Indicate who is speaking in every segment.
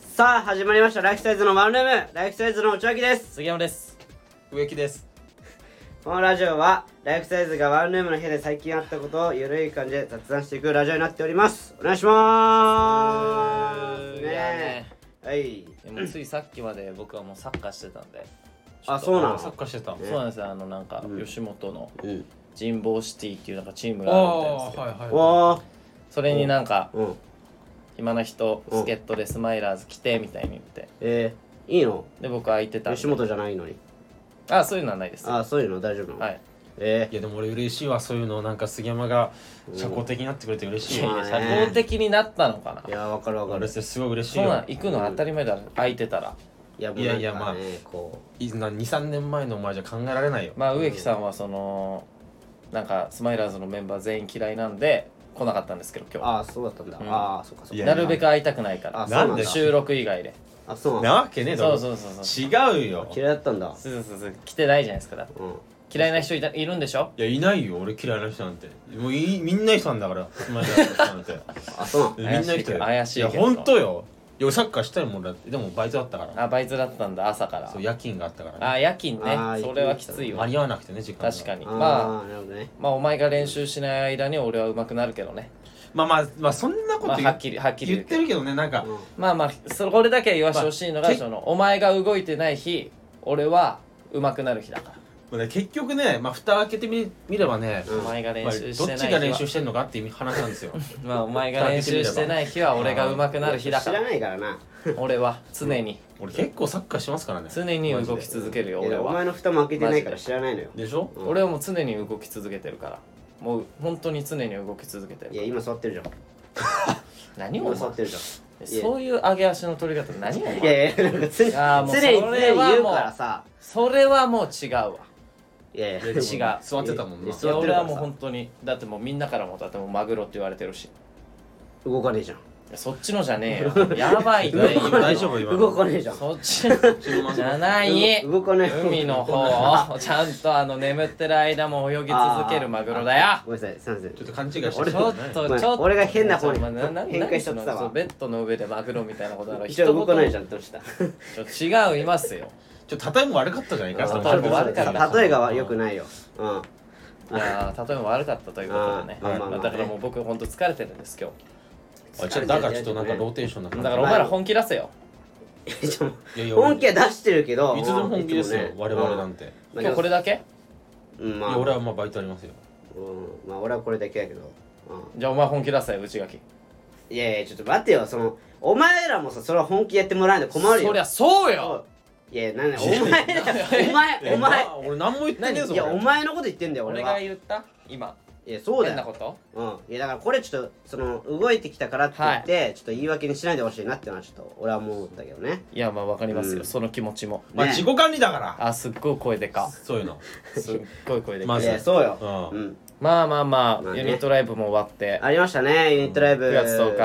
Speaker 1: さあ始まりましたライフサイズのワンルームライフサイズの内脇です
Speaker 2: 杉山です
Speaker 3: 植木です
Speaker 1: このラジオはライフサイズがワンルームの部屋で最近あったことをゆるい感じで雑談していくラジオになっておりますお願いします
Speaker 2: いやね
Speaker 1: ねえはい
Speaker 2: でもついさっきまで僕はもうサッカーしてたんで
Speaker 1: あそうなの
Speaker 3: サッカーしてたあ
Speaker 2: そうなんですよあのなんか
Speaker 1: うん
Speaker 2: 吉本の
Speaker 1: うん
Speaker 2: 神保シティっていうなんかチーム
Speaker 3: あ
Speaker 2: があるみたいなんです
Speaker 3: ー
Speaker 2: けど
Speaker 3: はいはい
Speaker 1: おー
Speaker 2: それになんか
Speaker 1: うん
Speaker 2: 暇な人
Speaker 1: うん
Speaker 2: 助っ人でスマイラーズ来てみたいに言って
Speaker 1: えー、いいの
Speaker 2: で僕は空いてたんで
Speaker 1: 吉本じゃないのに
Speaker 2: あそういうのはないですは
Speaker 1: あそういうの大丈夫なの、
Speaker 2: い
Speaker 1: え
Speaker 3: いやでも俺嬉しいわそういうのなんか杉山が社交的になってくれて嬉しい
Speaker 1: うん
Speaker 3: 俺
Speaker 2: 社交的になったのか
Speaker 1: ー、い
Speaker 2: な
Speaker 1: やわかるわかる
Speaker 3: それすごい嬉しい
Speaker 2: そうなん
Speaker 3: よ
Speaker 2: 行くの当たり前だろ空いてたら
Speaker 1: いやもう
Speaker 3: いやいや
Speaker 1: なんかねこ
Speaker 3: 23年前のお前じゃ考えられないよ
Speaker 2: まあ植木さんはそのなんかスマイラーズのメンバー全員嫌いなんで来なかったんですけど
Speaker 1: う
Speaker 2: 今
Speaker 1: ああそうだったんだ、
Speaker 2: うん
Speaker 1: ああそっかそっ
Speaker 3: い
Speaker 2: 日
Speaker 1: か
Speaker 3: や
Speaker 2: なるべく会いたくないか
Speaker 1: あ
Speaker 2: ら
Speaker 1: そうなん
Speaker 3: なん
Speaker 1: だ
Speaker 3: で
Speaker 2: 収録以外で
Speaker 1: あそうなん
Speaker 3: な
Speaker 1: だ
Speaker 3: わけねえだ
Speaker 2: そ
Speaker 3: ろ
Speaker 2: うそうそうそう
Speaker 3: 違うよ
Speaker 1: 嫌いだったんだ
Speaker 2: そうそうそうそう来てないじゃないですかだって
Speaker 1: うん
Speaker 2: 嫌いな人いたいるんでしょ
Speaker 3: いやいないよ俺嫌いな人なんてもういみんないたんだからスマイルの人なんて
Speaker 1: あそうなん
Speaker 3: みんないた よ
Speaker 2: 怪しいけど怪しいけ
Speaker 3: や
Speaker 2: ど
Speaker 3: 本当よいや俺サッカーしたいもんだってでもバイトだったから
Speaker 2: あバイトだったんだ朝から
Speaker 3: そう夜勤があったからね
Speaker 2: あ夜勤ね
Speaker 1: あー
Speaker 2: それはきつい
Speaker 3: 間
Speaker 2: わ
Speaker 3: に合わなくてね時間が
Speaker 2: 確かに
Speaker 1: あ
Speaker 2: まあ
Speaker 1: あーなるほどね
Speaker 2: まあお前が練習しない間に俺は上手くなるけどね
Speaker 3: まあまあまあそんなこ
Speaker 2: ま
Speaker 3: と
Speaker 2: あ
Speaker 3: 言
Speaker 2: はっきりはっきり言
Speaker 3: 言っ
Speaker 2: うけ
Speaker 3: て
Speaker 2: ど
Speaker 3: るけどねなんか
Speaker 1: うん
Speaker 2: まあまあそこれだけは言わしてほしいのが、
Speaker 3: まあ
Speaker 2: そのお前が動いてない日俺は上手くなる日だから、
Speaker 3: まあね結局ね、まあ、蓋開けてみ見ればね、
Speaker 1: うん
Speaker 2: お前が練
Speaker 3: まあ
Speaker 2: 習
Speaker 3: ど
Speaker 2: し
Speaker 3: って
Speaker 2: ない
Speaker 3: ち
Speaker 2: 日
Speaker 3: が
Speaker 2: は
Speaker 3: 練習してんのかっていう話なんですよ
Speaker 2: まあお前が練習してない日は俺が上手くなる日だか
Speaker 1: 知ら
Speaker 2: ら
Speaker 1: ないからな
Speaker 2: 俺は常に
Speaker 3: 俺結構サッカーしてますからね
Speaker 2: 常に動き続けるよ
Speaker 1: い
Speaker 2: 俺
Speaker 1: やお
Speaker 2: は
Speaker 1: 前の蓋も開けてないから
Speaker 2: マジで
Speaker 1: 知らないのよ
Speaker 3: でしょ
Speaker 1: うん
Speaker 2: 俺はもう常に動き続けてるからもう本当に常に動き続けてる
Speaker 1: いや今座ってるじゃん
Speaker 2: 何をお
Speaker 1: 今
Speaker 2: 前
Speaker 1: 座ってるじゃん
Speaker 2: そういう上げ足の取り方何をお前
Speaker 1: いやいやなんか常に
Speaker 2: あーもう
Speaker 1: 常に
Speaker 2: そ
Speaker 1: 常に
Speaker 2: れはもう
Speaker 1: 言うからさ
Speaker 2: それはもう違うわ
Speaker 1: いやいや
Speaker 3: いやでも
Speaker 2: 違う
Speaker 3: 座ってたもん
Speaker 1: い
Speaker 3: な
Speaker 1: や
Speaker 2: い
Speaker 1: 座
Speaker 2: や
Speaker 1: って
Speaker 2: 俺
Speaker 1: るか
Speaker 2: は
Speaker 1: ら
Speaker 2: もう
Speaker 1: さ
Speaker 2: 本当にだってもうみんなからもだってもうマグロって言われてるし
Speaker 1: 動かねえじゃん
Speaker 2: いやそっちのじゃねえよやばいって
Speaker 3: 動かない大丈夫今の
Speaker 1: 動かねえじゃん
Speaker 2: そっちのじゃない
Speaker 1: 動かねえ
Speaker 2: 海の方をちゃんとあの眠ってる間も泳ぎ続けるマグロだよ
Speaker 1: ごめんなさいすいません
Speaker 3: ちょっと勘違いして
Speaker 2: ちょっ
Speaker 3: る
Speaker 2: と
Speaker 3: ね
Speaker 2: ちょ
Speaker 1: ご
Speaker 2: っ
Speaker 1: めん
Speaker 2: と
Speaker 1: 俺が変な方に
Speaker 2: ちょっとなな
Speaker 1: 変化しちゃってたわ
Speaker 2: 何そのベッドの上でマグロみたいなことだろ
Speaker 1: 一応動かないじ
Speaker 2: ゃ
Speaker 1: ゃんどうした
Speaker 2: 違ういますよ
Speaker 3: ちょっと例えも悪かったじゃないか
Speaker 2: あ
Speaker 3: その
Speaker 2: 例えも悪かった
Speaker 1: 例えが良く
Speaker 3: うん
Speaker 1: ないようん
Speaker 2: いやー例えば悪かったということでね、
Speaker 1: あーまあまあまあね
Speaker 2: だからもう僕本当疲れてるんです今日
Speaker 3: あちょっとだからちょっとなんかローテーションな
Speaker 2: だからお前ら本気出せよ
Speaker 1: いやちょ
Speaker 3: いやいや俺
Speaker 1: 本気は出してるけど
Speaker 3: いつでも本気ですよ
Speaker 1: いつもね
Speaker 3: 我々なんてい
Speaker 1: うん
Speaker 2: 今日これだけ
Speaker 1: うんま
Speaker 3: や
Speaker 1: あ
Speaker 3: 俺はまあバイトありますよ
Speaker 1: うんまあ俺はこれだけやけどうん
Speaker 2: じゃあお前本気出せよ内垣
Speaker 1: いやいやちょっと待ってよそのお前らもさそれは本気やってもらわないと困るよ
Speaker 2: そりゃそう
Speaker 1: そ
Speaker 2: よ
Speaker 1: ういやなんだお前だお
Speaker 3: いや
Speaker 1: 前お前
Speaker 3: な俺何も言ってねえぞ
Speaker 1: いや
Speaker 3: 俺
Speaker 1: お前のこと言ってんだよ俺
Speaker 2: 俺
Speaker 1: は
Speaker 2: が
Speaker 1: い
Speaker 2: 言った今
Speaker 1: やそうだ
Speaker 2: 変な
Speaker 1: よ
Speaker 2: こと
Speaker 1: うんいやだからこれちょっとその動いてきたからって言って、ちょっと言い訳にしないでほしいなってのはちょっと俺は思うんだけどね
Speaker 2: いやまあわかりますよ、
Speaker 1: うん
Speaker 2: その気持ちも
Speaker 3: まあ
Speaker 1: ね
Speaker 3: 自己管理だから
Speaker 2: あすっごい声でか
Speaker 3: そういうの
Speaker 2: すっごい声でか、
Speaker 3: ま
Speaker 1: い
Speaker 3: ず
Speaker 1: やそうよ
Speaker 3: う
Speaker 1: うんん
Speaker 2: まあまあまあ、
Speaker 1: まあね
Speaker 2: ユニットライブも終わって
Speaker 1: ありましたねユニットライブ
Speaker 2: 9月10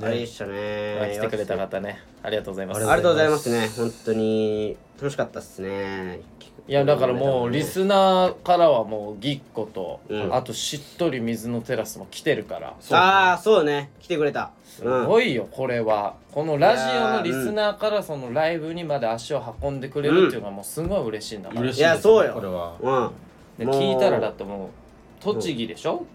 Speaker 2: 日
Speaker 1: 日ありましたね
Speaker 2: 来てくれた方ねありがとうございま
Speaker 1: あ
Speaker 2: す
Speaker 1: りがとうございますね本当に楽しかったっすね
Speaker 2: いやだからもうリスナーからはもうぎっこと、
Speaker 1: うん
Speaker 2: あとしっとり水のテラスも来てるから
Speaker 1: ああそうね来てくれた
Speaker 2: す
Speaker 1: うん
Speaker 2: ごいよこれはこのラジオのリスナーからそのライブにまで足を運んでくれるっていうのはもうすごい嬉しいんだから、
Speaker 3: 嬉しい
Speaker 2: で
Speaker 3: ですね
Speaker 1: いやそうよ
Speaker 3: これは
Speaker 1: うんもう
Speaker 2: 聞いたらだってもう栃木でしょ
Speaker 3: うん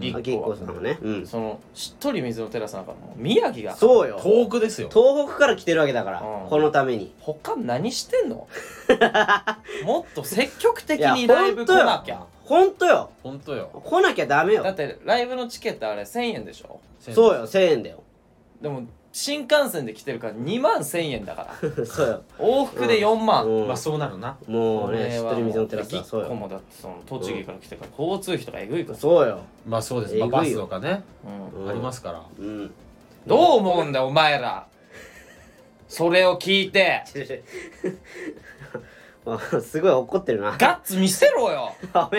Speaker 2: ぎっ
Speaker 1: あ銀
Speaker 2: こ
Speaker 1: 行
Speaker 2: は
Speaker 1: さんもねうん
Speaker 2: そのしっとり水のテラスなんかもう宮城が
Speaker 1: そうよ
Speaker 3: 遠くですよ
Speaker 1: 東北から来てるわけだから
Speaker 2: うん
Speaker 1: このために
Speaker 2: 他何してんの もっと積極的
Speaker 1: いや
Speaker 2: にライブ来なきゃ
Speaker 1: 本当よ
Speaker 3: 本当よ
Speaker 1: 来なきゃダメ
Speaker 2: だっ
Speaker 1: よ
Speaker 2: てライブのチケットあれ1000円でしょ
Speaker 1: そうよ1000円だ よ
Speaker 2: でも新幹線で来てるから2万1000円だから
Speaker 1: そうよ
Speaker 2: 往復で4万、
Speaker 1: うん
Speaker 3: まあそうなるな
Speaker 1: もう
Speaker 2: こ
Speaker 1: ね
Speaker 2: れ
Speaker 1: 知
Speaker 2: は
Speaker 1: ってる水のテラスだそう
Speaker 2: もうぎっこ
Speaker 1: よ
Speaker 2: もだってその栃木から来てるから交通費とかえぐいから、
Speaker 1: そうよ
Speaker 3: まあそうです、
Speaker 1: えぐ
Speaker 3: ま
Speaker 1: い
Speaker 3: あ、
Speaker 1: よ
Speaker 3: バスとかね、
Speaker 2: うん
Speaker 1: うん
Speaker 3: ありますから
Speaker 1: うん
Speaker 2: どう思うんだお前らそれを聞いて
Speaker 1: ちょちょあすごい怒ってるな
Speaker 2: ガッツ見せろよ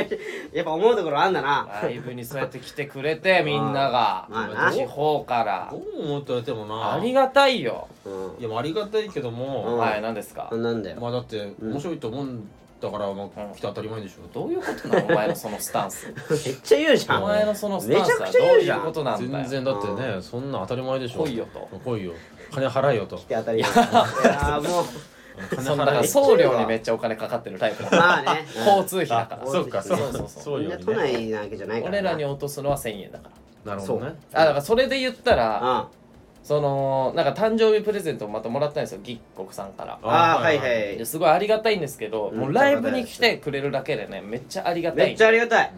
Speaker 1: やっぱ思うところあんだな
Speaker 2: ライブにそうやって来てくれてみんなが、
Speaker 1: まあな
Speaker 2: 地方から
Speaker 3: どう思って言われてもな
Speaker 2: ありがたいよ、
Speaker 1: うん
Speaker 3: いやまあありがたいけども、
Speaker 1: うん
Speaker 2: はい何ですか
Speaker 1: あなんだよ
Speaker 3: まあだって面白いと思うんだからまあ来て当たり前でしょ
Speaker 2: どういうことなのお前のそのスタンス
Speaker 1: めっちゃ言うじゃ
Speaker 2: お前
Speaker 1: ん
Speaker 2: のそのスタン
Speaker 1: め
Speaker 2: スは
Speaker 1: ちゃく
Speaker 2: ど
Speaker 1: ち
Speaker 2: う
Speaker 1: ゃ言う
Speaker 2: い
Speaker 1: じゃん
Speaker 2: うことなんだ
Speaker 3: 全
Speaker 2: よ
Speaker 3: 然だってねそんな当たり前でしょ
Speaker 2: 来いよと
Speaker 3: 来いよ金払えよと
Speaker 1: 来て当たり前いやーもう
Speaker 3: 金
Speaker 2: そんだか
Speaker 3: 払
Speaker 2: ら
Speaker 3: え
Speaker 2: 送料にめっちゃお金かかってるタイプだから
Speaker 1: まあね
Speaker 2: 交通費だか
Speaker 3: あ
Speaker 2: ら
Speaker 3: そうかそう
Speaker 2: そうそうそう
Speaker 3: そう
Speaker 1: みん
Speaker 3: よ
Speaker 1: な
Speaker 3: ね
Speaker 1: 都内なわけじゃないから
Speaker 2: 俺らに
Speaker 1: うん
Speaker 2: 落とすのは1000円だから
Speaker 3: なるほどね
Speaker 2: あだからそれで言ったら
Speaker 1: あ
Speaker 2: そのなんか誕生日プレゼントをまたもらったんですよぎっこくさんから
Speaker 1: あーはいは
Speaker 2: で
Speaker 1: い
Speaker 2: すごいありがたいんですけど
Speaker 1: うん
Speaker 2: もうライブに来てくれるだけでねめっちゃありがた
Speaker 1: め
Speaker 2: い
Speaker 1: っちゃありがたい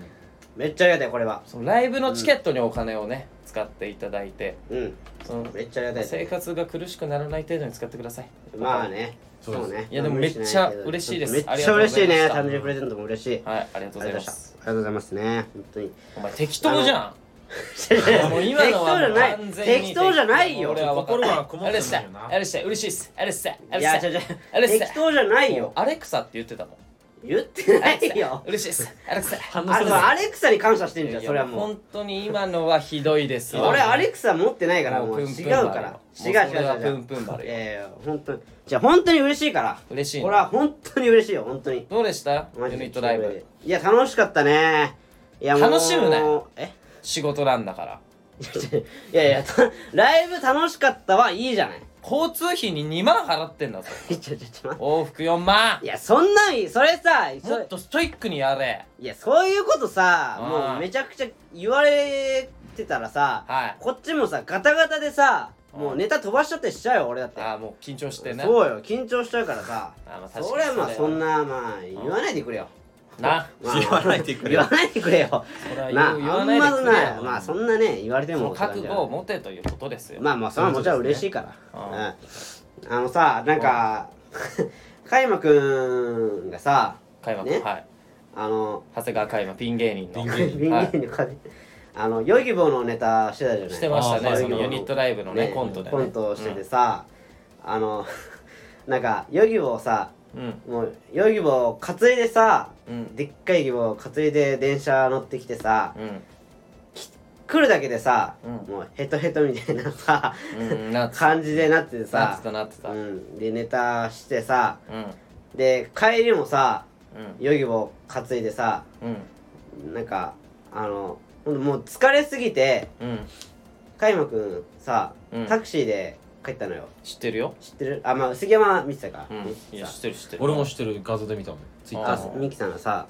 Speaker 1: めっちゃありがたいこれは
Speaker 2: そのライブのチケットにお金をね使っていただいて
Speaker 1: うん
Speaker 2: その
Speaker 1: めっちゃありがた
Speaker 2: 生
Speaker 1: い
Speaker 2: 活が苦しくならない程度に使ってください
Speaker 1: まあね
Speaker 3: そうです
Speaker 1: そうね
Speaker 2: いやでもめっちゃ嬉しいです
Speaker 1: めっちゃ嬉しい
Speaker 2: あ
Speaker 1: ね
Speaker 2: りがとう
Speaker 1: 誕
Speaker 2: ござ
Speaker 1: 生
Speaker 2: いました
Speaker 1: 日プレゼントも嬉しい
Speaker 2: はいありがとう
Speaker 1: あり
Speaker 2: ござい
Speaker 1: がとうございま
Speaker 2: ま
Speaker 1: した
Speaker 2: す
Speaker 1: ありがとうございますね本当に
Speaker 2: お前適当じゃん もう今
Speaker 1: 適
Speaker 2: のは
Speaker 1: 当じゃ
Speaker 2: もう
Speaker 1: ない
Speaker 2: 完全に
Speaker 1: 適当じゃないよ
Speaker 2: 俺は分かる
Speaker 3: 心はこも
Speaker 2: あ
Speaker 3: って
Speaker 2: れ
Speaker 3: る
Speaker 2: し
Speaker 3: んだ
Speaker 2: た
Speaker 3: よな
Speaker 2: あれした嬉しいっすあれしたあ
Speaker 1: い
Speaker 2: れ
Speaker 1: や
Speaker 2: し
Speaker 1: 違う違う
Speaker 2: あれした
Speaker 1: 適当じゃないよ
Speaker 2: アレクサって言ってたもん
Speaker 1: 言って
Speaker 2: ア
Speaker 1: な
Speaker 2: レクサ
Speaker 1: いよ
Speaker 2: 嬉しいっすアレクサ反
Speaker 1: あのアレクサに感謝してんじゃんそれはもう
Speaker 2: 本当に今のはひどいですわ
Speaker 1: 俺アレクサ持ってないからも
Speaker 2: も
Speaker 1: う
Speaker 2: うプン
Speaker 1: 違う
Speaker 2: プン
Speaker 1: から違う
Speaker 2: 丸よもうそれ
Speaker 1: 違
Speaker 2: は
Speaker 1: う違う
Speaker 2: プンプン丸
Speaker 1: い
Speaker 2: よ
Speaker 1: やいや本当にじゃあ本当に嬉しいから
Speaker 2: 嬉しいな
Speaker 1: これは本当に嬉しいよ本当に
Speaker 2: どうでしたユ
Speaker 1: マジ
Speaker 2: ニ
Speaker 1: で
Speaker 2: ットライブ
Speaker 1: いや楽しかったねいやもう
Speaker 2: 楽しむな
Speaker 1: え
Speaker 2: 仕事なんだから
Speaker 1: いやいやたライブ楽しかったはいいじゃない
Speaker 2: 交通費に2万払ってんだぞ
Speaker 1: ちょちょちょ待って
Speaker 2: 往復4万
Speaker 1: いやそんなんそれさ
Speaker 2: も
Speaker 1: そ
Speaker 2: っとストイックにやれ
Speaker 1: いやそういうことさ
Speaker 2: あー
Speaker 1: もうめちゃくちゃ言われてたらさ
Speaker 2: はい
Speaker 1: こっちもさガタガタでさ
Speaker 2: あー
Speaker 1: もうネタ飛ばしちゃってしちゃうよ俺だって
Speaker 2: ああもう緊張してね
Speaker 1: そうよ緊張しちゃうからさ
Speaker 2: あまあ確かに
Speaker 1: それはまあ
Speaker 2: それ
Speaker 1: そ
Speaker 2: は
Speaker 1: んなまあ言わないでくれよ
Speaker 2: な
Speaker 1: まあ
Speaker 3: 言わないでく
Speaker 1: 言
Speaker 3: れよ
Speaker 1: わないでくれよ
Speaker 2: それは言う
Speaker 1: なあ
Speaker 2: 言わ
Speaker 1: あん
Speaker 2: ないで
Speaker 1: ま
Speaker 2: くれよ
Speaker 1: なまあそんなね言われて
Speaker 2: そ
Speaker 1: も
Speaker 2: の覚悟を持てということですよ、
Speaker 1: まあまあそれはもちろん嬉しいから
Speaker 2: そう
Speaker 1: う
Speaker 2: いうこと
Speaker 1: んあのさなんか加山くんがさ
Speaker 2: 開幕、
Speaker 1: ね
Speaker 2: はい
Speaker 1: あの
Speaker 2: 長谷川開幕ピン芸人の
Speaker 3: ピン芸
Speaker 1: 人間に風あのヨギボーのネタしてたじゃない
Speaker 2: してました
Speaker 3: あ
Speaker 2: ね
Speaker 3: ー
Speaker 2: そのユニットライブのねコントでね
Speaker 1: コントをしててさ、あのなんかヨギボーさ
Speaker 2: うん
Speaker 1: もうヨギボー担いでさ、
Speaker 2: うん
Speaker 1: でっかいヨギボー担いで電車乗ってきてさ、
Speaker 2: うん
Speaker 1: 来るだけでさ、
Speaker 2: うん
Speaker 1: もうヘトヘトみたいなさ
Speaker 2: うんなってた
Speaker 1: 感じでなってて
Speaker 2: なっ
Speaker 1: さ
Speaker 2: てたなってた
Speaker 1: う
Speaker 2: うん
Speaker 1: ん、でネタしてさ
Speaker 2: うん
Speaker 1: で帰りもさ
Speaker 2: うん
Speaker 1: ヨギボー担いでさ
Speaker 2: うん
Speaker 1: なんかあのほんともう疲れすぎて
Speaker 2: うん
Speaker 1: 加山くんさ、
Speaker 2: うん
Speaker 1: タクシーで帰ったのよ
Speaker 2: 知ってるよ
Speaker 1: 知ってるあまあ杉山は見てたか、
Speaker 2: う
Speaker 1: 見
Speaker 2: んい
Speaker 1: て
Speaker 2: や
Speaker 1: た
Speaker 2: 知ってる知ってる
Speaker 3: 俺も知ってる画像で見たもんツイッタ
Speaker 1: あ
Speaker 3: ー
Speaker 2: あー
Speaker 3: で
Speaker 1: ミキさんがさ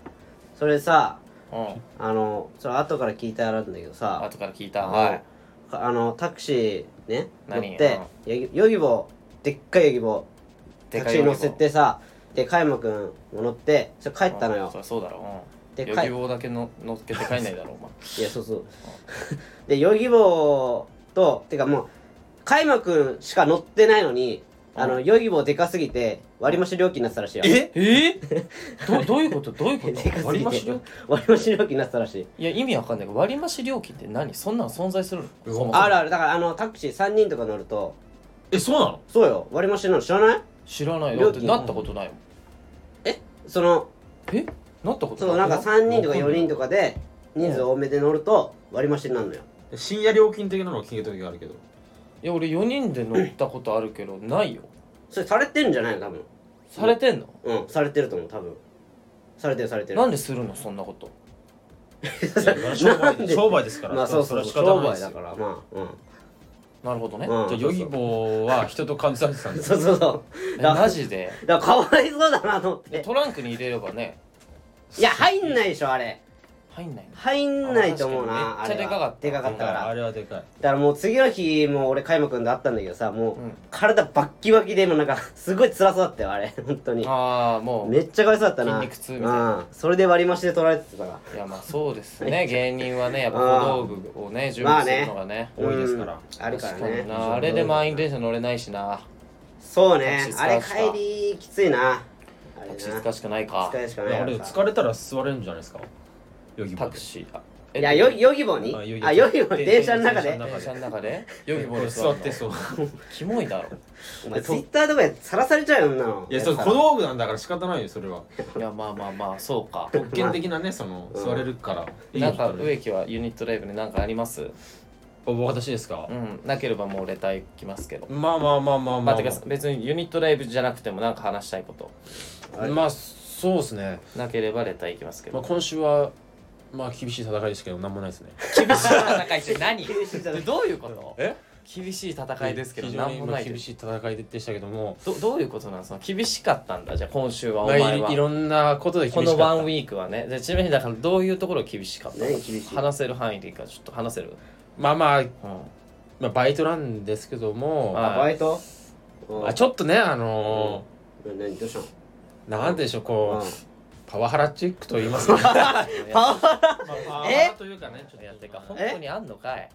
Speaker 1: それさ
Speaker 2: うん
Speaker 1: あのそれ後から聞いたらなんだけどさ
Speaker 2: 後から聞いたはい
Speaker 1: かあのタクシーね乗っ
Speaker 2: 何
Speaker 1: てヨギヨギボーでっかいヨギボー
Speaker 2: で
Speaker 1: タ
Speaker 2: か
Speaker 1: ク
Speaker 2: い
Speaker 1: シー
Speaker 2: ヨギボ
Speaker 1: 乗
Speaker 2: ー
Speaker 1: せてさで加山くんも乗ってそれ帰ったの
Speaker 2: うん
Speaker 1: よ
Speaker 2: そりゃそうだろう
Speaker 1: で
Speaker 2: ん予
Speaker 1: かい
Speaker 2: 備棒だけの乗っけて帰んないだろうお前
Speaker 1: いやそうそう でヨギボーとてかもう加山くんしか乗ってないのにあ
Speaker 2: う
Speaker 1: の
Speaker 2: ん
Speaker 1: ヨギボーでかすぎて割り増し料金になってたらしいよ
Speaker 3: え
Speaker 2: えー、どどういうことどういうこ
Speaker 1: でかすぎ
Speaker 2: と
Speaker 1: て
Speaker 2: 割増料
Speaker 1: 割り増し料金になってたらしい
Speaker 2: いや意味わかんないけど割増料金って何そんなの存在するの
Speaker 3: うん
Speaker 2: そもそも
Speaker 1: あるあるだからあのタクシー3人とか乗ると
Speaker 3: えそうなの
Speaker 1: そうよ割り増しなの知らない
Speaker 2: 知らないよだ
Speaker 1: 料
Speaker 2: って
Speaker 1: 金
Speaker 2: なったことないもん
Speaker 1: その
Speaker 2: えなったこと
Speaker 1: そ
Speaker 2: な
Speaker 1: う
Speaker 2: い
Speaker 1: なんか3人とか
Speaker 3: わかんな
Speaker 1: 4
Speaker 3: い
Speaker 1: 人とかで人数多めで乗ると割り増しになるのよ
Speaker 3: 深夜料金的なのを聞いた時があるけど
Speaker 2: いや俺4人で乗ったことあるけどないよ
Speaker 1: それされてるんじゃないの多分
Speaker 2: されてんの、
Speaker 1: うんされてると思う多分されてるされてる
Speaker 2: なんでするのそんなこと
Speaker 3: 商
Speaker 1: なん
Speaker 3: 売
Speaker 1: で
Speaker 3: 商売ですから
Speaker 1: まあそうそう
Speaker 3: れは仕
Speaker 1: 商
Speaker 3: 方ないで
Speaker 1: 売
Speaker 3: すよ
Speaker 1: だからまあうん
Speaker 2: なるほどね、
Speaker 1: うん
Speaker 3: じゃあヨギボーは人と感じされてたんです
Speaker 1: そうそうそう
Speaker 2: え
Speaker 1: だから
Speaker 2: マジで
Speaker 1: だからかわいそうだなと思っ
Speaker 2: で
Speaker 1: て
Speaker 2: トランクに入れればね
Speaker 1: いや入んないでしょあれ
Speaker 2: 入んないの
Speaker 1: 入んないと思う
Speaker 2: あ
Speaker 1: なあ
Speaker 2: 確かに
Speaker 1: れ
Speaker 2: めっちゃ
Speaker 1: は
Speaker 2: でかかっ
Speaker 1: でかかっ
Speaker 2: た
Speaker 1: たから
Speaker 3: あれはでかい
Speaker 1: だからもう次の日もう俺加山君と会ったんだけどさもう
Speaker 2: うん
Speaker 1: 体バッキバキでもうなんかすごい辛そうだったよあれ本当に
Speaker 2: ああもう、
Speaker 1: めっちゃかわいそうだったな
Speaker 2: 筋肉痛みたいな
Speaker 1: うん、それで割り増しで取られてたから
Speaker 2: いやまあそうです ね芸人はねやっぱ小道具をね準備するのがね,、
Speaker 3: 多いですから
Speaker 1: うんあるから
Speaker 2: 確かに
Speaker 1: ね
Speaker 2: なあれで満員電車乗れないしな
Speaker 1: そう
Speaker 2: タ
Speaker 1: ね
Speaker 2: クシー
Speaker 1: あ
Speaker 2: 使
Speaker 1: れ
Speaker 2: うしか
Speaker 1: 帰りきついなあれ
Speaker 2: タ
Speaker 1: な
Speaker 2: クシー使うしかないか
Speaker 1: 使うしか
Speaker 3: あ
Speaker 1: ないか
Speaker 3: れ
Speaker 1: らさ
Speaker 3: 疲れたら座れるんじゃないですかヨギボ
Speaker 2: タ
Speaker 3: ー
Speaker 2: ク
Speaker 3: で
Speaker 2: シーあ
Speaker 1: いやヨギヨギボーに
Speaker 3: あヨギボー
Speaker 1: あヨギボーに電車の中
Speaker 3: 電
Speaker 1: で
Speaker 3: 車
Speaker 2: 電車の中でヨギボーに
Speaker 3: 座
Speaker 2: 座
Speaker 3: っ
Speaker 2: ってて
Speaker 3: そう
Speaker 2: キモ いだろ
Speaker 1: お前ツイッターとかでさらされちゃうよそんなの
Speaker 3: いやそう
Speaker 1: さ
Speaker 3: 小道具なんだから仕方ないよそれはい
Speaker 2: やまあまあまあそうか
Speaker 3: 特権的なねその座れるからいい
Speaker 2: なんか
Speaker 3: よ
Speaker 2: 植木はユニットライブに何かあります
Speaker 3: お私ですか
Speaker 2: うんなければもうレター行きますけど
Speaker 3: まあまあまあまあまあ
Speaker 2: 待ってください別にユニットライブじゃなくても何か話したいこと
Speaker 1: はい
Speaker 3: まあそそうですね、
Speaker 2: なければレターいきますけ
Speaker 3: まあ、
Speaker 2: ど
Speaker 3: 今週はまあ厳しい戦いですけど何もないですね
Speaker 2: 厳しい 戦いって何
Speaker 1: 厳しい戦い
Speaker 2: どういうこと
Speaker 3: え
Speaker 2: 厳しい戦いですけど
Speaker 3: 非常
Speaker 2: 何
Speaker 3: に
Speaker 2: も
Speaker 3: ま
Speaker 2: な
Speaker 3: あ
Speaker 2: いで
Speaker 3: 厳
Speaker 2: す
Speaker 3: しい戦いでしたけども
Speaker 2: どどういうことなんその厳しかったんだじゃあ今週はお
Speaker 3: まあ
Speaker 2: 前
Speaker 3: いい
Speaker 2: は
Speaker 3: ろんなことで
Speaker 2: こ
Speaker 3: 厳
Speaker 2: の
Speaker 3: しかった
Speaker 2: ワンウィークはねじゃあちなみにだからどういうところが厳しかったの
Speaker 1: 何厳しい
Speaker 2: 話せる範囲でいいからちょっと話せる
Speaker 3: まあまあ
Speaker 2: うん
Speaker 3: まあバイトなんですけども
Speaker 2: あ
Speaker 3: あ
Speaker 1: あバイトあ
Speaker 3: ちょっとねあの
Speaker 1: な何どうしたの
Speaker 3: ーなんでしょう
Speaker 1: う
Speaker 3: こ
Speaker 1: ん
Speaker 3: うパワハラチックと言いますか パ
Speaker 1: パワ
Speaker 3: ワ
Speaker 1: ハラ
Speaker 3: というかねちょっと
Speaker 2: や
Speaker 3: や
Speaker 2: っ
Speaker 3: ってて
Speaker 2: か
Speaker 3: か
Speaker 2: 本
Speaker 1: え
Speaker 2: 当にあんのかい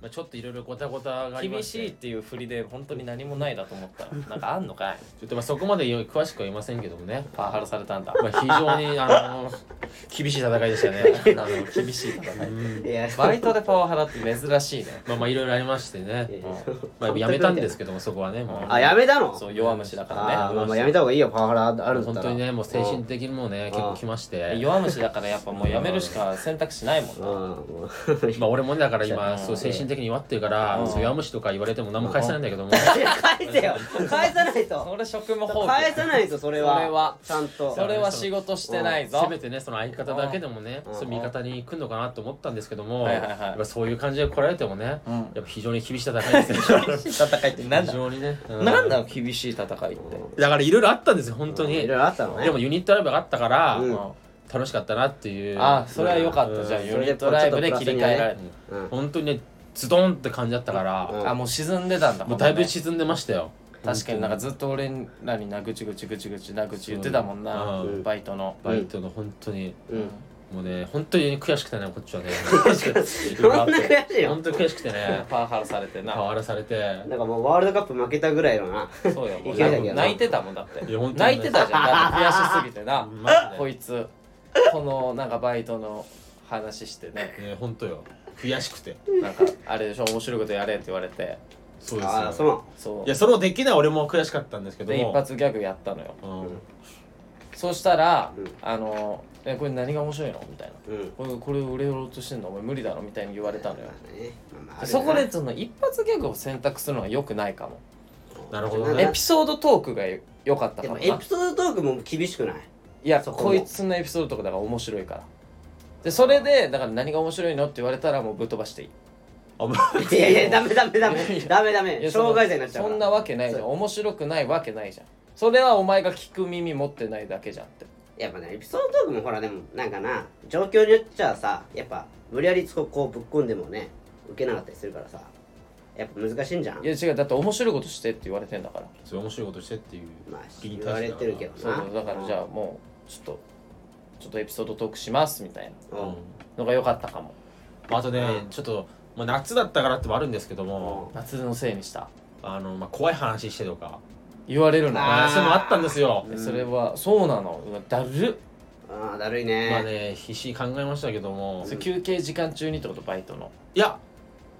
Speaker 3: まあちょっといろいろごたごたがありま
Speaker 2: 厳
Speaker 3: して
Speaker 2: しいっていう振りで本当に何もないだと思ったらなんかあんのかい
Speaker 3: ちょっとまあそこまで詳しくは言いませんけども ね
Speaker 2: パワハラされたんだ
Speaker 3: まあ非常にあの厳しい戦いでしたね。
Speaker 2: なるほど厳しい戦い
Speaker 1: いや
Speaker 2: バイトでパワハラって珍しいね
Speaker 3: まあまあいろいろありましてね
Speaker 1: いや。
Speaker 3: まあやめたんですけどもそこはねもう。
Speaker 1: あやめたの
Speaker 2: そう弱虫だか
Speaker 1: あ
Speaker 2: ら
Speaker 1: ー
Speaker 2: ね
Speaker 1: まあまあやめた方がいいよパワハラあるんだっ
Speaker 3: 本
Speaker 1: たら
Speaker 3: 当にねもう精神的にもね結構きまして。
Speaker 2: 弱虫だからやっぱもうやめるしか選択肢ないもん
Speaker 1: うん
Speaker 2: な
Speaker 1: もう
Speaker 3: まあ俺もねだから
Speaker 2: う
Speaker 3: 今
Speaker 2: ん
Speaker 3: そう精神的に弱ってるから
Speaker 2: うん
Speaker 3: そう弱虫とか言われても何も返せないんだけども。
Speaker 1: いや返せよ返さないと
Speaker 2: それ職務放
Speaker 1: 返
Speaker 2: 棄
Speaker 1: さないとそれは
Speaker 2: それは
Speaker 1: ちゃんと
Speaker 2: それは仕事してないぞ
Speaker 3: せめてねその相方だけでもね
Speaker 1: うん
Speaker 3: そう味方に来るのかなと思ったんですけども、
Speaker 2: はいはいはい
Speaker 3: やっぱそういう感じで来られてもね、
Speaker 2: うん
Speaker 3: やっぱ非常に厳しい戦い ですね
Speaker 2: 戦いって
Speaker 3: 非常にね、う
Speaker 2: なんだよ厳しい戦いって
Speaker 3: だからいろいろあったんですよ本当に、
Speaker 1: いろいろあったのね
Speaker 3: でもユニットライブがあったから、
Speaker 1: うん
Speaker 3: 楽しかったなっていう
Speaker 2: あそれは良かっ
Speaker 3: う
Speaker 2: た
Speaker 3: ん
Speaker 2: じゃあ
Speaker 1: そ
Speaker 2: ユ
Speaker 1: れ
Speaker 2: ニ
Speaker 1: で
Speaker 2: ットライブで切り替えられ
Speaker 1: うん
Speaker 3: 本当にねズドンって感じだったから、
Speaker 1: うん
Speaker 2: たあもう沈んでたんだ
Speaker 3: もうだいぶ
Speaker 2: 沈
Speaker 3: 沈んでましたよ
Speaker 2: 確かになんかずっと俺らになぐちぐちぐちぐちなぐち言ってたもんな
Speaker 3: うん
Speaker 2: バイトの
Speaker 3: バイトの本当に、
Speaker 1: うん
Speaker 3: もうね本当に悔しくてねこっちは ね悔しくて
Speaker 1: そんな悔しいの
Speaker 3: 本当に悔しくてね
Speaker 2: パワハラされて
Speaker 3: パワ
Speaker 2: な
Speaker 3: ハラされて
Speaker 1: なんかもうワールドカップ負けたぐらいのな
Speaker 2: そうよもう
Speaker 1: いけないけどな
Speaker 2: 泣いてたもんだって
Speaker 3: いや本当に
Speaker 2: 泣いてたじゃんだって悔しすぎてな
Speaker 3: マジで
Speaker 2: こいつこのなんかバイトの話してね
Speaker 3: ね本当よ悔しくて
Speaker 2: なんかあれでしょ面白いことやれって言われて
Speaker 3: そうですよ
Speaker 1: ああそう
Speaker 2: そう
Speaker 3: いやそれをできない俺も悔しかったんですけど
Speaker 2: で一
Speaker 3: も
Speaker 2: 発ギャグやったのよ
Speaker 3: うん
Speaker 2: そうしたら
Speaker 1: うん
Speaker 2: 「あのえこれ何が面白いの?」みたいな
Speaker 1: うんうん
Speaker 2: 「これこれ売れようとしてんのお前無理だろ」みたいに言われたのよ
Speaker 1: ねまあまああるよな
Speaker 2: そこでその一発ギャグを選択するのは良くないかも
Speaker 3: なるほどね
Speaker 2: エピソードトークが良かった
Speaker 1: で
Speaker 2: かも
Speaker 1: も
Speaker 2: な
Speaker 1: エピソードトークも厳しくない
Speaker 2: いや
Speaker 1: そこも
Speaker 2: こいつのエピソードとかだから面白いからでそれでだから何が面白いのって言われたらもうぶっ飛ばしていい
Speaker 3: あぶ
Speaker 1: いやいやダメダメダメダメダ
Speaker 2: い
Speaker 1: メ
Speaker 2: やその
Speaker 1: 障害者になっちゃうから
Speaker 2: そんなわけないじゃん面白くないわけないじゃんそれはお前が聞く耳持ってないだけじゃんって
Speaker 1: やっぱねエピソードトークもほらでもなんかな状況によっちゃさやっぱ無理やりこうこうぶっ込んでもね受けなかったりするからさやっぱ難しいんじゃん
Speaker 2: いや違うだって面白いことしてって言われてんだから
Speaker 3: そう面白いことしてっていう
Speaker 1: まあ
Speaker 3: 気に
Speaker 1: 言わ
Speaker 3: 対して
Speaker 1: れ
Speaker 3: だ
Speaker 1: て
Speaker 3: から
Speaker 1: るけど
Speaker 2: そう
Speaker 1: な
Speaker 2: だからじゃあもうちょっとちょっとエピソードトークしますみたいな
Speaker 1: う
Speaker 3: うん
Speaker 1: ん
Speaker 2: のが良かったかも
Speaker 3: まああとねちょっとまあ夏だったからってもあるんですけども
Speaker 2: 夏のせいにした
Speaker 3: あのまあ怖い話してとか
Speaker 2: 言われるの
Speaker 1: あー
Speaker 3: あそういうのあったんですよ
Speaker 2: でそれはそうなのうわだるっ
Speaker 1: ああだるい
Speaker 3: まあ
Speaker 1: ね
Speaker 3: ね必死に考えましたけども
Speaker 2: それ休憩時間中にってことバイトの
Speaker 3: いや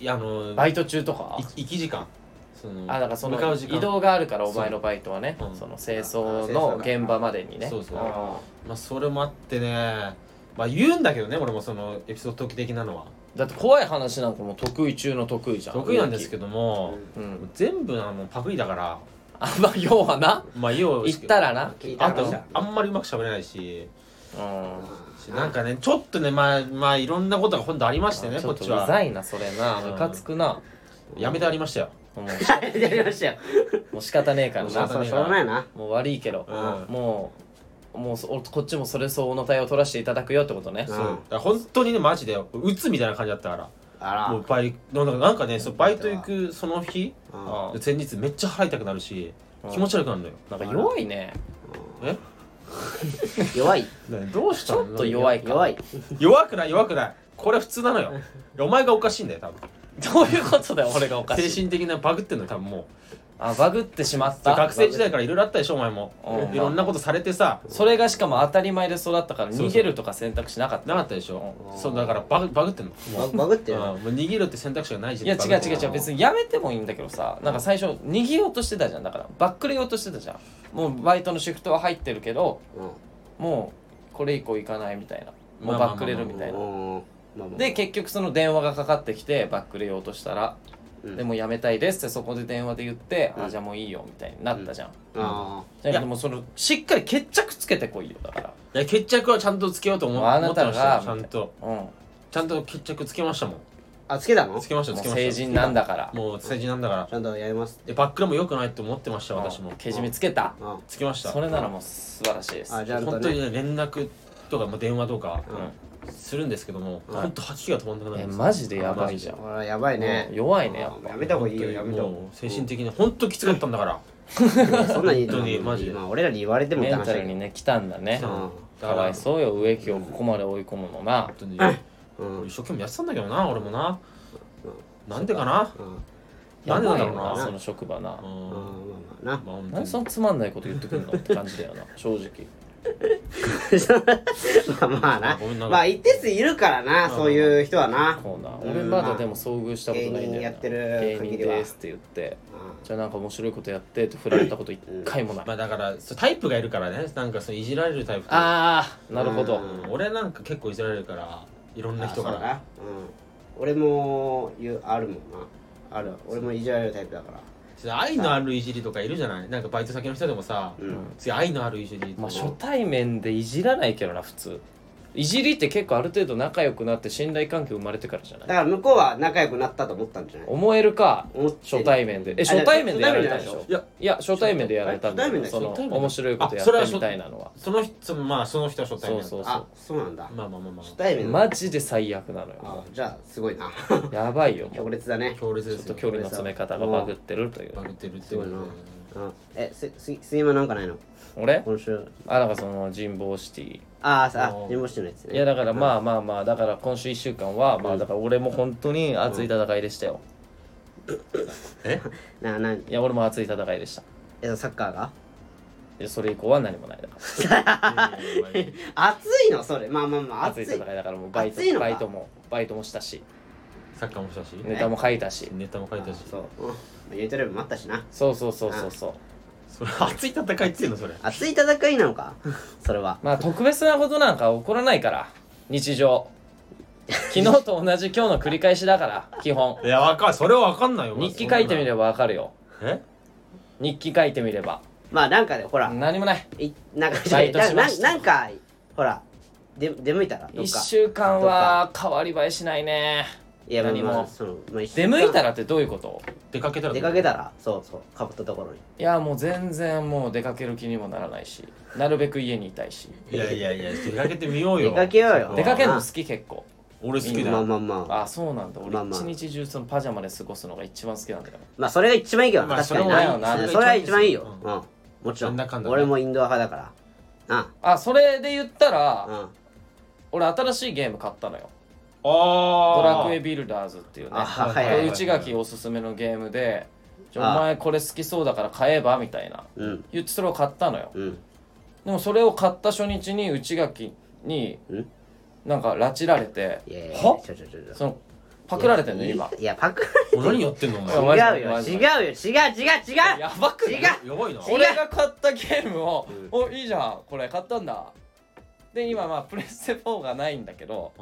Speaker 3: いやあの
Speaker 2: バ
Speaker 3: い
Speaker 2: イト中とか
Speaker 3: 行き時間その
Speaker 2: あだからそ
Speaker 3: 向か
Speaker 2: の
Speaker 3: う時間
Speaker 2: 移動があるからお前のバイトはね
Speaker 3: そううん
Speaker 2: その清掃の現場までにね
Speaker 3: そうそう
Speaker 2: あ
Speaker 3: まあそれもあってねまあ言うんだけどね俺もそのエピソードトーク的なのは
Speaker 2: ーだって怖い話なんかもう得意中の得意じゃん
Speaker 3: 得意なんですけど
Speaker 1: う
Speaker 3: も
Speaker 1: ん
Speaker 2: うん
Speaker 3: 全部あのパクリだから
Speaker 2: あまあ要はな
Speaker 3: まあ要
Speaker 2: 行ったらな
Speaker 1: 聞いた
Speaker 3: あ
Speaker 1: ら
Speaker 3: とあんまりうまく喋れないし
Speaker 2: うん
Speaker 3: なんかねちょっとねまあまあいろんなことが今度ありましてね
Speaker 2: ち
Speaker 3: こ
Speaker 2: ょ
Speaker 3: っ
Speaker 2: と
Speaker 3: ち
Speaker 2: う
Speaker 3: は
Speaker 2: ざいなそれな
Speaker 3: うん
Speaker 2: ムカつくな
Speaker 3: やめてありましたよ
Speaker 2: もう
Speaker 1: やりましたよ
Speaker 2: もう仕方ねえ から
Speaker 3: 仕方
Speaker 1: まあ
Speaker 2: な
Speaker 1: そうしょうがないな
Speaker 2: もう悪いけど
Speaker 3: うん
Speaker 2: もうもうそこっちもそれ相応の対応を取らせていただくよってことね
Speaker 1: うん
Speaker 3: そうだから本当にねマジで打つみたいな感じだったか
Speaker 1: あ
Speaker 3: ら
Speaker 1: ら
Speaker 3: もうバイなんかなんかねそうバイト行くその日
Speaker 1: うん
Speaker 2: あ
Speaker 3: 前日めっちゃ腹痛くなるし
Speaker 2: うん
Speaker 3: 気持ち悪くなるのよ
Speaker 2: なんか弱いね
Speaker 3: え
Speaker 1: 弱い
Speaker 3: どうし
Speaker 2: ち
Speaker 3: たの
Speaker 2: ょっと弱いか
Speaker 1: 弱い
Speaker 3: 弱くない弱くないこれ普通な のよいやお前がおかしいんだよ多分
Speaker 2: どういうことだよ俺がおか しい
Speaker 3: 精神的なバグってんのよ多分も
Speaker 2: あバグってしまっ
Speaker 3: う
Speaker 2: た
Speaker 3: 学生時代からいろいろあったでしょお前も
Speaker 2: うん
Speaker 3: いろんなことされてさ
Speaker 2: それがしかも当たり前で育ったから
Speaker 3: そうそう
Speaker 2: 逃げるとか選択肢なかった
Speaker 3: なかったでしょそうだからバグバグってんのも
Speaker 1: ババ
Speaker 3: う
Speaker 1: グって
Speaker 3: うん
Speaker 1: る
Speaker 3: もう逃げるって選択肢がない時
Speaker 2: いや
Speaker 3: 点
Speaker 2: 違
Speaker 3: で
Speaker 2: う違う違う別にやめてもいいんだけどさなんか最初逃げようとしてたじゃんだからバックレようとしてたじゃんもうバイトのシフトは入ってるけどもうこれ以降行かないみたいなもうバックレるみたいな
Speaker 1: うんまあまあ
Speaker 2: で結局その電話がかかってきてバックレようとしたら
Speaker 1: ううん
Speaker 2: でもう辞めたいですってそこで電話で言って、
Speaker 1: うん
Speaker 2: あじゃあもういいよみたいになったじゃん、
Speaker 1: あ
Speaker 2: じゃあもうそのしっかり決着つけてこいよだから
Speaker 3: いや決着はちゃんとつけようと思
Speaker 2: もうあな
Speaker 3: 思って
Speaker 2: た
Speaker 3: ま
Speaker 2: が
Speaker 3: したよちゃんと
Speaker 2: うん
Speaker 3: ちゃんと決着つけましたもん
Speaker 1: ああつけたの
Speaker 3: つけましたつ
Speaker 2: もう
Speaker 3: けました
Speaker 2: 成人なんだから
Speaker 3: もう成人なんだから
Speaker 1: ちゃんとやります
Speaker 3: でバックラも良くないと思ってました私も
Speaker 2: うんけじめつけた
Speaker 1: あ
Speaker 3: つけました
Speaker 2: それならもう素晴らしいです
Speaker 1: あじゃあ
Speaker 3: 本当にね連絡とかまあ電話とか
Speaker 1: うん
Speaker 3: するんですけども
Speaker 1: うん
Speaker 3: 本当吐きが止まんなくなる
Speaker 2: え
Speaker 3: んですよ
Speaker 2: マジでやばいじゃん
Speaker 1: ほらやばいね
Speaker 2: もう弱いねやっぱ
Speaker 1: やめた方がいいよやめた方がいい
Speaker 3: もう精神的に本当きつかったんだから
Speaker 1: そんなに
Speaker 3: 本当にマジで
Speaker 1: まあ俺らに言われても
Speaker 2: メン
Speaker 1: 楽し
Speaker 2: タルに
Speaker 1: い
Speaker 2: ね来たんだね
Speaker 1: ん
Speaker 2: かわいそうよ植木をここまで追い込むのが
Speaker 3: 本当に
Speaker 1: うん
Speaker 3: 一生懸命やってたんだけどな俺もななんでかな
Speaker 1: うん
Speaker 3: なんでなんだろう
Speaker 2: やばいよそ
Speaker 3: な
Speaker 2: の職場な
Speaker 3: うん
Speaker 1: まあまあな
Speaker 3: まあ本当
Speaker 2: 何
Speaker 3: に
Speaker 2: でそのつまんないこと言ってくるのって感じだよな正直
Speaker 1: まあまあ
Speaker 3: ごめん
Speaker 1: な
Speaker 3: な
Speaker 1: まあ一定数いるからな
Speaker 3: まあ
Speaker 1: そういう人はな
Speaker 2: コーナー
Speaker 1: うん
Speaker 2: 俺まだでも遭遇したことないん
Speaker 1: 芸
Speaker 2: だよな
Speaker 1: 人やってる
Speaker 2: 芸
Speaker 1: 限
Speaker 2: 人
Speaker 1: りは
Speaker 2: ですって言って
Speaker 1: うん
Speaker 2: じゃあなんか面白いことやってって振られたこと一回もない
Speaker 3: まあだからそうタイプがいるからねなんかそういじられるタイプと
Speaker 2: ああなるほど
Speaker 1: うん
Speaker 3: 俺なんか結構いじられるからいろんな
Speaker 1: あ
Speaker 3: 人
Speaker 1: そう
Speaker 3: か
Speaker 1: だ
Speaker 3: ら
Speaker 1: なうん俺も言うあるもんなある俺もいじられるタイプだから
Speaker 3: 愛のあるいじりとかいるじゃないなんかバイト先の人でもさ
Speaker 1: うん
Speaker 3: 次愛のあるいじりと
Speaker 2: まあ
Speaker 3: か
Speaker 2: 初対面でいじらないけどな普通いじりって結構ある程度仲良くなって信頼関係生まれてからじゃ
Speaker 1: だか
Speaker 2: ない
Speaker 1: ら向こうは仲良くなったと思ったんじゃない
Speaker 2: 思えるか
Speaker 1: 思って
Speaker 2: 初対面でえ
Speaker 1: あじゃあ
Speaker 2: 初対面でやられたんでし
Speaker 1: 初対面じゃない
Speaker 2: ょ
Speaker 1: で
Speaker 3: いや
Speaker 2: いや初対面でやられたんだ
Speaker 1: 初対
Speaker 2: よ
Speaker 1: 面
Speaker 2: その
Speaker 3: 初対面
Speaker 2: 面白いことや
Speaker 3: あそれ
Speaker 2: っ
Speaker 3: は
Speaker 2: て
Speaker 3: 初
Speaker 2: みたいなのは
Speaker 3: その人まあその人は初対面
Speaker 2: そうそう
Speaker 1: あそうなんだ
Speaker 3: まあまあまあま
Speaker 1: 初
Speaker 3: あ
Speaker 1: 対面
Speaker 2: マジで最悪なのよ
Speaker 1: あじゃあすごいな
Speaker 2: やばいよも
Speaker 1: 強
Speaker 2: う
Speaker 1: 烈だね
Speaker 3: 強烈
Speaker 2: ち
Speaker 3: で
Speaker 2: ょっ
Speaker 3: す
Speaker 2: と
Speaker 3: よ
Speaker 2: 距離の詰め方がバグってるという
Speaker 3: バグってるって
Speaker 1: す
Speaker 3: い
Speaker 1: ごいうなうんえすす杉山なんかないの
Speaker 2: 俺
Speaker 1: 今週
Speaker 2: あなんかその人望シティ
Speaker 1: ああさ
Speaker 3: おー
Speaker 1: 人望してのやつね
Speaker 2: いやだからまあまあまあだから今週1週間はまあだから俺も本当に熱い戦いでしたよ
Speaker 3: え
Speaker 1: ななん
Speaker 2: いや俺も熱い戦いでした
Speaker 1: えサッカーが
Speaker 2: いやそれ以降は何もないだから
Speaker 1: 暑いのそれまあまあまあ暑
Speaker 2: 熱い
Speaker 1: い
Speaker 2: 戦いだからもうバイト
Speaker 1: 熱いのか
Speaker 2: バイトもバイトもしたし
Speaker 3: サッカーもしたし
Speaker 2: ネタも書いたし
Speaker 3: ネタも書いたし
Speaker 1: そう、うんまあ、ユートレブもあったしな
Speaker 2: そうそうそうそうそう
Speaker 3: それ熱い戦いっていうのそれ
Speaker 1: 熱い戦いなのかそれは
Speaker 2: まあ特別なことなんか起こらないから日常昨日と同じ今日の繰り返しだから基本
Speaker 3: いやわかんそれはわかんないよ
Speaker 2: 日記書いてみればわかるよ
Speaker 3: え
Speaker 2: 日記書いてみれば
Speaker 1: まあなんかでほら
Speaker 2: 何もない
Speaker 1: いなんか
Speaker 2: バイトしま
Speaker 1: な
Speaker 2: した
Speaker 1: なんかほらで出向いたらどっ
Speaker 2: 1
Speaker 1: か
Speaker 2: 週間は変わり映えしないね
Speaker 1: いやまあ
Speaker 2: 何も
Speaker 1: まあその、まあ、一週
Speaker 2: 出
Speaker 1: 間
Speaker 2: 向いたらってどういうこと
Speaker 3: 出かけたら
Speaker 1: 出かけたらそうそうかぶったところに
Speaker 2: いやもう全然もう出かける気にもならないしなるべく家にいたいし
Speaker 3: いやいやいや出かけてみようよ
Speaker 1: 出かけようよ
Speaker 2: 出かけるの
Speaker 1: あ
Speaker 2: 好き結構
Speaker 3: 俺好きだ
Speaker 1: まあ
Speaker 3: よ
Speaker 1: まあまあ
Speaker 2: あそうなんだ俺
Speaker 1: まあまあ
Speaker 2: 一日中そのパジャマで過ごすのが一番好きなんだよ
Speaker 1: まあそれが一番いいけどな、
Speaker 3: まあ
Speaker 1: 確かに
Speaker 2: それは
Speaker 1: な
Speaker 2: な
Speaker 1: それは一番いいよ、う
Speaker 3: うん
Speaker 1: もちろん
Speaker 3: なんだかんだね
Speaker 1: 俺もインドア派だからな
Speaker 2: あそれで言った
Speaker 1: あ
Speaker 2: ら
Speaker 1: うん
Speaker 2: 俺新しいゲーム買ったのよド
Speaker 3: あ
Speaker 2: ラ
Speaker 3: あ
Speaker 2: クエビルダーズっていうね
Speaker 1: あははいはい
Speaker 2: 内垣おすすめのゲームで「ちょお
Speaker 1: あ
Speaker 2: 前これ好きそうだから買えば?」みたいな
Speaker 1: うん
Speaker 2: 言ってそれを買ったのよ
Speaker 1: うん
Speaker 2: でもそれを買った初日に内垣に
Speaker 1: うん
Speaker 2: なんか拉致られて
Speaker 1: いやいやいや
Speaker 2: は
Speaker 1: ちょちょちょちょ
Speaker 2: そのパクられてんの
Speaker 1: いや
Speaker 2: 今
Speaker 1: いやパ クら
Speaker 3: 何やってんのお前
Speaker 2: いやマジ
Speaker 1: 違うよ
Speaker 2: マ
Speaker 1: 違
Speaker 2: ジ
Speaker 1: うよ違う違う違
Speaker 2: やばく
Speaker 1: う
Speaker 2: な
Speaker 1: 違
Speaker 2: い
Speaker 1: う
Speaker 3: やばいな
Speaker 1: 違う
Speaker 2: 俺が買ったゲームを
Speaker 1: うん
Speaker 2: 「おいいじゃんこれ買ったんだ」で今まあプレステ4がないんだけど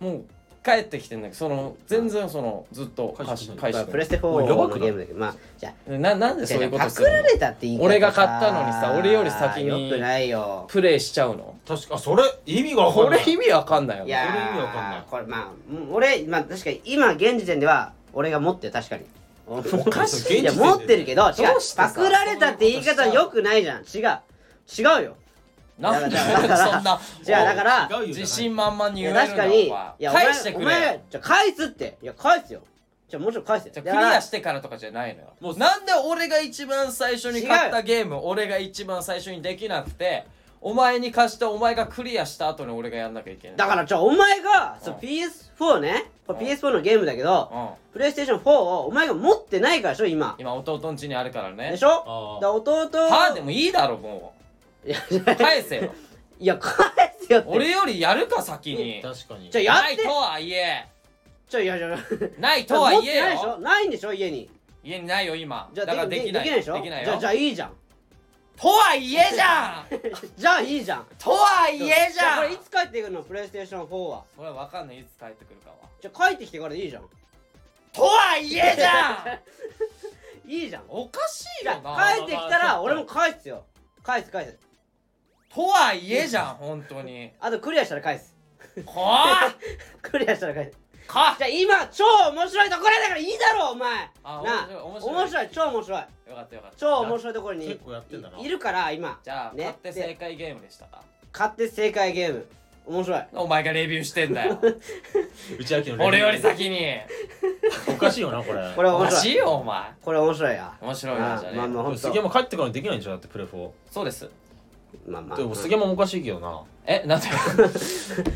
Speaker 2: もう帰ってきてんだけどその全然そのずっと
Speaker 3: 返してな
Speaker 2: 返
Speaker 3: い
Speaker 1: まあ
Speaker 2: して
Speaker 1: プ
Speaker 2: な
Speaker 1: レ
Speaker 2: い
Speaker 1: ステ
Speaker 3: もうやば
Speaker 1: 4の
Speaker 3: くない
Speaker 1: ゲームだけどまあじゃあ
Speaker 2: ななんでそういうこと
Speaker 1: パ
Speaker 2: す
Speaker 1: ク
Speaker 2: るの
Speaker 1: られたって言い方さ
Speaker 2: 俺が買ったのにさ俺より先に
Speaker 1: よくないよ
Speaker 2: プレイしちゃうの
Speaker 3: 確かそれ意味がわか
Speaker 2: こ
Speaker 3: んな
Speaker 2: れ
Speaker 3: い
Speaker 2: 意味わかんないよ
Speaker 1: い
Speaker 2: ね
Speaker 1: や
Speaker 3: それ意味わかんない
Speaker 1: これまあうん俺まあ確かに今現時点では俺が持ってる確かにお
Speaker 3: おかしい
Speaker 1: いや持ってるけど違う
Speaker 2: どうして
Speaker 1: パ
Speaker 2: さ
Speaker 1: クられたって言い方よくないじゃん違う違うよ
Speaker 2: なんで
Speaker 1: だからだから
Speaker 2: そんな
Speaker 1: じゃあだから
Speaker 3: 違うよ
Speaker 2: 自信満々に
Speaker 1: い
Speaker 2: 言
Speaker 1: や
Speaker 2: える
Speaker 1: 確
Speaker 2: ん
Speaker 1: か
Speaker 2: だ
Speaker 1: にい
Speaker 2: お前
Speaker 1: やお前
Speaker 2: 返してく
Speaker 1: お
Speaker 2: れよ
Speaker 1: 前じゃあ返すっていや返すよじゃあもちろん返すよ
Speaker 2: じゃあク
Speaker 1: だ
Speaker 2: リ
Speaker 1: から
Speaker 2: アしてからとかじゃないのよ
Speaker 3: もう
Speaker 2: なんで俺が一番最初に買ったゲーム俺が一番最初にできなくてお前に貸してお前がクリアした後に俺がやんなきゃいけない
Speaker 1: だからじゃあお前がそう
Speaker 2: うん
Speaker 1: PS4 ねこれ
Speaker 2: うん
Speaker 1: PS4 のゲームだけど
Speaker 2: うん
Speaker 1: プレイステーション4をお前が持ってないからでしょ今
Speaker 2: 今弟ん家にあるからね
Speaker 1: でしょ
Speaker 3: あー
Speaker 1: だ弟
Speaker 2: はあでもいいだろも
Speaker 1: いや
Speaker 2: う返せ よ
Speaker 1: いや返すよって
Speaker 2: 俺よりやるか先に
Speaker 3: 確かに
Speaker 1: じゃあや
Speaker 2: な
Speaker 1: っ
Speaker 2: い
Speaker 1: て
Speaker 2: とはいえ
Speaker 1: ちょいやいやいや
Speaker 2: ないとはいえ
Speaker 1: 持ってないでしょ
Speaker 2: よ
Speaker 1: ないんでしょ家に
Speaker 2: 家にないよ今
Speaker 1: じゃ
Speaker 2: だ
Speaker 1: あ
Speaker 2: からできない
Speaker 1: できないでしょ
Speaker 2: できない
Speaker 1: じゃあ
Speaker 2: よ
Speaker 1: じゃあいい じゃん
Speaker 2: とはいえじ ゃん
Speaker 1: じゃあいいじゃん
Speaker 2: とはいえじ
Speaker 1: こ
Speaker 2: ゃ
Speaker 1: れ
Speaker 2: ん
Speaker 1: いつ帰ってくるのプレイステーション4は
Speaker 2: これわかんないいつ帰ってくるかは
Speaker 1: じゃあ帰ってきてからでいいじゃん
Speaker 2: とはいえじゃ ん
Speaker 1: いいじゃん
Speaker 2: おかしい
Speaker 1: いや
Speaker 2: よな
Speaker 1: 帰ってきたら俺も返すよ返す返す
Speaker 2: とはいえじゃん本当に
Speaker 1: あとクリアしたら返す
Speaker 2: はあ
Speaker 1: クリアしたら返す
Speaker 2: か
Speaker 1: じゃあ今超面白いところだからいいだろお前
Speaker 2: あ
Speaker 1: なあ
Speaker 2: 面白い面白い
Speaker 1: 面白い超面白い
Speaker 2: よかったよかった
Speaker 1: 超面
Speaker 2: い
Speaker 1: 白いところに
Speaker 3: 結構やってんだない
Speaker 1: いるから今
Speaker 2: じゃあ、
Speaker 1: ね
Speaker 2: 買って正解ゲームでしたか
Speaker 1: 買って正解ゲーム面白い
Speaker 2: お前がレビューしてんだ よ
Speaker 3: 内秋のレビュー
Speaker 2: 俺より先に
Speaker 3: おかしいよなこれ
Speaker 1: これ
Speaker 2: お
Speaker 1: 面
Speaker 2: か
Speaker 1: 白
Speaker 2: し
Speaker 1: い
Speaker 2: いよお前
Speaker 1: これ面白いや
Speaker 2: 面白いな
Speaker 1: あ
Speaker 2: じゃあね、
Speaker 1: まあまあほん
Speaker 3: 杉
Speaker 1: と
Speaker 3: 山帰ってからできないんでしょだってプレフ
Speaker 2: そうです
Speaker 1: まあま
Speaker 3: ォ
Speaker 1: あ
Speaker 3: でも杉山もおかしいけどな
Speaker 2: えなんで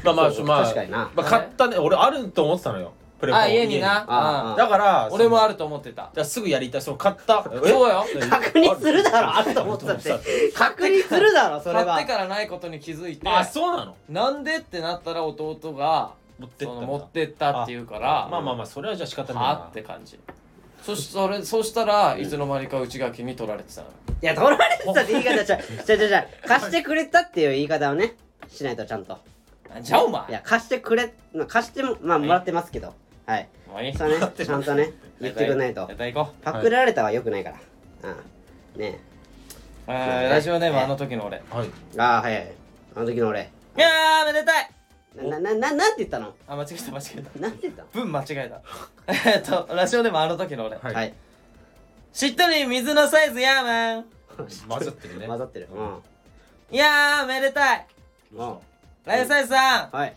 Speaker 3: まあまあ
Speaker 1: そう
Speaker 3: まあ
Speaker 1: 確かにな
Speaker 3: まあ買ったね俺あると思ってたのよプレフォ
Speaker 2: あ家にな
Speaker 1: あ
Speaker 2: うん
Speaker 3: だから
Speaker 2: 俺もあ
Speaker 3: る
Speaker 2: ると思ってた
Speaker 3: じゃすぐやりたいその買ったそう
Speaker 2: そうよ
Speaker 1: 確認するだろあると思ってたって確認するだろそれ
Speaker 2: 買っ
Speaker 1: は
Speaker 2: てからないことに気づいて
Speaker 3: あそうなの
Speaker 2: なんでってなったら弟が
Speaker 3: 持って
Speaker 2: そ
Speaker 3: っ
Speaker 2: の
Speaker 3: たんだ
Speaker 2: 持ってったっていうから
Speaker 3: まあまあまあそれはじゃあ仕方ないな
Speaker 2: はあって感じそしそれそしたらいつの間にか内垣に取られてたの
Speaker 1: いや取られてたって言い方ちゃうちゃうちゃうちゃう貸してくれたっていう言い方をねしないとちゃんと
Speaker 2: なんじゃお前
Speaker 1: いや貸してくれまあ貸してもまあもらってますけどはい
Speaker 2: もういい
Speaker 1: それはねちゃんとね言ってくれないと
Speaker 2: やった行こう
Speaker 1: パクられたはよくないからうんね
Speaker 2: えーラジオネームあの時の俺
Speaker 3: はい
Speaker 1: えああはいはいあの時の俺
Speaker 2: いやーめでたい
Speaker 1: ななななんて言ったの
Speaker 2: あ間違えた間違えた
Speaker 1: なんて言ったの
Speaker 2: 文間違えた えっとラジオネームあの時の俺
Speaker 3: はい
Speaker 1: はい
Speaker 2: しっとり水のサイズやーまん
Speaker 3: 混ざってるね
Speaker 1: 混ざってるうん
Speaker 3: ど
Speaker 2: いやーめでたい
Speaker 1: うん
Speaker 2: ライサイズさん
Speaker 1: はい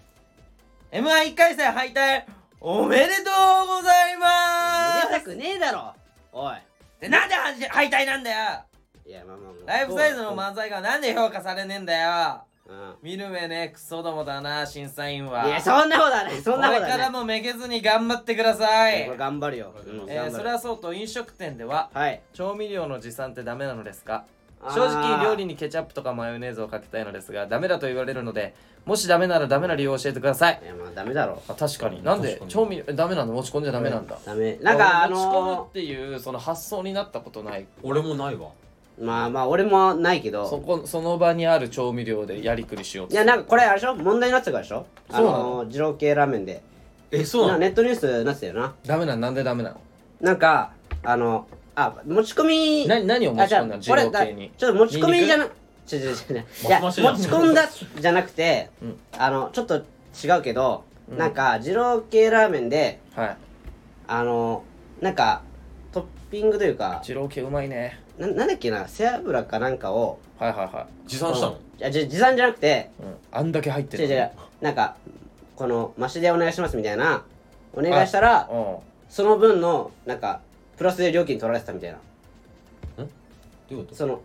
Speaker 2: M11 回戦敗退おめでとうございま
Speaker 1: めで
Speaker 2: ー
Speaker 1: たくねえだろおい
Speaker 2: すでなんではじ敗退なんだよ
Speaker 1: いやまあまあまあ
Speaker 2: ライフサイズの漫才がなんで評価されねえんだよ
Speaker 1: うん
Speaker 2: 見る目ねクソどもだな審査員はい
Speaker 1: やそんなことはないそんなこと
Speaker 2: こ
Speaker 1: は
Speaker 2: れ
Speaker 1: な
Speaker 2: から
Speaker 1: い
Speaker 2: もめげずに頑張ってください
Speaker 1: これ頑張るよ、うん
Speaker 2: えー
Speaker 1: 頑張
Speaker 2: それ
Speaker 1: る
Speaker 2: はそうと飲食店では
Speaker 1: はい
Speaker 2: 調味料の持参ってダメなのですか
Speaker 1: あー
Speaker 2: 正直料理にケチャップとかマヨネーズをかけたいのですがダメだと言われるのでもしダメならダメな理由を教えてください
Speaker 1: いやまあダメだろ
Speaker 2: あ確かになんで
Speaker 3: 確かに
Speaker 2: 調味料えダメなんだ持ち込んじゃダメなんだ
Speaker 1: ダメなんかあ
Speaker 2: 持ち込むっ
Speaker 1: の
Speaker 2: ていうその発想になったことない
Speaker 3: 俺もないわ
Speaker 1: ー、まあまあ俺もないけ
Speaker 2: そ
Speaker 1: ど
Speaker 2: こその場にある調味料でやりくりしよう
Speaker 1: いやなんかこれあれでしょ問題になってたからでしょあ
Speaker 2: そうなの
Speaker 1: のー二郎系ラーメンで
Speaker 3: えそう
Speaker 1: な
Speaker 3: な
Speaker 1: か
Speaker 3: んの
Speaker 1: ネットニュースになってたよな
Speaker 2: ダメなのなんでダメなの
Speaker 1: なんかあのあ持ち込み
Speaker 2: な何を持ち込んだ
Speaker 1: あ
Speaker 2: の
Speaker 1: じゃあ
Speaker 2: 二郎系に
Speaker 1: これだちょっと持ち込みじゃなちょちょちょちょいや
Speaker 3: ま
Speaker 1: 持
Speaker 3: し
Speaker 1: ち
Speaker 3: まし
Speaker 1: 込んだじゃなくて、
Speaker 2: うん
Speaker 1: あのちょっと違うけど、
Speaker 2: うん
Speaker 1: なんか二郎系ラーメンで
Speaker 2: はい
Speaker 1: あのなんかトッピングというか
Speaker 2: 二郎系うまいね
Speaker 1: ななんだっけな背脂かなんかを
Speaker 2: はいはいはい
Speaker 3: 持参したの
Speaker 1: いやじ持参じゃなくて
Speaker 2: うん、あんだけ入って
Speaker 1: 違う
Speaker 2: る
Speaker 1: 違うなんかこのマシでお願いしますみたいなお願いしたら
Speaker 2: うん
Speaker 1: その分のなんかプラスで料金取られてたみたいな
Speaker 3: どういうこと
Speaker 1: その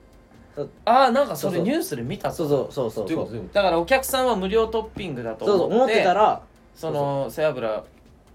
Speaker 2: ああなんかそ
Speaker 1: そう
Speaker 2: れ
Speaker 1: そう
Speaker 2: ニュースで見たぞ
Speaker 1: そうそうそうそう
Speaker 3: どういう
Speaker 1: そう
Speaker 3: ことどういうこ
Speaker 2: だからお客さんは無料トッピングだと
Speaker 1: そう
Speaker 2: 思
Speaker 1: 思
Speaker 2: っ
Speaker 1: っててたら
Speaker 2: その背脂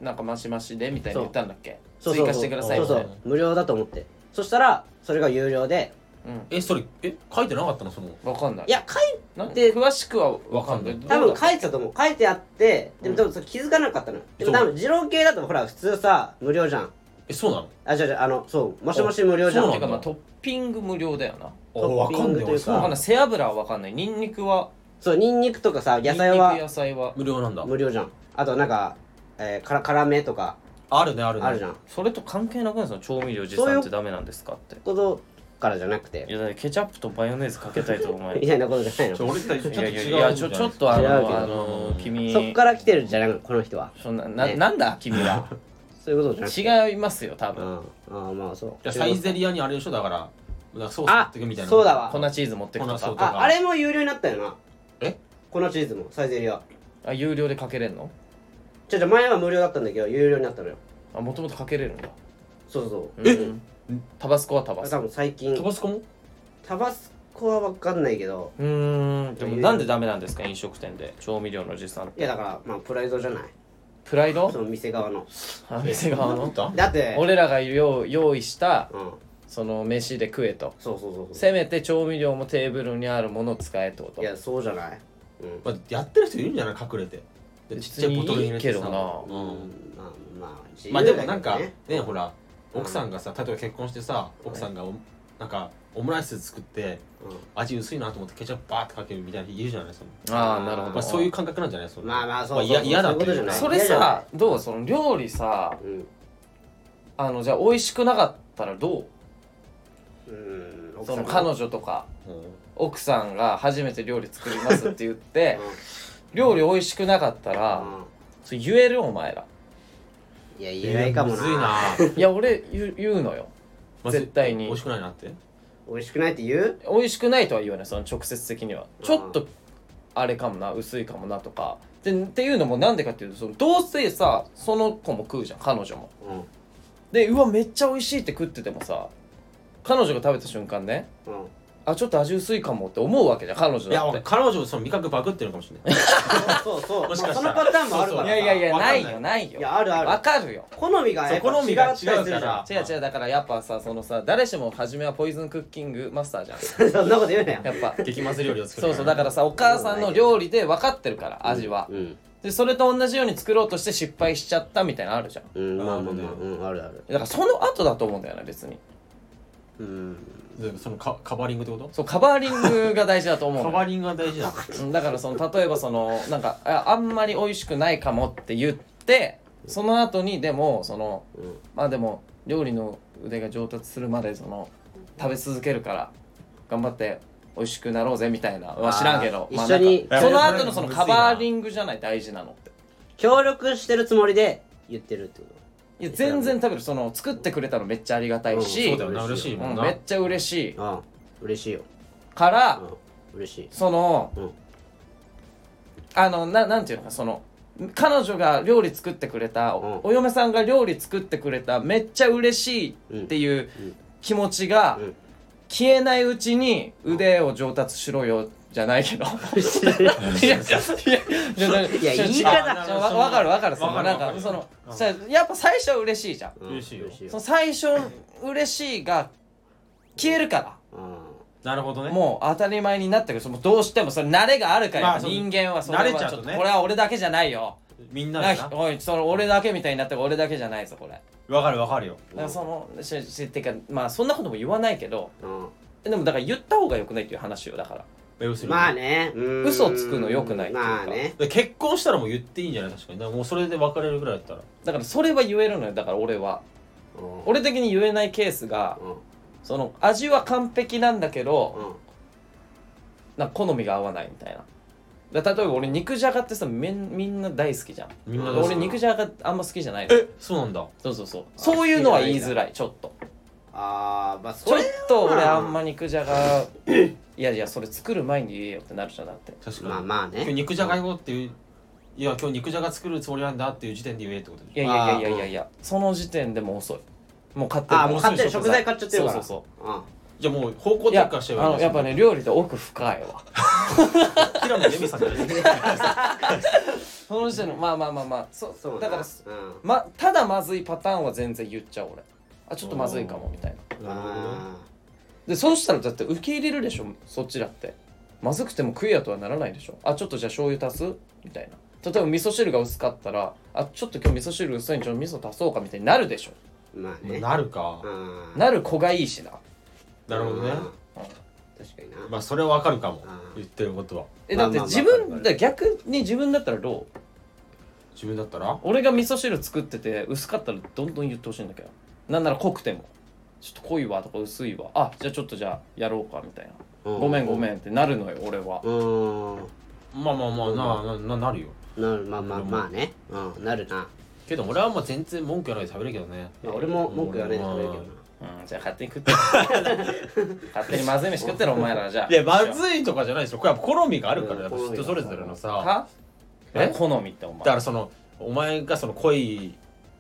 Speaker 2: なんかマシマシでみたいに言ったんだっけ
Speaker 1: そうそう
Speaker 2: 追加してください
Speaker 1: そう
Speaker 2: みた
Speaker 1: そ
Speaker 2: いうな
Speaker 1: そう無料だと思ってそしたらそれが有料で
Speaker 2: うん
Speaker 3: とえそれえ書いてなかったのその
Speaker 2: わかんない
Speaker 1: いや書い
Speaker 2: なん
Speaker 1: で
Speaker 2: 詳しくはわかんない
Speaker 3: わかんな
Speaker 1: 多
Speaker 2: どう
Speaker 1: 分
Speaker 2: だ
Speaker 1: 書いてたと思う書いてあってでも多分それ気づかなかったのよでも多分二郎系だとほら普通さ無料じゃん
Speaker 3: えそうなの
Speaker 1: あ違う違うあのそうもしもし無料じゃ
Speaker 3: そ
Speaker 1: ん
Speaker 3: う
Speaker 2: て
Speaker 3: な
Speaker 2: か
Speaker 3: ん
Speaker 2: まあ
Speaker 3: だ
Speaker 2: トッピング無料だよな
Speaker 3: あ
Speaker 1: トッ
Speaker 3: わ
Speaker 1: ピ
Speaker 3: か
Speaker 1: ン
Speaker 3: ん
Speaker 1: グ
Speaker 3: ない
Speaker 1: というか
Speaker 3: わそう
Speaker 2: わかな
Speaker 3: なん
Speaker 2: い
Speaker 3: の
Speaker 2: 背脂はわかんないニンニクは
Speaker 1: そうニンニクとかさ野菜
Speaker 2: ニンニク
Speaker 1: は
Speaker 2: 野菜は
Speaker 3: 無料なんだ
Speaker 1: 無料じゃんあとなんか、えー、から辛めとか
Speaker 3: あるねあるね
Speaker 1: あるじゃん
Speaker 2: それと関係なくないその調味料持参ってダメなんですかって
Speaker 1: ことからじゃなく
Speaker 2: い
Speaker 1: て
Speaker 2: やだってケチャップとマヨネーズかけたいとお前
Speaker 1: み
Speaker 2: い
Speaker 1: たいなことじゃないの
Speaker 3: ちょ俺たちょっと
Speaker 2: やいや
Speaker 3: 違う
Speaker 2: い
Speaker 3: ん
Speaker 2: や
Speaker 3: じ
Speaker 2: ち
Speaker 3: ゃ
Speaker 2: ょ
Speaker 3: ない
Speaker 2: ちょっと
Speaker 1: 違
Speaker 2: あ
Speaker 1: うけ
Speaker 2: の
Speaker 1: ど
Speaker 2: あの君
Speaker 1: そっから来てるんじゃないのこの人は
Speaker 2: そんなな
Speaker 1: ね
Speaker 2: なんだ君は
Speaker 1: そういうことじゃなくてう
Speaker 2: 違いますよ多分
Speaker 1: ああまあそう
Speaker 3: いやサイゼリアにあれでしょだからなんかソース持
Speaker 1: あ
Speaker 3: ってくみたいな
Speaker 1: そうだわ
Speaker 2: 粉チーズ持ってくと
Speaker 3: 粉そう
Speaker 2: か
Speaker 1: ああれも有料になったよな
Speaker 3: え
Speaker 1: 粉チーズもサイゼリア
Speaker 2: あ有料でかけれんの
Speaker 1: ちょちょ前は無料だったんだけど有料になったのよ
Speaker 2: あもともとかけれるんだ
Speaker 1: そうそう
Speaker 2: え、うんタバスコはタバスコ
Speaker 1: 多分最近
Speaker 3: タバスコも
Speaker 1: タバスコは分かんないけど
Speaker 2: うーんでもなんでダメなんですか飲食店で調味料の持参
Speaker 1: いやだからまあプライドじゃない
Speaker 2: プライド
Speaker 1: その店側の
Speaker 2: あ店側の
Speaker 3: だ
Speaker 1: だって
Speaker 2: 俺らが用用意した
Speaker 1: うん
Speaker 2: その飯で食えと
Speaker 1: そうそうそうそ
Speaker 2: せめて調味料もテーブルにあるものを使えってこ
Speaker 1: う
Speaker 2: と
Speaker 1: いやそうじゃないうん
Speaker 3: まあやってる人いるんじゃない隠れてでちっちゃいボトルに入れて
Speaker 2: 別にい
Speaker 3: さ
Speaker 2: いけど
Speaker 3: う
Speaker 1: うんんまあまあ自由
Speaker 3: まあでもなん
Speaker 1: だ
Speaker 3: か
Speaker 1: けどね
Speaker 3: ねほら奥さんがさ例えば結婚してさ奥さんがおなんかオムライス作って味薄いなと思ってケチャップバーってかけるみたいな人いるじゃないですか、
Speaker 2: ああなるほど、
Speaker 3: まあ、そういう感覚なんじゃないその
Speaker 1: まあまあそう
Speaker 3: まあ、いや
Speaker 1: そう
Speaker 3: 嫌だ
Speaker 1: そういうことじゃない
Speaker 2: それ
Speaker 1: 嫌じゃ
Speaker 2: さどうその料理さ
Speaker 1: うんうん
Speaker 2: あのじゃあ美味しくなかったらど
Speaker 1: うん
Speaker 2: う
Speaker 1: 奥
Speaker 2: そ
Speaker 1: さ
Speaker 2: の
Speaker 1: んが
Speaker 2: 彼女とか
Speaker 3: うん
Speaker 2: 奥さんが初めて料理作りますって言って
Speaker 1: うん
Speaker 2: 料理美味しくなかったら
Speaker 1: うん
Speaker 2: それ言えるお前ら
Speaker 1: いや言えないかも
Speaker 3: むずい
Speaker 1: な
Speaker 3: ない
Speaker 2: や俺言う言うのよ
Speaker 3: まず
Speaker 2: 絶対に
Speaker 3: 美味しくないなって
Speaker 1: 美味しくないって言う
Speaker 2: 美味しくないとは言わないその直接的には
Speaker 1: うん
Speaker 2: ちょっとあれかもな薄いかもなとかでっていうのもなんでかっていうとそのどうせさその子も食うじゃん彼女も
Speaker 1: うん
Speaker 2: でうわめっちゃ美味しいって食っててもさ彼女が食べた瞬間ね
Speaker 1: うん
Speaker 2: あちょっと味薄いかもって思うわけじゃん彼女
Speaker 3: いや
Speaker 2: だっ
Speaker 3: 俺
Speaker 2: て
Speaker 3: 彼女その味覚バグってるのかもしれない
Speaker 1: そうそう
Speaker 3: もし
Speaker 1: まあ
Speaker 3: かしたら
Speaker 1: そのパターンもあるか
Speaker 3: そう
Speaker 1: ら
Speaker 3: そう
Speaker 2: い
Speaker 1: さ
Speaker 2: やいやいや
Speaker 3: わか
Speaker 2: な
Speaker 3: んない
Speaker 2: いよないよ
Speaker 1: いやあるある
Speaker 2: わかるよ
Speaker 1: 好みがやっぱ
Speaker 3: そう好みが
Speaker 1: 違ったりするじ
Speaker 3: 違う
Speaker 1: ゃ
Speaker 3: か
Speaker 2: 違う違うだからやっぱさそのさ誰しも初めはポイズンクッキングマスターじゃん
Speaker 1: ん そんなこと言うなよ
Speaker 2: やっぱ
Speaker 3: 激まず料理を作る
Speaker 2: そうそうだからさお母さんの料理で分かってるから味は
Speaker 1: うん
Speaker 2: でそれと同じように作ろうとして失敗しちゃったみたいなのあるじゃん
Speaker 1: うんまあ
Speaker 3: あ
Speaker 1: まあ
Speaker 3: るね
Speaker 1: まあうんあるある
Speaker 2: だからその後だと思うんだよな別に
Speaker 1: うん
Speaker 3: でそのカカバーリングってこ
Speaker 2: そうカバーリングが大事だと思
Speaker 3: と
Speaker 2: う
Speaker 3: カ
Speaker 2: の
Speaker 3: バ
Speaker 2: よ
Speaker 3: ーリングが大事なの
Speaker 2: うんだからその例えばそのなんかああんまり美味しくないかもって言ってその後にでもその
Speaker 1: うん
Speaker 2: まあでも料理の腕が上達するまでその食べ続けるから頑張って美味しくなろうぜみたいなまあ知らんけど
Speaker 1: あー
Speaker 2: まあ
Speaker 1: 一緒に
Speaker 2: なんかその後のその
Speaker 3: いや
Speaker 2: カバーリングじゃない大事なのって
Speaker 1: 協力してるつもりで言ってるってこ
Speaker 2: いや全然食べるその作ってくれたのめっちゃありがたいし、
Speaker 3: そうだよな嬉しいもん
Speaker 2: うん
Speaker 3: な
Speaker 2: めっちゃ嬉しい
Speaker 1: とああ嬉しいよ
Speaker 2: から、
Speaker 1: うん嬉しい
Speaker 2: その、
Speaker 1: うん
Speaker 2: あのななんていうのかその彼女が料理作ってくれた、
Speaker 1: ん
Speaker 2: お嫁さんが料理作ってくれためっちゃ嬉しいっていう気持ちが、
Speaker 1: うん
Speaker 2: 消えないうちに腕を上達しろよじゃないけど いやいやい
Speaker 1: い
Speaker 2: や
Speaker 1: や
Speaker 2: ちょ
Speaker 1: 言い
Speaker 2: ちょ
Speaker 1: 方
Speaker 2: ちょわわかるわかるその
Speaker 3: わかる
Speaker 2: なんか
Speaker 3: わかる
Speaker 2: その
Speaker 3: うん
Speaker 2: さやっぱ最初は嬉しいじゃん、
Speaker 1: うん
Speaker 3: 嬉しいよ
Speaker 1: 嬉しい
Speaker 2: そ
Speaker 1: よ
Speaker 2: の最初嬉しいが消えるから
Speaker 1: うん
Speaker 3: なるほどね
Speaker 2: もう当たり前になってくるそのどうしてもそれ慣れがあるから、
Speaker 3: まあそう
Speaker 2: 人間はそれは
Speaker 3: 慣れちゃうとね
Speaker 2: ょっこれは俺だけじゃないよ
Speaker 3: みんな
Speaker 2: な
Speaker 3: でな
Speaker 2: おいその俺だけみたいになってる俺だけじゃないぞこれだか
Speaker 3: わかるわかるよ
Speaker 2: らそのししてかまあそんなことも言わないけど
Speaker 1: うん
Speaker 2: でもだから言った方が良くないっていう話よだから
Speaker 3: 要するに
Speaker 1: まあねうん
Speaker 2: 嘘つくの良くないっていうか
Speaker 1: まあね
Speaker 3: で結婚したらもう言っていいんじゃない確かにだからもうそれで別れるぐらいだったら
Speaker 2: だからそれは言えるのよだから俺は
Speaker 1: うん
Speaker 2: 俺的に言えないケースが
Speaker 1: うん
Speaker 2: その味は完璧なんだけど、
Speaker 1: うん
Speaker 2: なんか好みが合わないみたいなだ例えば俺肉じゃがってさめんみんな大好きじゃん
Speaker 3: みんな
Speaker 1: あ
Speaker 3: で
Speaker 2: 俺肉じゃがあんま好きじゃないの
Speaker 3: えそうなんだ
Speaker 2: そうそうそうそういうのは言いづらいちょっと
Speaker 1: ああまあ
Speaker 2: ち
Speaker 1: そ
Speaker 2: ょっ
Speaker 1: れ
Speaker 2: と俺あんま肉じゃがいやいやそれ作る前に言えよってなるじゃんだって
Speaker 3: 確かに
Speaker 1: まあまあ
Speaker 3: 今日
Speaker 1: ね
Speaker 3: 肉じゃがいこうっていういや今日肉じゃが作るつもりなんだっていう時点で言えってこと
Speaker 2: い
Speaker 3: で
Speaker 2: や
Speaker 3: し
Speaker 2: いやいやいやいやいやその時点でもう遅いもう買ってる
Speaker 1: あーもう買ってる食材買っちゃってるから
Speaker 2: そうそう
Speaker 1: うん
Speaker 3: ょじゃあもう方向
Speaker 2: そういや
Speaker 3: 転換して
Speaker 2: あのやっぱね料理って奥深いわ
Speaker 3: 平野レミさんじゃない
Speaker 2: その時点のまあまあまあまあそ
Speaker 1: そう
Speaker 2: だから、
Speaker 1: うん
Speaker 2: ま、ただまずいパターンは全然言っちゃう俺あちょっとまずいかもみたいな
Speaker 3: なるほどね
Speaker 1: あ
Speaker 2: でそうしたらだって受け入れるでしょそっちだってまずくても食いやとはならないでしょあちょっとじゃあ醤油足すみたいな例えば味噌汁が薄かったらあちょっと今日味噌汁薄いんちょっと味噌足そうかみたいになるでしょ
Speaker 1: ーまあね
Speaker 3: なるか
Speaker 1: うん
Speaker 2: なる子がいいしな
Speaker 3: なるほどね
Speaker 1: うん確かにな
Speaker 3: まあそれはわかるかも
Speaker 1: うん
Speaker 3: 言ってることは
Speaker 2: え
Speaker 1: ま
Speaker 2: だ
Speaker 1: あ
Speaker 2: って
Speaker 1: まあ
Speaker 2: 自
Speaker 1: まあ
Speaker 2: 分だ逆に自分だったらどう
Speaker 3: 自分だったら
Speaker 2: 俺が味噌汁作ってて薄かったらどんどん言ってほしいんだけどなんなら濃くてもちょっと濃いわとか薄いわあじゃあちょっとじゃあやろうかみたいなごめんごめんってなるのよ俺は
Speaker 1: うん
Speaker 3: まあまあまあなななるよ
Speaker 1: なるまあまあまあねうんなるな
Speaker 3: けど俺はもう全然文句言わないで食べるけどね
Speaker 1: まあ俺も文句言わないで食べるけどな
Speaker 2: うんじゃあ勝手に食って 勝手にまずい飯食ってろお前らじゃあ
Speaker 3: いやまずいとかじゃないですよこれは好みがあるからやっぱ
Speaker 1: 好みが
Speaker 3: 人それぞれのさ
Speaker 2: は
Speaker 3: え
Speaker 2: え好みってお
Speaker 3: だか
Speaker 2: 前
Speaker 3: らそのお前がその濃い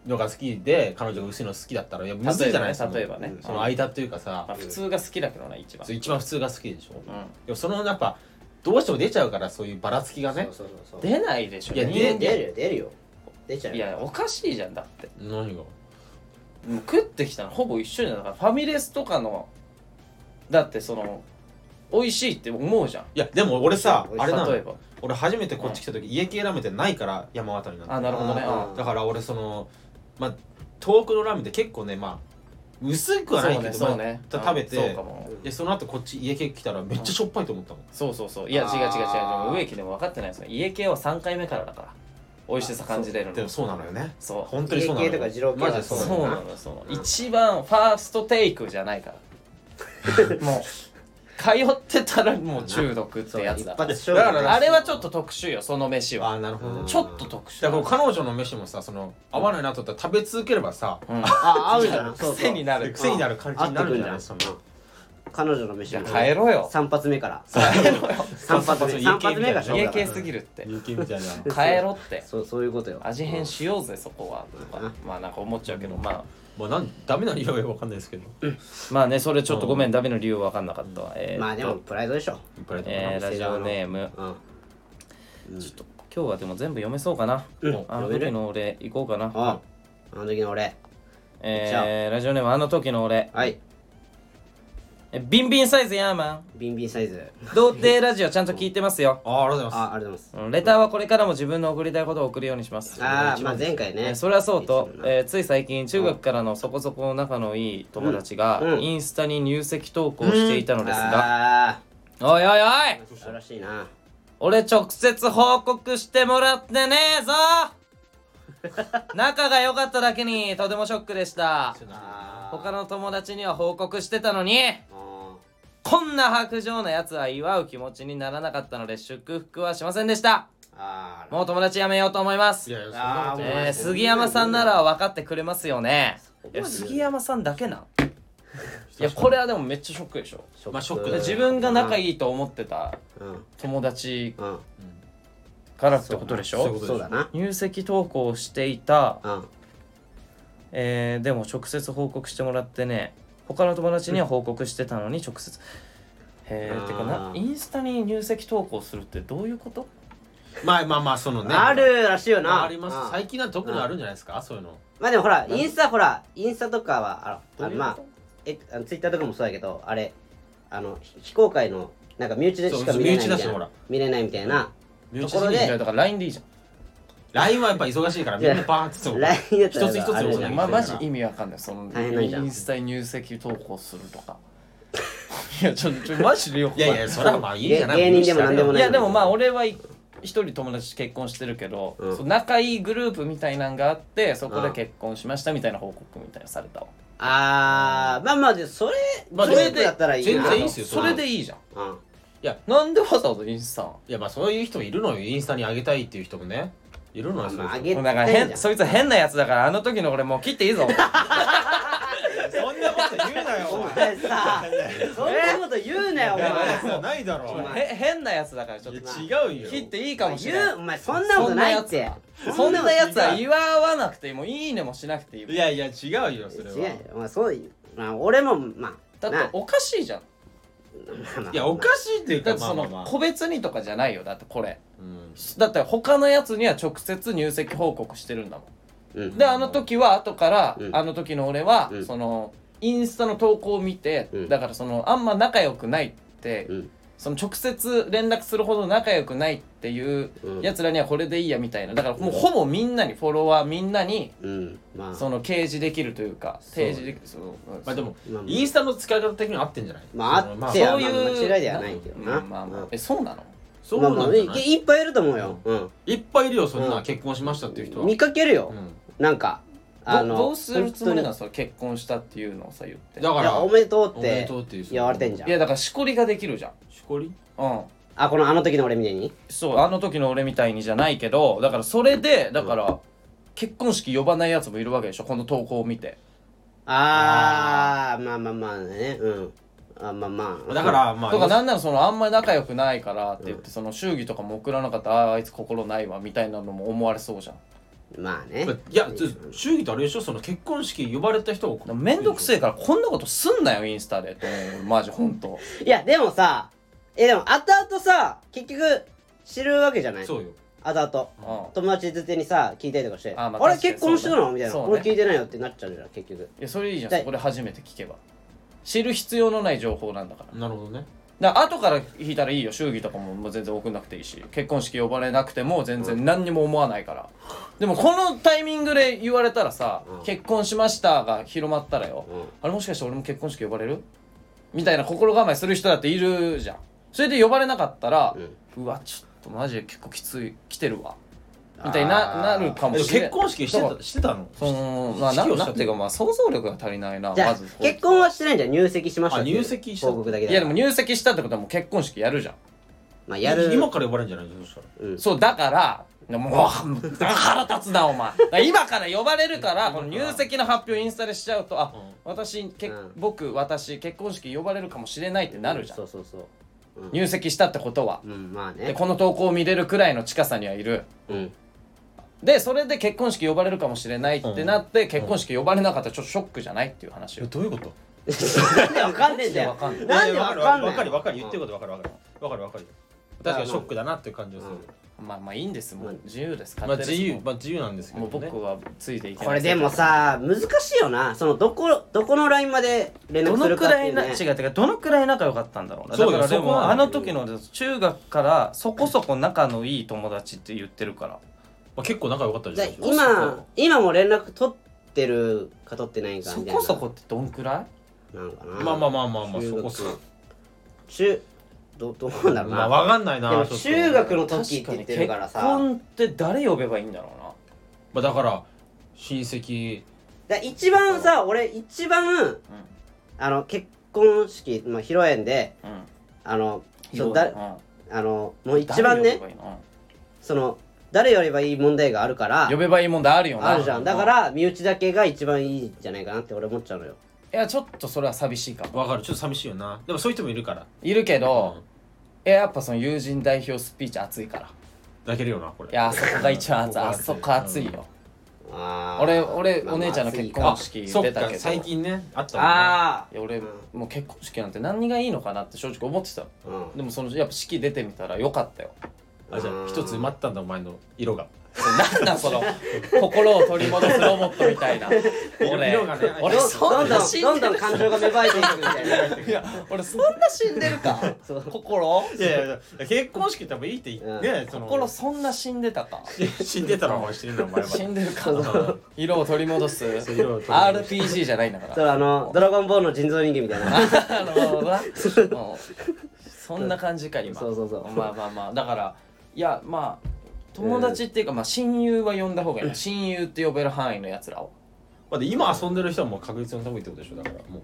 Speaker 3: のが好きで彼女が薄いの好きだったらいやむずいじゃない
Speaker 2: 例えばね例
Speaker 3: その
Speaker 2: えばね
Speaker 3: その間というかさ
Speaker 2: まあ、普通が好きだけどな一番
Speaker 3: そう一番普通が好きでしょ、
Speaker 2: うん
Speaker 3: でもそのやっぱどうしても出ちゃうからそういうばらつきがね
Speaker 1: そうそうそうそう
Speaker 2: 出ないでしょ
Speaker 3: いや
Speaker 2: 人
Speaker 1: 出
Speaker 2: 間
Speaker 1: 出るよ出るよ出ちゃう
Speaker 2: い
Speaker 1: い
Speaker 2: やおかしいじゃんだって
Speaker 3: 何が
Speaker 2: もう食ってきたのほぼ一緒じゃんだからファミレスとかのだってその美味しいって思うじゃん
Speaker 3: いやでも俺さ
Speaker 1: 美味しい
Speaker 3: あれな
Speaker 2: 例え
Speaker 3: の
Speaker 2: ば
Speaker 3: 俺初めてこっち来た時、家系ラーメンってないから山形になった
Speaker 2: あなるほどね
Speaker 1: あー
Speaker 2: うん
Speaker 3: だから俺そのまあ東北のラーメンって結構ねまあ薄くはない
Speaker 2: そう
Speaker 3: け
Speaker 2: ね
Speaker 3: ど
Speaker 2: そうね
Speaker 3: まあ食べて
Speaker 2: うんそうかも
Speaker 3: でその後こっち家系来たらめっちゃしょっぱいと思ったもん
Speaker 2: そうそうそういや違う違う違うでも植木でも分かってないですよ家系は3回目からだから美味しさ感じれる
Speaker 3: で
Speaker 2: の
Speaker 3: もそうなのよね
Speaker 2: そう
Speaker 3: 本当にそうなの
Speaker 1: 家系とか二郎系と
Speaker 3: マ
Speaker 1: か
Speaker 3: ジでそうな
Speaker 2: そ
Speaker 3: の
Speaker 2: う
Speaker 3: よ
Speaker 2: な
Speaker 3: な
Speaker 2: のよそうなの一番ファーストテイクじゃないからもう通ってたらもう中毒ってやつだ
Speaker 1: 一発勝
Speaker 3: だから
Speaker 1: 負
Speaker 3: なん
Speaker 1: ね
Speaker 3: か
Speaker 2: あれはちょっと特殊よその飯
Speaker 3: あ
Speaker 2: は
Speaker 3: ーなるほどね
Speaker 2: ちょっと特殊
Speaker 3: だからこう彼女の飯もさその合わないなと思ったら食べ続ければさ
Speaker 2: うん
Speaker 1: あ合うじゃんそうそう
Speaker 2: 癖になる
Speaker 3: 癖になる感じになるんじゃな
Speaker 1: 合
Speaker 3: い
Speaker 1: って
Speaker 3: そ
Speaker 1: くん
Speaker 3: の
Speaker 1: じゃん彼女の飯
Speaker 2: いや
Speaker 1: の
Speaker 2: 帰ろよ
Speaker 1: 3発目から
Speaker 3: 三
Speaker 1: 3発目3発目が勝負
Speaker 2: 家
Speaker 1: だか
Speaker 2: 系
Speaker 1: ら
Speaker 2: すぎるって
Speaker 3: 人間みたい な
Speaker 2: 帰ろって
Speaker 1: そうそういうことよ
Speaker 2: 味変しようぜそこはと
Speaker 1: う
Speaker 2: か
Speaker 1: ん
Speaker 2: まあなんか思っちゃうけどまあ
Speaker 3: まあなんダメな理由はよくわかんないですけど
Speaker 2: まあねそれちょっとごめんダメの理由は分かんなかったわえーっと
Speaker 1: まあでもプライドでしょ
Speaker 3: いっぱいあると思う
Speaker 2: えーラジオネーム
Speaker 1: うん
Speaker 2: ちょっと今日はでも全部読めそうかな
Speaker 1: うん
Speaker 2: あ
Speaker 1: 読
Speaker 2: の
Speaker 1: め
Speaker 2: 時
Speaker 1: る
Speaker 2: の俺行こうかな
Speaker 1: ああの時の俺
Speaker 2: えーラジオネームあの時の俺
Speaker 1: はい
Speaker 2: えビンビンサイズヤーマン
Speaker 1: ビンビンサイズ
Speaker 2: 童貞ラジオちゃんと聞いてますよ
Speaker 3: あーありがとうございま
Speaker 1: あありがとうございます
Speaker 2: うんレターはこれからも自分の送りたいことを送るようにします
Speaker 1: ああまあ前回
Speaker 2: え
Speaker 1: ね
Speaker 2: ーそれはそうと
Speaker 1: いつ、もな
Speaker 2: えーつい最近中学からのそこそこ仲のいい友達が、
Speaker 1: うんうん
Speaker 2: インスタに入籍投稿していたのですが、
Speaker 1: あ
Speaker 2: おいおいおい
Speaker 1: あ素晴らしいな
Speaker 2: 俺直接報告してもらってねえぞ 仲が良かっただけにとてもショックでした
Speaker 3: す
Speaker 1: あー
Speaker 2: 他の友達には報告してたのに
Speaker 1: あ
Speaker 2: こんな薄情なやつは祝う気持ちにならなかったので祝福はしませんでした
Speaker 1: ーあー
Speaker 2: もう友達やめようと思います
Speaker 3: いやいやそんな
Speaker 1: あ
Speaker 3: こと
Speaker 1: ー
Speaker 3: ない
Speaker 2: えー、杉山さんなら分かってくれますよねいや杉山さんだけなんいやこれはでもめっちゃショックでしょ
Speaker 1: ショ
Speaker 3: まあショックだね
Speaker 2: 自分が仲
Speaker 1: い
Speaker 2: いいと思ってた
Speaker 1: うん
Speaker 2: 友達
Speaker 1: うん
Speaker 2: からってことでし
Speaker 3: そういう
Speaker 2: ょ
Speaker 3: ことでし
Speaker 1: そう
Speaker 3: ょ
Speaker 1: だな
Speaker 2: 入籍投稿をしていた、
Speaker 1: うん
Speaker 2: えーでも直接報告してもらってね他の友達には報告してたのに直接、へ
Speaker 1: あ
Speaker 2: え
Speaker 1: ー
Speaker 2: てかなインスタに入籍投稿するってどういうこと
Speaker 3: まあまあまあそのね
Speaker 1: あるらしいよ
Speaker 3: まあ
Speaker 1: な
Speaker 3: あります
Speaker 1: うん
Speaker 3: 最近は特にあるんじゃないですかそういうの
Speaker 1: まあでもほらインスタほらインスタとかはあらあ
Speaker 3: どういうこと
Speaker 1: まあえあのツイッターとかもそうだけどあれあのひ非公開のなんか身内でしか
Speaker 3: そう
Speaker 1: 見れない
Speaker 3: 身内
Speaker 1: み
Speaker 3: だ
Speaker 1: た
Speaker 3: し
Speaker 1: い
Speaker 3: ほ
Speaker 1: な
Speaker 3: ら
Speaker 1: 見れないみたいな
Speaker 3: 身内
Speaker 1: ところで
Speaker 2: いやだから LINE でいいじ
Speaker 3: LINE はやっぱ忙しいからみんなバーンってつも
Speaker 1: LINE だったら
Speaker 3: 一つ一つ
Speaker 1: あれじゃ
Speaker 2: ゃ
Speaker 1: ない
Speaker 2: ん、
Speaker 3: ね
Speaker 2: ま、マジ意味わかんないその
Speaker 1: 大変なんじゃん
Speaker 2: インスタに入籍投稿するとか いやちょっとマジでよく
Speaker 3: いやいやそれはまあいいんじゃない
Speaker 1: 芸芸人でも何でもない
Speaker 2: やでもまあ俺は一人友達結婚してるけど、
Speaker 1: うん
Speaker 2: そう仲いいグループみたいなんがあってそこで結婚しましたみたいな報告みたいなされたわ、
Speaker 1: あーまあまあでそれ
Speaker 3: まあ
Speaker 1: それでやったらいい
Speaker 3: 全
Speaker 1: な
Speaker 3: 然いいっすよ
Speaker 2: それでいいじゃん
Speaker 1: うん
Speaker 2: なんでわざわざインスタ
Speaker 3: いやまあそういう人もいるのよインスタに上げたいっていう人もねいるのよそういう
Speaker 1: まああ
Speaker 3: 人
Speaker 1: げて
Speaker 2: だ
Speaker 1: ん
Speaker 2: から
Speaker 1: じゃ
Speaker 2: 変
Speaker 1: ん
Speaker 2: そいつは変なやつだからあの時の俺もう切っていい ぞ
Speaker 3: そんなこと言うなよお
Speaker 1: お 前さそんなこと言うなよお前
Speaker 3: ないだろ
Speaker 1: お前
Speaker 2: へ変なやつだからちょっと
Speaker 3: い
Speaker 1: 違
Speaker 3: や違うよ
Speaker 2: 切っていいかもしれ
Speaker 1: 言
Speaker 2: な
Speaker 1: う
Speaker 2: い
Speaker 1: お前そんなことないって
Speaker 2: そんなやつは
Speaker 1: う
Speaker 2: 祝わなくてもいいねもしなくていい
Speaker 3: いやいや違うよそれは
Speaker 1: 違うよお前そういうまあ俺もまあ
Speaker 2: だって
Speaker 1: な
Speaker 2: おかしいじゃん
Speaker 3: いやおかしいっていう
Speaker 2: だ
Speaker 3: か
Speaker 2: って
Speaker 3: まあ
Speaker 2: そ
Speaker 3: まあま
Speaker 2: の
Speaker 3: あ
Speaker 2: 個別にとかじゃないよだってこれ
Speaker 3: うん
Speaker 2: だって他のやつには直接入籍報告してるんだもん
Speaker 1: うん
Speaker 2: であの時は後から、
Speaker 1: うん
Speaker 2: あの時の俺は、
Speaker 1: うん
Speaker 2: そのインスタの投稿を見て、
Speaker 1: うん
Speaker 2: だからそのあんま仲良くないって、
Speaker 1: うん
Speaker 2: その直接連絡するほど仲良くないっていう
Speaker 1: うん
Speaker 2: やつらにはこれでいいやみたいなだからもうほぼみんなにフォロワーみんなに
Speaker 1: うんまあ
Speaker 2: その掲示できるというか
Speaker 3: そう
Speaker 2: 提示できるその
Speaker 3: まあでも
Speaker 1: まあまあ
Speaker 3: インスタの使い方的には合ってんじゃない
Speaker 1: まあ
Speaker 3: その
Speaker 1: 合って
Speaker 2: そう
Speaker 1: い
Speaker 2: い
Speaker 1: やまあ
Speaker 2: う
Speaker 1: 間違いではないけどな
Speaker 2: うんまあま
Speaker 1: う
Speaker 2: あ
Speaker 1: ん
Speaker 2: えそうなの
Speaker 3: そう
Speaker 1: ま
Speaker 3: な
Speaker 1: あ
Speaker 3: ん
Speaker 1: まあ
Speaker 3: じ
Speaker 1: い
Speaker 3: ゃない
Speaker 1: いっぱいいると思うよ、うん
Speaker 3: いっぱいいるよそん
Speaker 1: う
Speaker 3: なん結婚しましたっていう人は
Speaker 1: 見かけるよ、
Speaker 3: うん
Speaker 1: なんかあ
Speaker 2: ど
Speaker 1: の
Speaker 2: どうするつもりなの
Speaker 1: 本
Speaker 2: その結婚したっていうのをさ言って
Speaker 3: だ
Speaker 1: 当
Speaker 3: か
Speaker 1: にいや
Speaker 3: ら
Speaker 1: おめでとうっ
Speaker 3: おめで
Speaker 1: て
Speaker 3: とうっていう
Speaker 1: 言われてんじゃん
Speaker 2: いやだからしこりができるじゃん
Speaker 3: しこり
Speaker 2: うん
Speaker 1: あこのあの時の俺みたいに
Speaker 2: そうあの時の俺みたいにじゃないけどだからそれでだから結婚式呼ばないやつもいるわけでしょこの投稿を見て
Speaker 1: あーまあまあまあねうんあまあまあ
Speaker 3: だからまあ
Speaker 2: とかなんならそのあんまり仲良くないからって言ってその祝儀とかも送らなかったあーあいつ心ないわみたいなのも思われそうじゃん
Speaker 1: まあね
Speaker 3: いやちょ祝儀ってあれでしょその結婚式呼ばれた人を
Speaker 2: だからめんどくせえからこんなことすんなよインスタでと思うマジほんと
Speaker 1: いやでもさえでも後々さ結局知るわけじゃない
Speaker 3: そうよ
Speaker 1: 後々
Speaker 2: うん
Speaker 1: 友達づてにさ聞いたりとかして「
Speaker 2: あ
Speaker 1: あ
Speaker 2: まあ
Speaker 1: れ
Speaker 2: 確かに
Speaker 1: 結婚した
Speaker 2: そう
Speaker 1: の?」
Speaker 2: ね
Speaker 1: みたいな「
Speaker 2: そうね
Speaker 1: 俺聞いてないよ」ってなっちゃうじゃん結局
Speaker 2: いやそれいいじゃん
Speaker 1: じゃあ
Speaker 2: そこで初めて聞けば知る必要のない情報なんだから
Speaker 3: なるほどね
Speaker 2: だから後から引いたらいいよ祝儀とかももう全然送んなくていいし結婚式呼ばれなくても全然何にも思わないから、でもこのタイミングで言われたらさ「
Speaker 1: うん
Speaker 2: 結婚しました」が広まったらよ、
Speaker 1: うん
Speaker 2: あれもしかして俺も結婚式呼ばれるみたいな心構えする人だっているじゃんそれで呼ばれなかったら、うわちょっとマジで結構きつい来てるわみたいにななるかも
Speaker 3: え
Speaker 2: しれな
Speaker 3: 結
Speaker 2: い
Speaker 3: 婚式してたしてたの
Speaker 2: そのまあな
Speaker 3: 式をした
Speaker 2: なんていうかまあ想像力が足りないな
Speaker 1: じゃ
Speaker 2: ま
Speaker 1: あ
Speaker 2: ず
Speaker 1: 結婚はしてないんじゃん入籍しましたっていう
Speaker 3: あ入籍した
Speaker 1: 報告だけだ
Speaker 2: いやでも入籍したってことはもう結婚式やるじゃん
Speaker 1: まあやる
Speaker 3: 今から呼ばれるんじゃないそしたら
Speaker 1: うん
Speaker 2: そうだからもうだから腹立つなお前だから今から呼ばれるからこの入籍の発表インスタでしちゃうとあ
Speaker 3: うん
Speaker 2: 私け、
Speaker 1: うん
Speaker 2: 僕私結婚式呼ばれるかもしれないってなるじゃん、
Speaker 1: そうそうそううん
Speaker 2: 入籍したってことは、
Speaker 1: うんまあね
Speaker 2: でこの投稿を見れるくらいの近さにはいる
Speaker 1: うん
Speaker 2: でそれで結婚式呼ばれるかもしれないってなって、結婚式呼ばれなかったらちょっとショックじゃないっていう話
Speaker 3: え
Speaker 2: を
Speaker 3: どういうこと
Speaker 1: なんでわかんねえんだよ
Speaker 2: わかんねえ
Speaker 1: なんでわ
Speaker 3: わ
Speaker 1: かんねえ
Speaker 3: わかるわかる言ってることわかるわかるわかるわかる確かにショックだなっていう感じがする
Speaker 2: まあまあいいんですも
Speaker 1: う
Speaker 2: うん自由です
Speaker 3: まあ
Speaker 2: 勝手
Speaker 3: 自
Speaker 2: です
Speaker 3: 由まあ自由なんですけ
Speaker 2: も
Speaker 3: ど
Speaker 2: う
Speaker 3: ね
Speaker 2: 僕はついていけない
Speaker 1: これでもさ難しいよなそのどこどこのラインまで連
Speaker 2: ど
Speaker 1: 絡す
Speaker 2: の
Speaker 1: る
Speaker 2: く
Speaker 1: かって
Speaker 2: ら
Speaker 1: い
Speaker 2: いうな
Speaker 1: ね
Speaker 2: 違う違うどのくらい仲良かったんだろうな
Speaker 3: そ
Speaker 2: だ
Speaker 3: うよ
Speaker 2: からで
Speaker 3: そこは
Speaker 2: もあの時の中学からそこそこ仲のいい友達って言ってるから
Speaker 3: まあ結構仲良かった
Speaker 1: じ
Speaker 3: じ
Speaker 1: ゃ
Speaker 3: ゃ
Speaker 1: あ
Speaker 3: ん
Speaker 1: 今今も連絡取ってるか取ってないか
Speaker 2: そ
Speaker 1: みたいな
Speaker 2: こそこってどんくら
Speaker 1: なんかな
Speaker 3: まあまあまあまあまあ
Speaker 1: 中
Speaker 3: そ
Speaker 1: 学
Speaker 3: こそこ
Speaker 1: 中どどうなんだろう
Speaker 3: ま
Speaker 1: な、
Speaker 3: あわかんない
Speaker 1: で
Speaker 3: な
Speaker 1: も
Speaker 3: ちょっと
Speaker 1: 中学の
Speaker 2: い
Speaker 1: 時って言ってるから
Speaker 2: 結
Speaker 1: さ
Speaker 2: 婚って誰呼べばいいんだろうな
Speaker 3: まあだから親戚
Speaker 1: だから一番さ俺一番あの結婚式、まあ、披露宴で
Speaker 2: うんうん
Speaker 1: あの
Speaker 2: 呼
Speaker 1: そう
Speaker 2: べ
Speaker 1: だ
Speaker 2: うん
Speaker 1: あのもう一番ね
Speaker 2: 誰呼べばいいの
Speaker 1: その誰よりはいい問題があるから
Speaker 2: 呼べばいい問題あるよな
Speaker 1: あるじゃんだから身内だけが一番いいんじゃないかなって俺思っちゃうのよ
Speaker 2: いやちょっとそれは寂しいかも
Speaker 3: わかるちょっと寂しいよなでもそういう人もいるから
Speaker 2: いるけど
Speaker 3: うん
Speaker 2: いややっぱその友人代表スピーチ熱いから
Speaker 3: 泣けるよなこれ
Speaker 2: いやあそこが一番熱い
Speaker 3: うん
Speaker 2: あそこ熱いよ
Speaker 1: あー
Speaker 2: 俺俺
Speaker 1: まあ
Speaker 2: お姉ちゃんの
Speaker 1: まあ
Speaker 2: 結
Speaker 1: ま
Speaker 2: 婚
Speaker 1: あ
Speaker 2: 式
Speaker 3: そっ
Speaker 2: 出た
Speaker 3: か
Speaker 2: けど
Speaker 3: 最近ねあったもんな
Speaker 1: あ
Speaker 2: いや俺
Speaker 1: うん
Speaker 2: もう結婚式なんて何がいいのかなって正直思ってた
Speaker 1: ーうん
Speaker 2: でもそのやっぱ式出てみたらよかったよ
Speaker 3: あじゃあ一つ埋まったんだお前の色が
Speaker 2: なんなんそ の心を取り戻すロボットみたいな俺
Speaker 3: 色がね
Speaker 2: 俺
Speaker 1: ど
Speaker 2: そ
Speaker 1: ど
Speaker 2: ん
Speaker 1: んど
Speaker 2: なん死ん
Speaker 1: どん
Speaker 2: で
Speaker 1: ど
Speaker 2: る
Speaker 1: ん感情が芽生えていくみたい な
Speaker 2: いや俺そんな死んでるか
Speaker 1: そう
Speaker 2: 心
Speaker 3: いやいやいや結婚式多分いいって言って、
Speaker 1: う
Speaker 3: ねその
Speaker 2: 心そんな死んでたか
Speaker 3: 死んでたらお前死んでるなお前は
Speaker 2: 死んでるか
Speaker 3: う
Speaker 2: 色を取り戻す
Speaker 3: そう色を取り戻す
Speaker 2: RPG じゃないんだか
Speaker 1: そう
Speaker 2: ら
Speaker 1: あのドラゴンボールの人造人間みたいな
Speaker 2: あのなもうそんな感じか今
Speaker 1: そうそうそう
Speaker 2: まあまあまあだからいやまあ友達っていうか、まあ親友は呼んだ方がいいな親友って呼べる範囲のやつらを
Speaker 3: まあで今遊んでる人はもう確実に多いってことでしょだからもう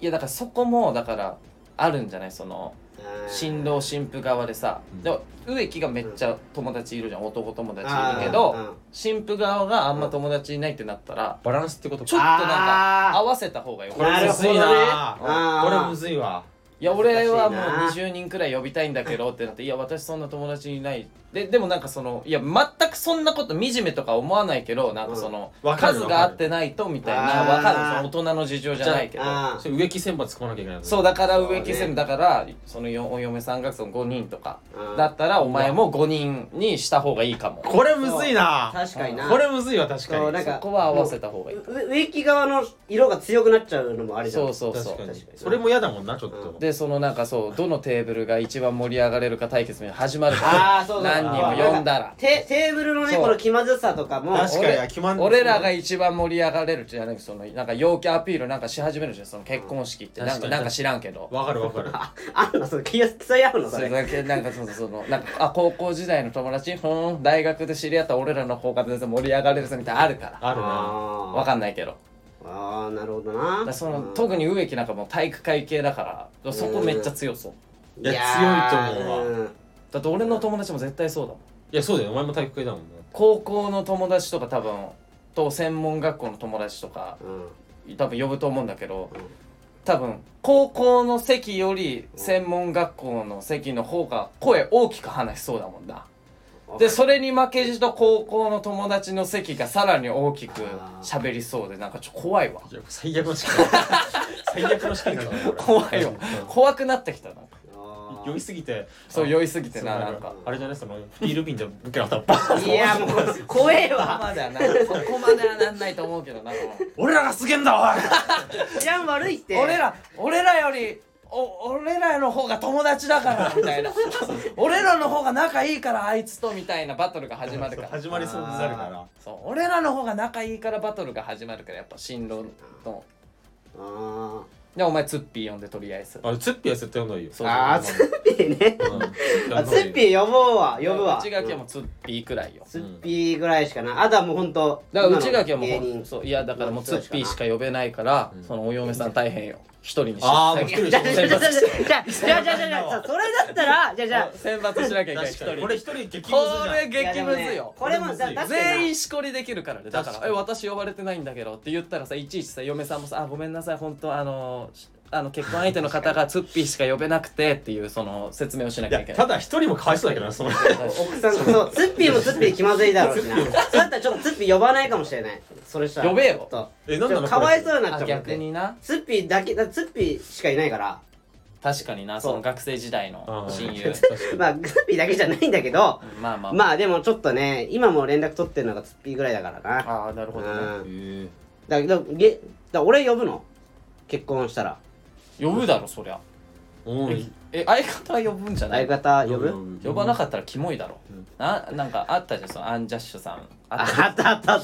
Speaker 2: いやだからそこもだからあるんじゃないその
Speaker 1: うん
Speaker 2: 新郎新婦側でさ、
Speaker 3: うん
Speaker 2: でも植木がめっちゃ友達いるじゃん男友達
Speaker 1: あ
Speaker 2: い
Speaker 1: ー
Speaker 2: るけど、
Speaker 1: うん
Speaker 2: 新婦側があんま友達いないってなったら、
Speaker 3: バランスってこと
Speaker 2: ちょっとなん
Speaker 1: あー
Speaker 2: か合わせた方がよ
Speaker 3: こ
Speaker 2: か
Speaker 3: れ
Speaker 2: っ
Speaker 1: なる
Speaker 3: む
Speaker 1: ほ
Speaker 3: ず
Speaker 1: ど
Speaker 3: い
Speaker 1: ね
Speaker 3: な
Speaker 1: あー
Speaker 3: これむずいわ
Speaker 2: いや俺はもう
Speaker 1: 難しい
Speaker 2: 20人くらい呼びたいんだけどってなっていや私そんな友達いないででもなんかそのいや全くそんなこと惨めとか思わないけどなんかその、
Speaker 3: うんわかる
Speaker 2: 数が合ってないとみたいな
Speaker 1: あー
Speaker 2: わかるその大人の事情じゃないけど
Speaker 1: あ
Speaker 3: それ植木選抜使わなきゃいけない
Speaker 2: そう
Speaker 3: だ
Speaker 2: だから植木
Speaker 1: そう
Speaker 2: 専
Speaker 1: ね
Speaker 2: 務だからそのよお嫁さんがその5人とか
Speaker 1: うん
Speaker 2: だったらお前も5人にした方がいいかも
Speaker 3: これむずい
Speaker 1: ー
Speaker 3: な
Speaker 1: 確かにな
Speaker 3: これむずいわ確
Speaker 1: そ
Speaker 3: か
Speaker 1: うな
Speaker 3: に
Speaker 1: んか
Speaker 2: そこは合わせた方がいいう
Speaker 1: 植木側の色が強くなっちゃうのもあれじゃん
Speaker 2: そうそう
Speaker 3: 確
Speaker 2: そ
Speaker 3: か
Speaker 2: う
Speaker 3: に
Speaker 1: 確かに
Speaker 3: それも嫌だもんなちょっと、
Speaker 2: でそのなんかそうどのテーブルが一番盛り上がれるか対決みたいなの始まる
Speaker 1: あ
Speaker 2: か
Speaker 1: あそうだ
Speaker 2: ら何人も呼んだら
Speaker 1: テテーブルのね
Speaker 2: そう
Speaker 1: この気まずさとかも
Speaker 3: 確かに
Speaker 2: 俺
Speaker 3: 決まんない
Speaker 2: 俺らが一番盛り上がれるじゃなくそのなんか陽気アピールなんかし始めるじゃんその結婚式ってなん
Speaker 3: 確か
Speaker 2: か
Speaker 3: に
Speaker 2: なんか知らんけど
Speaker 3: わかるわかる
Speaker 1: あんのその気が競い合うのそ
Speaker 2: それ
Speaker 1: れ
Speaker 2: だけなんかそうそうそのなんかあ高校時代の友達ふーん大学で知り合った俺らの方が全然盛り上がれるぞみたいなのあるから
Speaker 3: あるな
Speaker 1: あ
Speaker 2: わかんないけど
Speaker 1: ーあーなるほど
Speaker 2: だか
Speaker 1: な
Speaker 2: らその
Speaker 1: うん
Speaker 2: 特に植木なんかもう体育会系だからそこめっちゃ強そう
Speaker 3: いや
Speaker 1: ー
Speaker 3: 強いと思う
Speaker 1: うん
Speaker 2: だって俺の友達も絶対そうだもん
Speaker 3: いやそうだよお前も体育会だもんね
Speaker 2: 高校の友達とか多分と専門学校の友達とか
Speaker 1: うん
Speaker 2: 多分呼ぶと思うんだけど
Speaker 1: うん
Speaker 2: 多分高校の席より専門学校の席の方が声大きく話しそうだもんなでそれに負けじと高校の友達の席がさらに大きく喋りそうでなんかちょっと怖いわ
Speaker 3: いや最悪の試 験最悪の試験だなこれ
Speaker 2: 怖いよ怖くなってきたなんか
Speaker 1: あ
Speaker 3: 酔い
Speaker 1: ー
Speaker 3: すぎて
Speaker 2: そう酔いすぎて
Speaker 3: そう
Speaker 2: ななんか
Speaker 3: あれじゃないそのビール瓶でブケ当たった
Speaker 1: いやもう怖え
Speaker 2: そこ
Speaker 1: わ
Speaker 2: まではなそこまではなんないと思うけどな
Speaker 3: 俺らがすげえんだ
Speaker 1: 治安悪いって
Speaker 2: 俺ら俺らよりお俺らの方が友達だからみた いな俺らの方が仲いいからあいつとみたいなバトルが始まるから
Speaker 3: 始まりそうになるから
Speaker 2: そう俺らの方が仲いいからバトルが始まるからやっぱ新郎の
Speaker 1: あー
Speaker 2: でお前ツッピー呼んでとりあえず
Speaker 3: あれツッピーは絶対呼んだらいいよ
Speaker 2: そう
Speaker 1: あーツッピーね
Speaker 3: うんツッピー
Speaker 1: あ
Speaker 3: は呼ん
Speaker 1: ツ
Speaker 3: だ方がい
Speaker 1: ッピー
Speaker 3: い
Speaker 1: 呼ぼうわ呼ぶわ
Speaker 2: 内垣はもうツッピーくらいよ
Speaker 1: ツッピーぐらいしかなあとはもうほんと
Speaker 2: だから内垣はもう
Speaker 1: 芸
Speaker 2: ほん
Speaker 1: 人
Speaker 2: そういやだからもうツッピーしか呼べないから、
Speaker 3: ん
Speaker 2: そのお嫁さん大変よ一人にして
Speaker 3: あーもう
Speaker 2: 選
Speaker 1: じ
Speaker 3: 一人
Speaker 1: ゃ
Speaker 3: で
Speaker 1: じゃ
Speaker 3: し
Speaker 1: じ
Speaker 3: ょ
Speaker 1: ゃじゃじゃじゃじゃじゃそれだったらじゃじゃ
Speaker 2: 選抜しなきゃいけない一
Speaker 3: 確か
Speaker 2: 人
Speaker 3: に
Speaker 2: で
Speaker 3: これ一人激
Speaker 2: こ
Speaker 3: ムズじゃん
Speaker 2: れ激ムズよ
Speaker 1: これもだ確か
Speaker 2: 全
Speaker 1: に
Speaker 2: 員しこりできるからねだか
Speaker 3: 確
Speaker 2: ら「
Speaker 3: か
Speaker 2: え
Speaker 3: に
Speaker 2: 私呼ばれてないんだけど」って言ったらさいちいちさ嫁さんもさ「あごめんなさい本当あのしあの結婚相手の方がツッピーしか呼べなくて」っていうその説明をしないきゃい
Speaker 3: や
Speaker 2: けない
Speaker 3: ただ一人もかわいそうだけどなその
Speaker 1: 奥さんそうツッピーもツッピー気まずいだろうしなそうだったらちょっとツッピー呼ばないかもしれないそれしたら
Speaker 2: 呼べよ
Speaker 1: と
Speaker 3: え
Speaker 1: ちょ
Speaker 3: なん
Speaker 1: っと
Speaker 3: なの
Speaker 1: かわいそう
Speaker 3: う
Speaker 1: になっちゃ
Speaker 2: あ
Speaker 1: う
Speaker 2: 逆にな
Speaker 1: ツッピーだけだツッピーしかいないから
Speaker 2: 確かにな
Speaker 1: そう
Speaker 2: その学生時代の親友
Speaker 1: まあツッピーだけじゃないんだけど
Speaker 2: まあまあ
Speaker 1: まあでもちょっとね今も連絡取ってるのがツッピーぐらいだからな
Speaker 2: ああなるほどね
Speaker 1: うんだだげだ俺呼ぶの結婚したら
Speaker 2: 呼ぶだろそりゃ
Speaker 3: お
Speaker 2: ええ相方は呼ぶんじゃない
Speaker 1: 相方呼ぶ
Speaker 2: 呼ば
Speaker 3: な
Speaker 2: なかったらキモいだろ
Speaker 3: うん
Speaker 2: ななんかあったじゃんそのアンジャッシュさんあ
Speaker 1: あ
Speaker 2: った
Speaker 1: あったあったあっ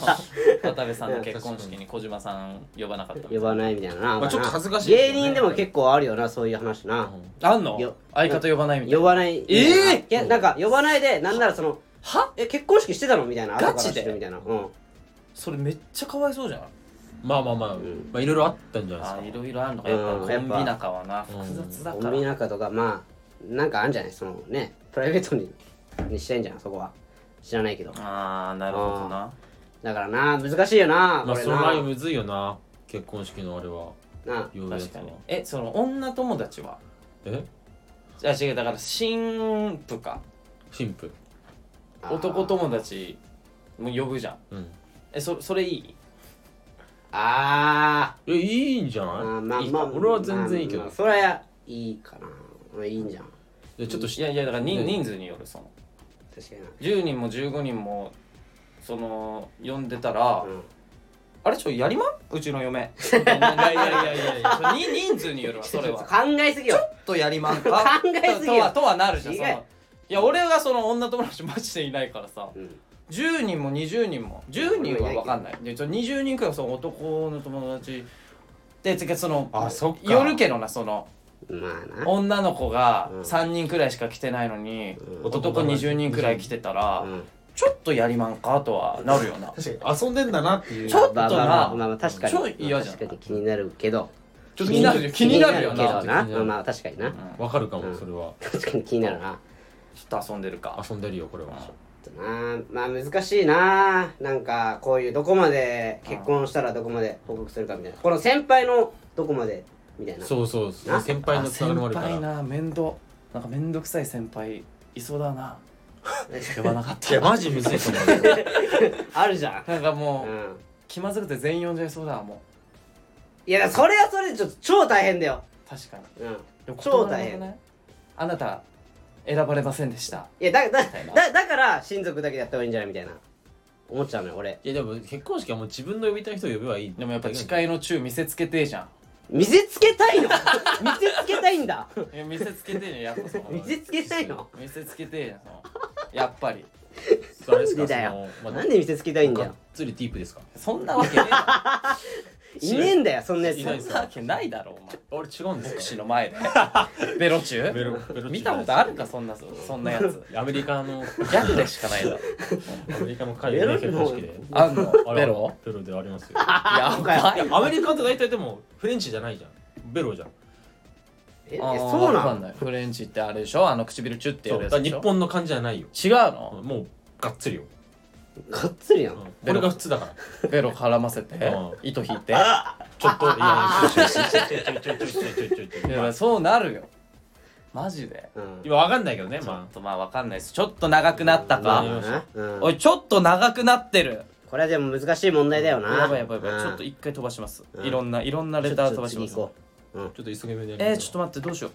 Speaker 1: た
Speaker 2: 渡辺さんの結婚式に小島さん呼ばなかった
Speaker 1: 呼ばないみたいなな、
Speaker 3: まあちょっと恥ずかしいけどね
Speaker 1: 芸人でも結構あるよなそういう話な、
Speaker 2: あんの
Speaker 1: よ
Speaker 2: 相方呼ばないみたいな
Speaker 1: 呼ばない
Speaker 2: え
Speaker 1: い
Speaker 2: ー
Speaker 1: やなんか呼ばないでなんならその
Speaker 2: は
Speaker 1: え結婚式してたのみたいな後
Speaker 2: ガチ
Speaker 1: から
Speaker 2: で
Speaker 1: 知るみたいなうん
Speaker 2: それめっちゃかわいそうじゃない
Speaker 3: まあまあまあ
Speaker 1: ん
Speaker 3: まあいろいろあったんじゃない
Speaker 2: あい
Speaker 3: ですか
Speaker 2: ろいろあるのかやっぱ
Speaker 1: うん
Speaker 2: コ
Speaker 1: やっ
Speaker 2: ン
Speaker 1: ぱ
Speaker 2: ビ仲はな
Speaker 3: うん
Speaker 2: 複雑だ
Speaker 1: コ
Speaker 2: か
Speaker 1: ンビ
Speaker 2: ら
Speaker 1: 仲とかまあなんかあんじゃないそのねプライベートにに したいんじゃんそこは知らないけど
Speaker 2: ああなるほどな
Speaker 1: だからな難しいよな
Speaker 3: ま
Speaker 1: こ
Speaker 3: あ
Speaker 1: れ
Speaker 3: そ
Speaker 1: な,、
Speaker 3: の前むずいよな結婚式のあれは
Speaker 1: な
Speaker 3: 言うや
Speaker 2: 確
Speaker 3: つ
Speaker 2: か
Speaker 3: は
Speaker 2: にえその女友達は
Speaker 3: え
Speaker 2: あ違うだから新婦か
Speaker 3: 新婦
Speaker 1: あー
Speaker 2: 男友達も呼ぶじゃん
Speaker 3: うん
Speaker 2: えそそれいい
Speaker 1: あ
Speaker 3: えいいんじゃ
Speaker 1: ーあーまあ
Speaker 3: ないいい
Speaker 1: まあ
Speaker 3: 俺は全然いいけ
Speaker 1: ま
Speaker 3: ど
Speaker 1: あそれはいいかな俺いいんじゃん
Speaker 3: いやちょっとし
Speaker 2: いやいやだから人,、
Speaker 3: ね
Speaker 2: 人数によるその
Speaker 1: 確か
Speaker 2: 10人も15人もその呼んでたら、
Speaker 1: にな、うん、
Speaker 2: あれちょやりまんうちの嫁いやいやいやいやいや人人数に よるわそれは
Speaker 1: 考えすぎよ
Speaker 2: とやりまんか
Speaker 1: 考えすぎよ
Speaker 2: とはとはなるじゃん
Speaker 1: 意
Speaker 2: その
Speaker 1: 外
Speaker 2: いや俺がその女友達マジでいないからさ
Speaker 1: うん
Speaker 2: 10人も20人も10人は分かんないでちょ20人くらいはその男の友達でつけその
Speaker 3: あそっか
Speaker 2: よるけどなその
Speaker 1: まあな
Speaker 2: 女の子が
Speaker 1: うん
Speaker 2: 3人くらいしか来てないのに、
Speaker 1: うん
Speaker 2: 男20人くらい来てたら、
Speaker 1: うん
Speaker 2: ちょっとやりまんかとはなるよな
Speaker 3: 確かに遊んでんだなっていう
Speaker 2: ちょっと
Speaker 1: まあ
Speaker 2: な
Speaker 1: まあまあまあまあ確かに
Speaker 2: ちょい嫌じゃん
Speaker 1: 確かに気になるけど
Speaker 2: ちょっと気になるよ気になるよ
Speaker 1: 気に
Speaker 2: な
Speaker 1: なるけどな
Speaker 3: 気になる
Speaker 1: まあまあ確かにな
Speaker 2: うん
Speaker 3: わかるかもそれは
Speaker 1: 確かに気になるな
Speaker 2: ちょっと遊んでるか
Speaker 3: 遊んでるよこれは
Speaker 1: ちょっとなまあ難しいななんかこういうどこまで結婚したらどこまで報告するかみたいなこの先輩のどこまでみたいな
Speaker 3: そうそうそう
Speaker 1: な
Speaker 3: 先輩の
Speaker 2: あ
Speaker 3: つながりもあるから
Speaker 2: 先輩な面倒なんか面倒くさい先輩いそうだな呼ばなかっ
Speaker 3: い
Speaker 2: た
Speaker 3: や
Speaker 2: な
Speaker 3: マジむずいと思うよ
Speaker 1: あるじゃん
Speaker 2: なんか
Speaker 1: う
Speaker 2: もうん気まずくて全員呼んじゃいそうだわも
Speaker 1: いやそれはそれでちょっと超大変だよ
Speaker 2: う確かに
Speaker 1: うん
Speaker 2: でも
Speaker 1: 超大変
Speaker 2: 断らなくないあなた選ばれませんでした
Speaker 1: いやだだ
Speaker 2: いな
Speaker 1: だだから親族だけでやった方がいいんじゃないみたいな思っちゃうのよ俺
Speaker 3: いやでも結婚式はもう自分の呼びたい人を呼べばいい
Speaker 2: でもやっぱ誓いの中見せつけてえじゃ
Speaker 1: 見せつけたいの見せつけたいんだ
Speaker 2: んいや見せつけてえじゃんやっぱその
Speaker 1: 見せつけたいの
Speaker 2: 見せつけてえじゃんその やっぱり
Speaker 3: そうあれです
Speaker 1: なん
Speaker 3: か
Speaker 1: でだ
Speaker 3: そ
Speaker 1: よ
Speaker 3: のまあ
Speaker 1: なんで見せつけたいんだ
Speaker 3: が
Speaker 1: よ
Speaker 3: っつりディープですか
Speaker 2: そんなわけねえだ
Speaker 1: いねえんだよそんなやつ
Speaker 3: いないで
Speaker 2: ろ
Speaker 3: す
Speaker 2: そんなわけないだろお前
Speaker 3: 俺違うんで
Speaker 2: 牧師
Speaker 3: す
Speaker 2: の前でベロチュ
Speaker 3: ベロベロチュ
Speaker 2: 見たことあるかそんなそんなやつ
Speaker 3: かアメリカの
Speaker 2: ギャグでしかないだろ
Speaker 3: アメリカの海外の結婚式で
Speaker 2: あんの
Speaker 3: あれ
Speaker 2: ベロ
Speaker 3: ベロでありますよ
Speaker 2: やばい
Speaker 3: アメリカって大体でもフレンチじゃないじゃんベロじゃん
Speaker 1: ええ
Speaker 2: あー
Speaker 1: そう
Speaker 2: わか
Speaker 1: なんの
Speaker 2: ないフレンチってあれでしょあの唇チュってや
Speaker 3: そう
Speaker 2: る
Speaker 3: だ
Speaker 2: や
Speaker 3: か
Speaker 2: つで
Speaker 3: ら日
Speaker 2: しょ
Speaker 3: 本の感じじゃないよ
Speaker 2: 違うの
Speaker 3: もうがっつりよ
Speaker 1: がっつりや
Speaker 3: うん
Speaker 1: ん
Speaker 3: これが普通だから
Speaker 2: ベロ絡ませて
Speaker 3: うん
Speaker 2: 糸引いて
Speaker 3: ちょっといやちょいちょいちょいちょいちょいちょいちょいちょいちょい
Speaker 2: いやそうなるよマジで
Speaker 1: うん
Speaker 3: 今わかんないけどね
Speaker 2: ちょっ
Speaker 3: ま
Speaker 2: とまあわかんないですちょっと長くなったか
Speaker 3: うん
Speaker 1: うん
Speaker 2: おいちょっと長くなってる
Speaker 1: これはでも難しい問題だよな
Speaker 2: やばいやばいやばいちょっと
Speaker 1: い
Speaker 2: 一回飛ばします
Speaker 1: うん
Speaker 2: いろんないろんなレター飛ばします
Speaker 1: う、うん
Speaker 3: あ、ちょっと急ぎ目で
Speaker 2: えー、ちょっと待ってどう しよ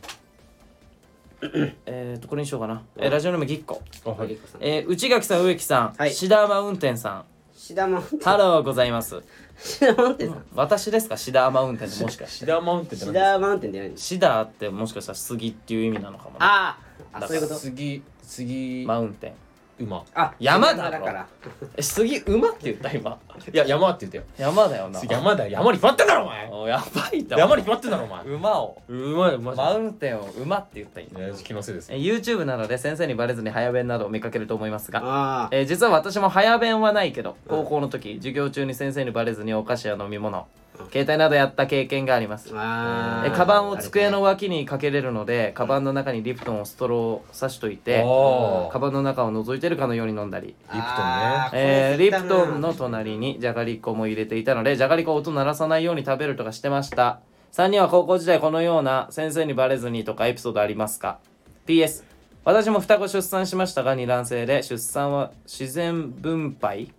Speaker 2: うえっとこれにしようかなえーラジオネームぎっこ
Speaker 3: とはい
Speaker 2: えー内垣さん植木さん
Speaker 1: はい
Speaker 2: 志田マウンテンさん
Speaker 1: シダマウンテン
Speaker 2: ハローございます
Speaker 1: シダマウンテンさん
Speaker 2: 私ですかシダーマウンテンってもしかし
Speaker 3: シ
Speaker 2: て
Speaker 3: ダーマウンテンって
Speaker 1: シ
Speaker 3: なん
Speaker 1: ダマウンテンじゃないんです
Speaker 2: シダーってもしかしたら杉っていう意味なのかもね
Speaker 1: あーあ
Speaker 2: だから
Speaker 1: そういうこと
Speaker 3: 杉杉
Speaker 2: マウンテン
Speaker 3: 馬
Speaker 1: あ
Speaker 2: 山だろ
Speaker 1: だから
Speaker 2: え杉馬って言った今
Speaker 3: いや山って言っ
Speaker 2: 山だよな
Speaker 3: たよ山だよ山に決まってんだろお前
Speaker 2: おやばいだ
Speaker 3: 山に決まってんだろお前
Speaker 2: 馬を
Speaker 3: うまいマ
Speaker 2: マウンテンを馬って言った今
Speaker 3: ジでいや気のせいです
Speaker 2: え YouTube などで先生にバレずに早弁などを見かけると思いますが、
Speaker 1: ああ
Speaker 2: えー実は私も早弁はないけど高校の時授業中に先生にバレずにお菓子や飲み物携帯などやった経験があります
Speaker 1: あ
Speaker 2: え
Speaker 1: ー
Speaker 2: カバンを机の脇にかけれるのでカバンの中にリプトンをストローを差しといて
Speaker 3: おー
Speaker 2: カバンの中を覗いてるかのように飲んだり
Speaker 1: あれ
Speaker 3: あ
Speaker 2: えーリプトン
Speaker 1: あ
Speaker 2: の
Speaker 1: ー
Speaker 2: 隣にじゃがりこも入れていたのでじゃがりこを音鳴らさないように食べるとかしてました3人は高校時代このような先生にバレずにとかエピソードありますか PS 私も双子出産しましたが二卵性で出産は自然分配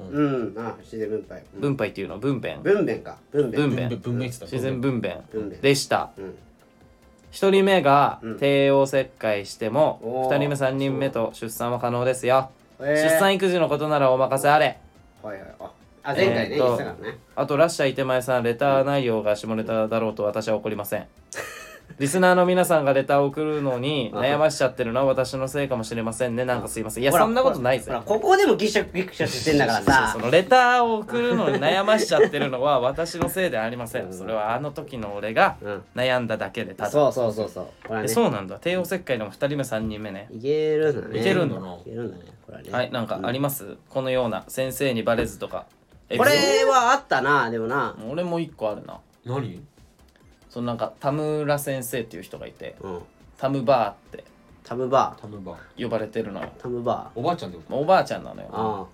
Speaker 1: うんあ自然分配うん
Speaker 2: 分配っていうの分娩
Speaker 1: 分娩か分
Speaker 2: 分
Speaker 1: 娩
Speaker 2: 娩
Speaker 3: 分娩って言った
Speaker 2: 自然分娩
Speaker 1: 娩
Speaker 2: でした
Speaker 1: うん
Speaker 2: 1人目が
Speaker 1: うん
Speaker 2: 帝王切開しても
Speaker 1: おー
Speaker 2: 2人目3人目と出産は可能ですよ
Speaker 1: えー
Speaker 2: 出産育児のことならお任せあれ
Speaker 1: はいはいああ前回ね言
Speaker 2: えーと
Speaker 1: ってたからね
Speaker 2: あと、ラッシャー手前さん、レター内容が下ネタだろうと私は怒りま せん。リスナーの皆さんがレターを送る のに悩ましちゃってるのは私のせいかもしれませんね。なんかすいません。いや、
Speaker 1: ほら
Speaker 2: そんなことない
Speaker 1: ほ
Speaker 2: ぜ
Speaker 1: ら。ここでもギクシャクギクシャクしてんだからさ
Speaker 2: そのレターを送るのに悩ましちゃってるのは私のせいではありません。それはあの時の俺が
Speaker 1: うん
Speaker 2: 悩んだだけで、ただ。
Speaker 1: そうそうそうそうほら
Speaker 2: え
Speaker 1: ね
Speaker 2: そうなんだ。帝王切開の2人目、3人目ね。
Speaker 1: いけるんだね
Speaker 2: いける
Speaker 1: ん
Speaker 2: んだ
Speaker 1: だ
Speaker 3: ない
Speaker 1: けるんだねほらね
Speaker 2: はい、なんかありますこのような先生にバレずとか。
Speaker 1: こ
Speaker 2: エピ
Speaker 1: れはあったなでもな
Speaker 2: ソード俺も1個あるな。
Speaker 3: 何
Speaker 2: そのなんか田村先生っていう人がいて、
Speaker 1: うん
Speaker 2: タムバーって
Speaker 1: タムバ
Speaker 3: タムバ
Speaker 2: 呼ばれてるのよ
Speaker 1: ータムバー
Speaker 3: おばあちゃんってこと
Speaker 2: まあおばあちゃんなのよ
Speaker 1: あ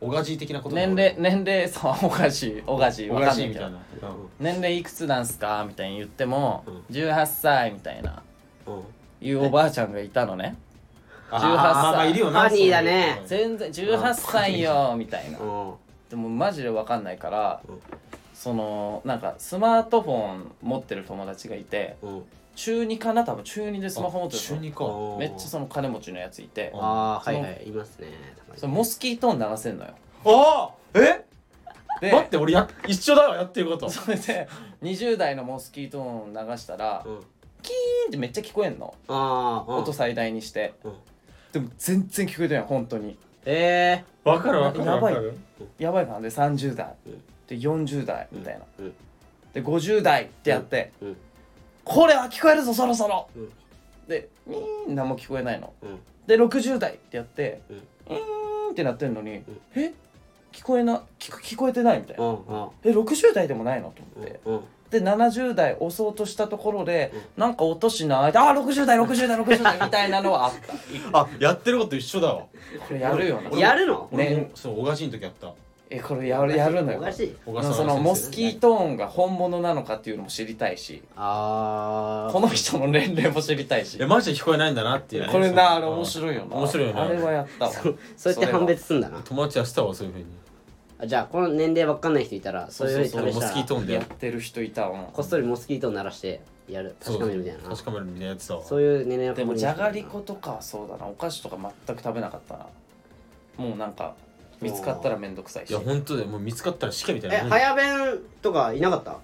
Speaker 3: おがじい的なこと
Speaker 2: 年齢年齢そうおかしいおかしい
Speaker 3: お
Speaker 2: わ
Speaker 3: が
Speaker 2: かんな
Speaker 3: じい
Speaker 2: い
Speaker 3: み
Speaker 2: け
Speaker 3: た
Speaker 2: ど
Speaker 3: いなうん
Speaker 2: 年齢いくつなんすかみたいに言っても
Speaker 1: うん
Speaker 2: 18歳みたいな
Speaker 1: あうん
Speaker 2: いうおばあちゃんがいたのね
Speaker 3: あ
Speaker 2: 18
Speaker 3: まあまあいるよな
Speaker 1: ファニーだね
Speaker 3: そういう
Speaker 2: 全然18歳よみたいな
Speaker 1: うん
Speaker 2: でもマジでわかんないから
Speaker 1: うん
Speaker 2: そのなんかスマートフォン持ってる友達がいて
Speaker 1: うん
Speaker 2: 中2かな多分中2でスマホ持って
Speaker 3: あ中
Speaker 2: る
Speaker 3: 二か
Speaker 2: のめっちゃその金持ちのやついて
Speaker 3: あ
Speaker 1: ああ
Speaker 2: そ
Speaker 1: は
Speaker 2: の
Speaker 1: いはいいますねたまに
Speaker 2: そのモスキート音鳴らせんのよ
Speaker 3: ああえ
Speaker 2: で
Speaker 3: 待って俺や一緒だわやってること
Speaker 2: それで20代のモスキート音流したら
Speaker 1: うん
Speaker 2: ピーンってめっちゃ聞こえんの
Speaker 1: ああ
Speaker 2: 音最大にして
Speaker 1: うん
Speaker 2: でも全然聞こえてない本当に
Speaker 1: え
Speaker 3: わかるわかる
Speaker 2: やばい
Speaker 3: わかる
Speaker 2: やばいなで30代
Speaker 1: うん
Speaker 2: で40代みたいな
Speaker 1: えうん
Speaker 2: で50代ってやって
Speaker 1: うん
Speaker 2: これは聞こえるぞそろそろ
Speaker 1: うん
Speaker 2: でミーン何も聞こえないの
Speaker 1: うん
Speaker 2: で60代ってやって
Speaker 1: うん
Speaker 2: うーんってなってんのに
Speaker 1: ん
Speaker 2: え聞こえな聞こ聞こえてないみたいな
Speaker 1: うんうん
Speaker 2: え60代でもないのと思って
Speaker 1: うん
Speaker 2: で70代押そうとしたところで、なんか落としないであー60代60代60代みたいなのはあった
Speaker 3: あやってること一緒だわ
Speaker 2: これやるよな
Speaker 1: やるの
Speaker 3: 俺も
Speaker 2: ね
Speaker 3: そうおがじいの時やった
Speaker 2: えこれやるやるのよ
Speaker 1: おかしい
Speaker 3: 小
Speaker 2: これ
Speaker 3: 笠原
Speaker 2: そ
Speaker 3: 先
Speaker 2: の
Speaker 3: 生
Speaker 2: モスキート音が本物なのかっていうのも知りたいし
Speaker 1: ああ
Speaker 2: この人の年齢も知りたいし
Speaker 3: えマジで聞こえないんだなっていうね
Speaker 2: これなあれ
Speaker 3: うん
Speaker 2: 面白いよな
Speaker 3: 面白いよね
Speaker 2: あれはやったわ
Speaker 1: そうやって判別すんだな
Speaker 3: 友達はしたわそういうふうに
Speaker 1: あじゃあこの年齢わかんない人いたらそういうふう
Speaker 2: そう
Speaker 1: に
Speaker 2: そ
Speaker 1: 試し
Speaker 2: う
Speaker 3: モスキー
Speaker 1: た
Speaker 3: ト
Speaker 1: ら
Speaker 3: ーン
Speaker 2: や
Speaker 3: で
Speaker 2: ってる人いたわ
Speaker 1: こっそりモスキートを鳴らしてやる確かめるみたいな
Speaker 3: 確かめるみたいなやつだわ
Speaker 1: そういう年齢の
Speaker 2: でも
Speaker 1: 確認
Speaker 2: じゃがりことかはそうだなお菓子とか全く食べなかったなもうなんか見つかったらめんどくさい
Speaker 3: い
Speaker 2: し
Speaker 3: や本当でもう見つかったら死刑みたい
Speaker 1: え
Speaker 3: なもんい
Speaker 1: 早弁とかいなかった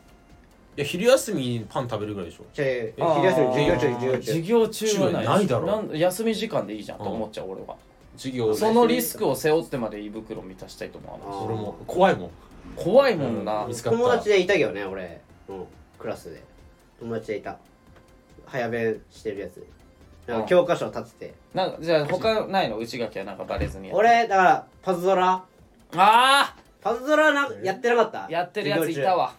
Speaker 3: や昼休みにパン食べるぐらいでしょ
Speaker 1: じゃあ昼
Speaker 2: あー
Speaker 1: 休み授業中授業
Speaker 2: 授
Speaker 1: 中
Speaker 2: 業中はない
Speaker 3: 中はないだろ
Speaker 2: ん休み時間でいいじゃんと思っちゃう俺は
Speaker 3: 授業
Speaker 2: そのリスクを背負ってまで胃袋を満たしたいと思わない
Speaker 3: 俺も怖いもん
Speaker 2: 怖いもんな、
Speaker 3: うん見つかった
Speaker 1: 友達でいたけどね俺うんクラスで友達でいた早弁してるやつなんか教科書立てて
Speaker 2: なんかじゃあ他ないの内垣はなんかバレずにやって
Speaker 1: 俺だからパズドラ
Speaker 2: あ
Speaker 1: パズドラなやってなかった
Speaker 2: あやってるやつい
Speaker 1: 授業
Speaker 2: た
Speaker 1: 中
Speaker 2: わ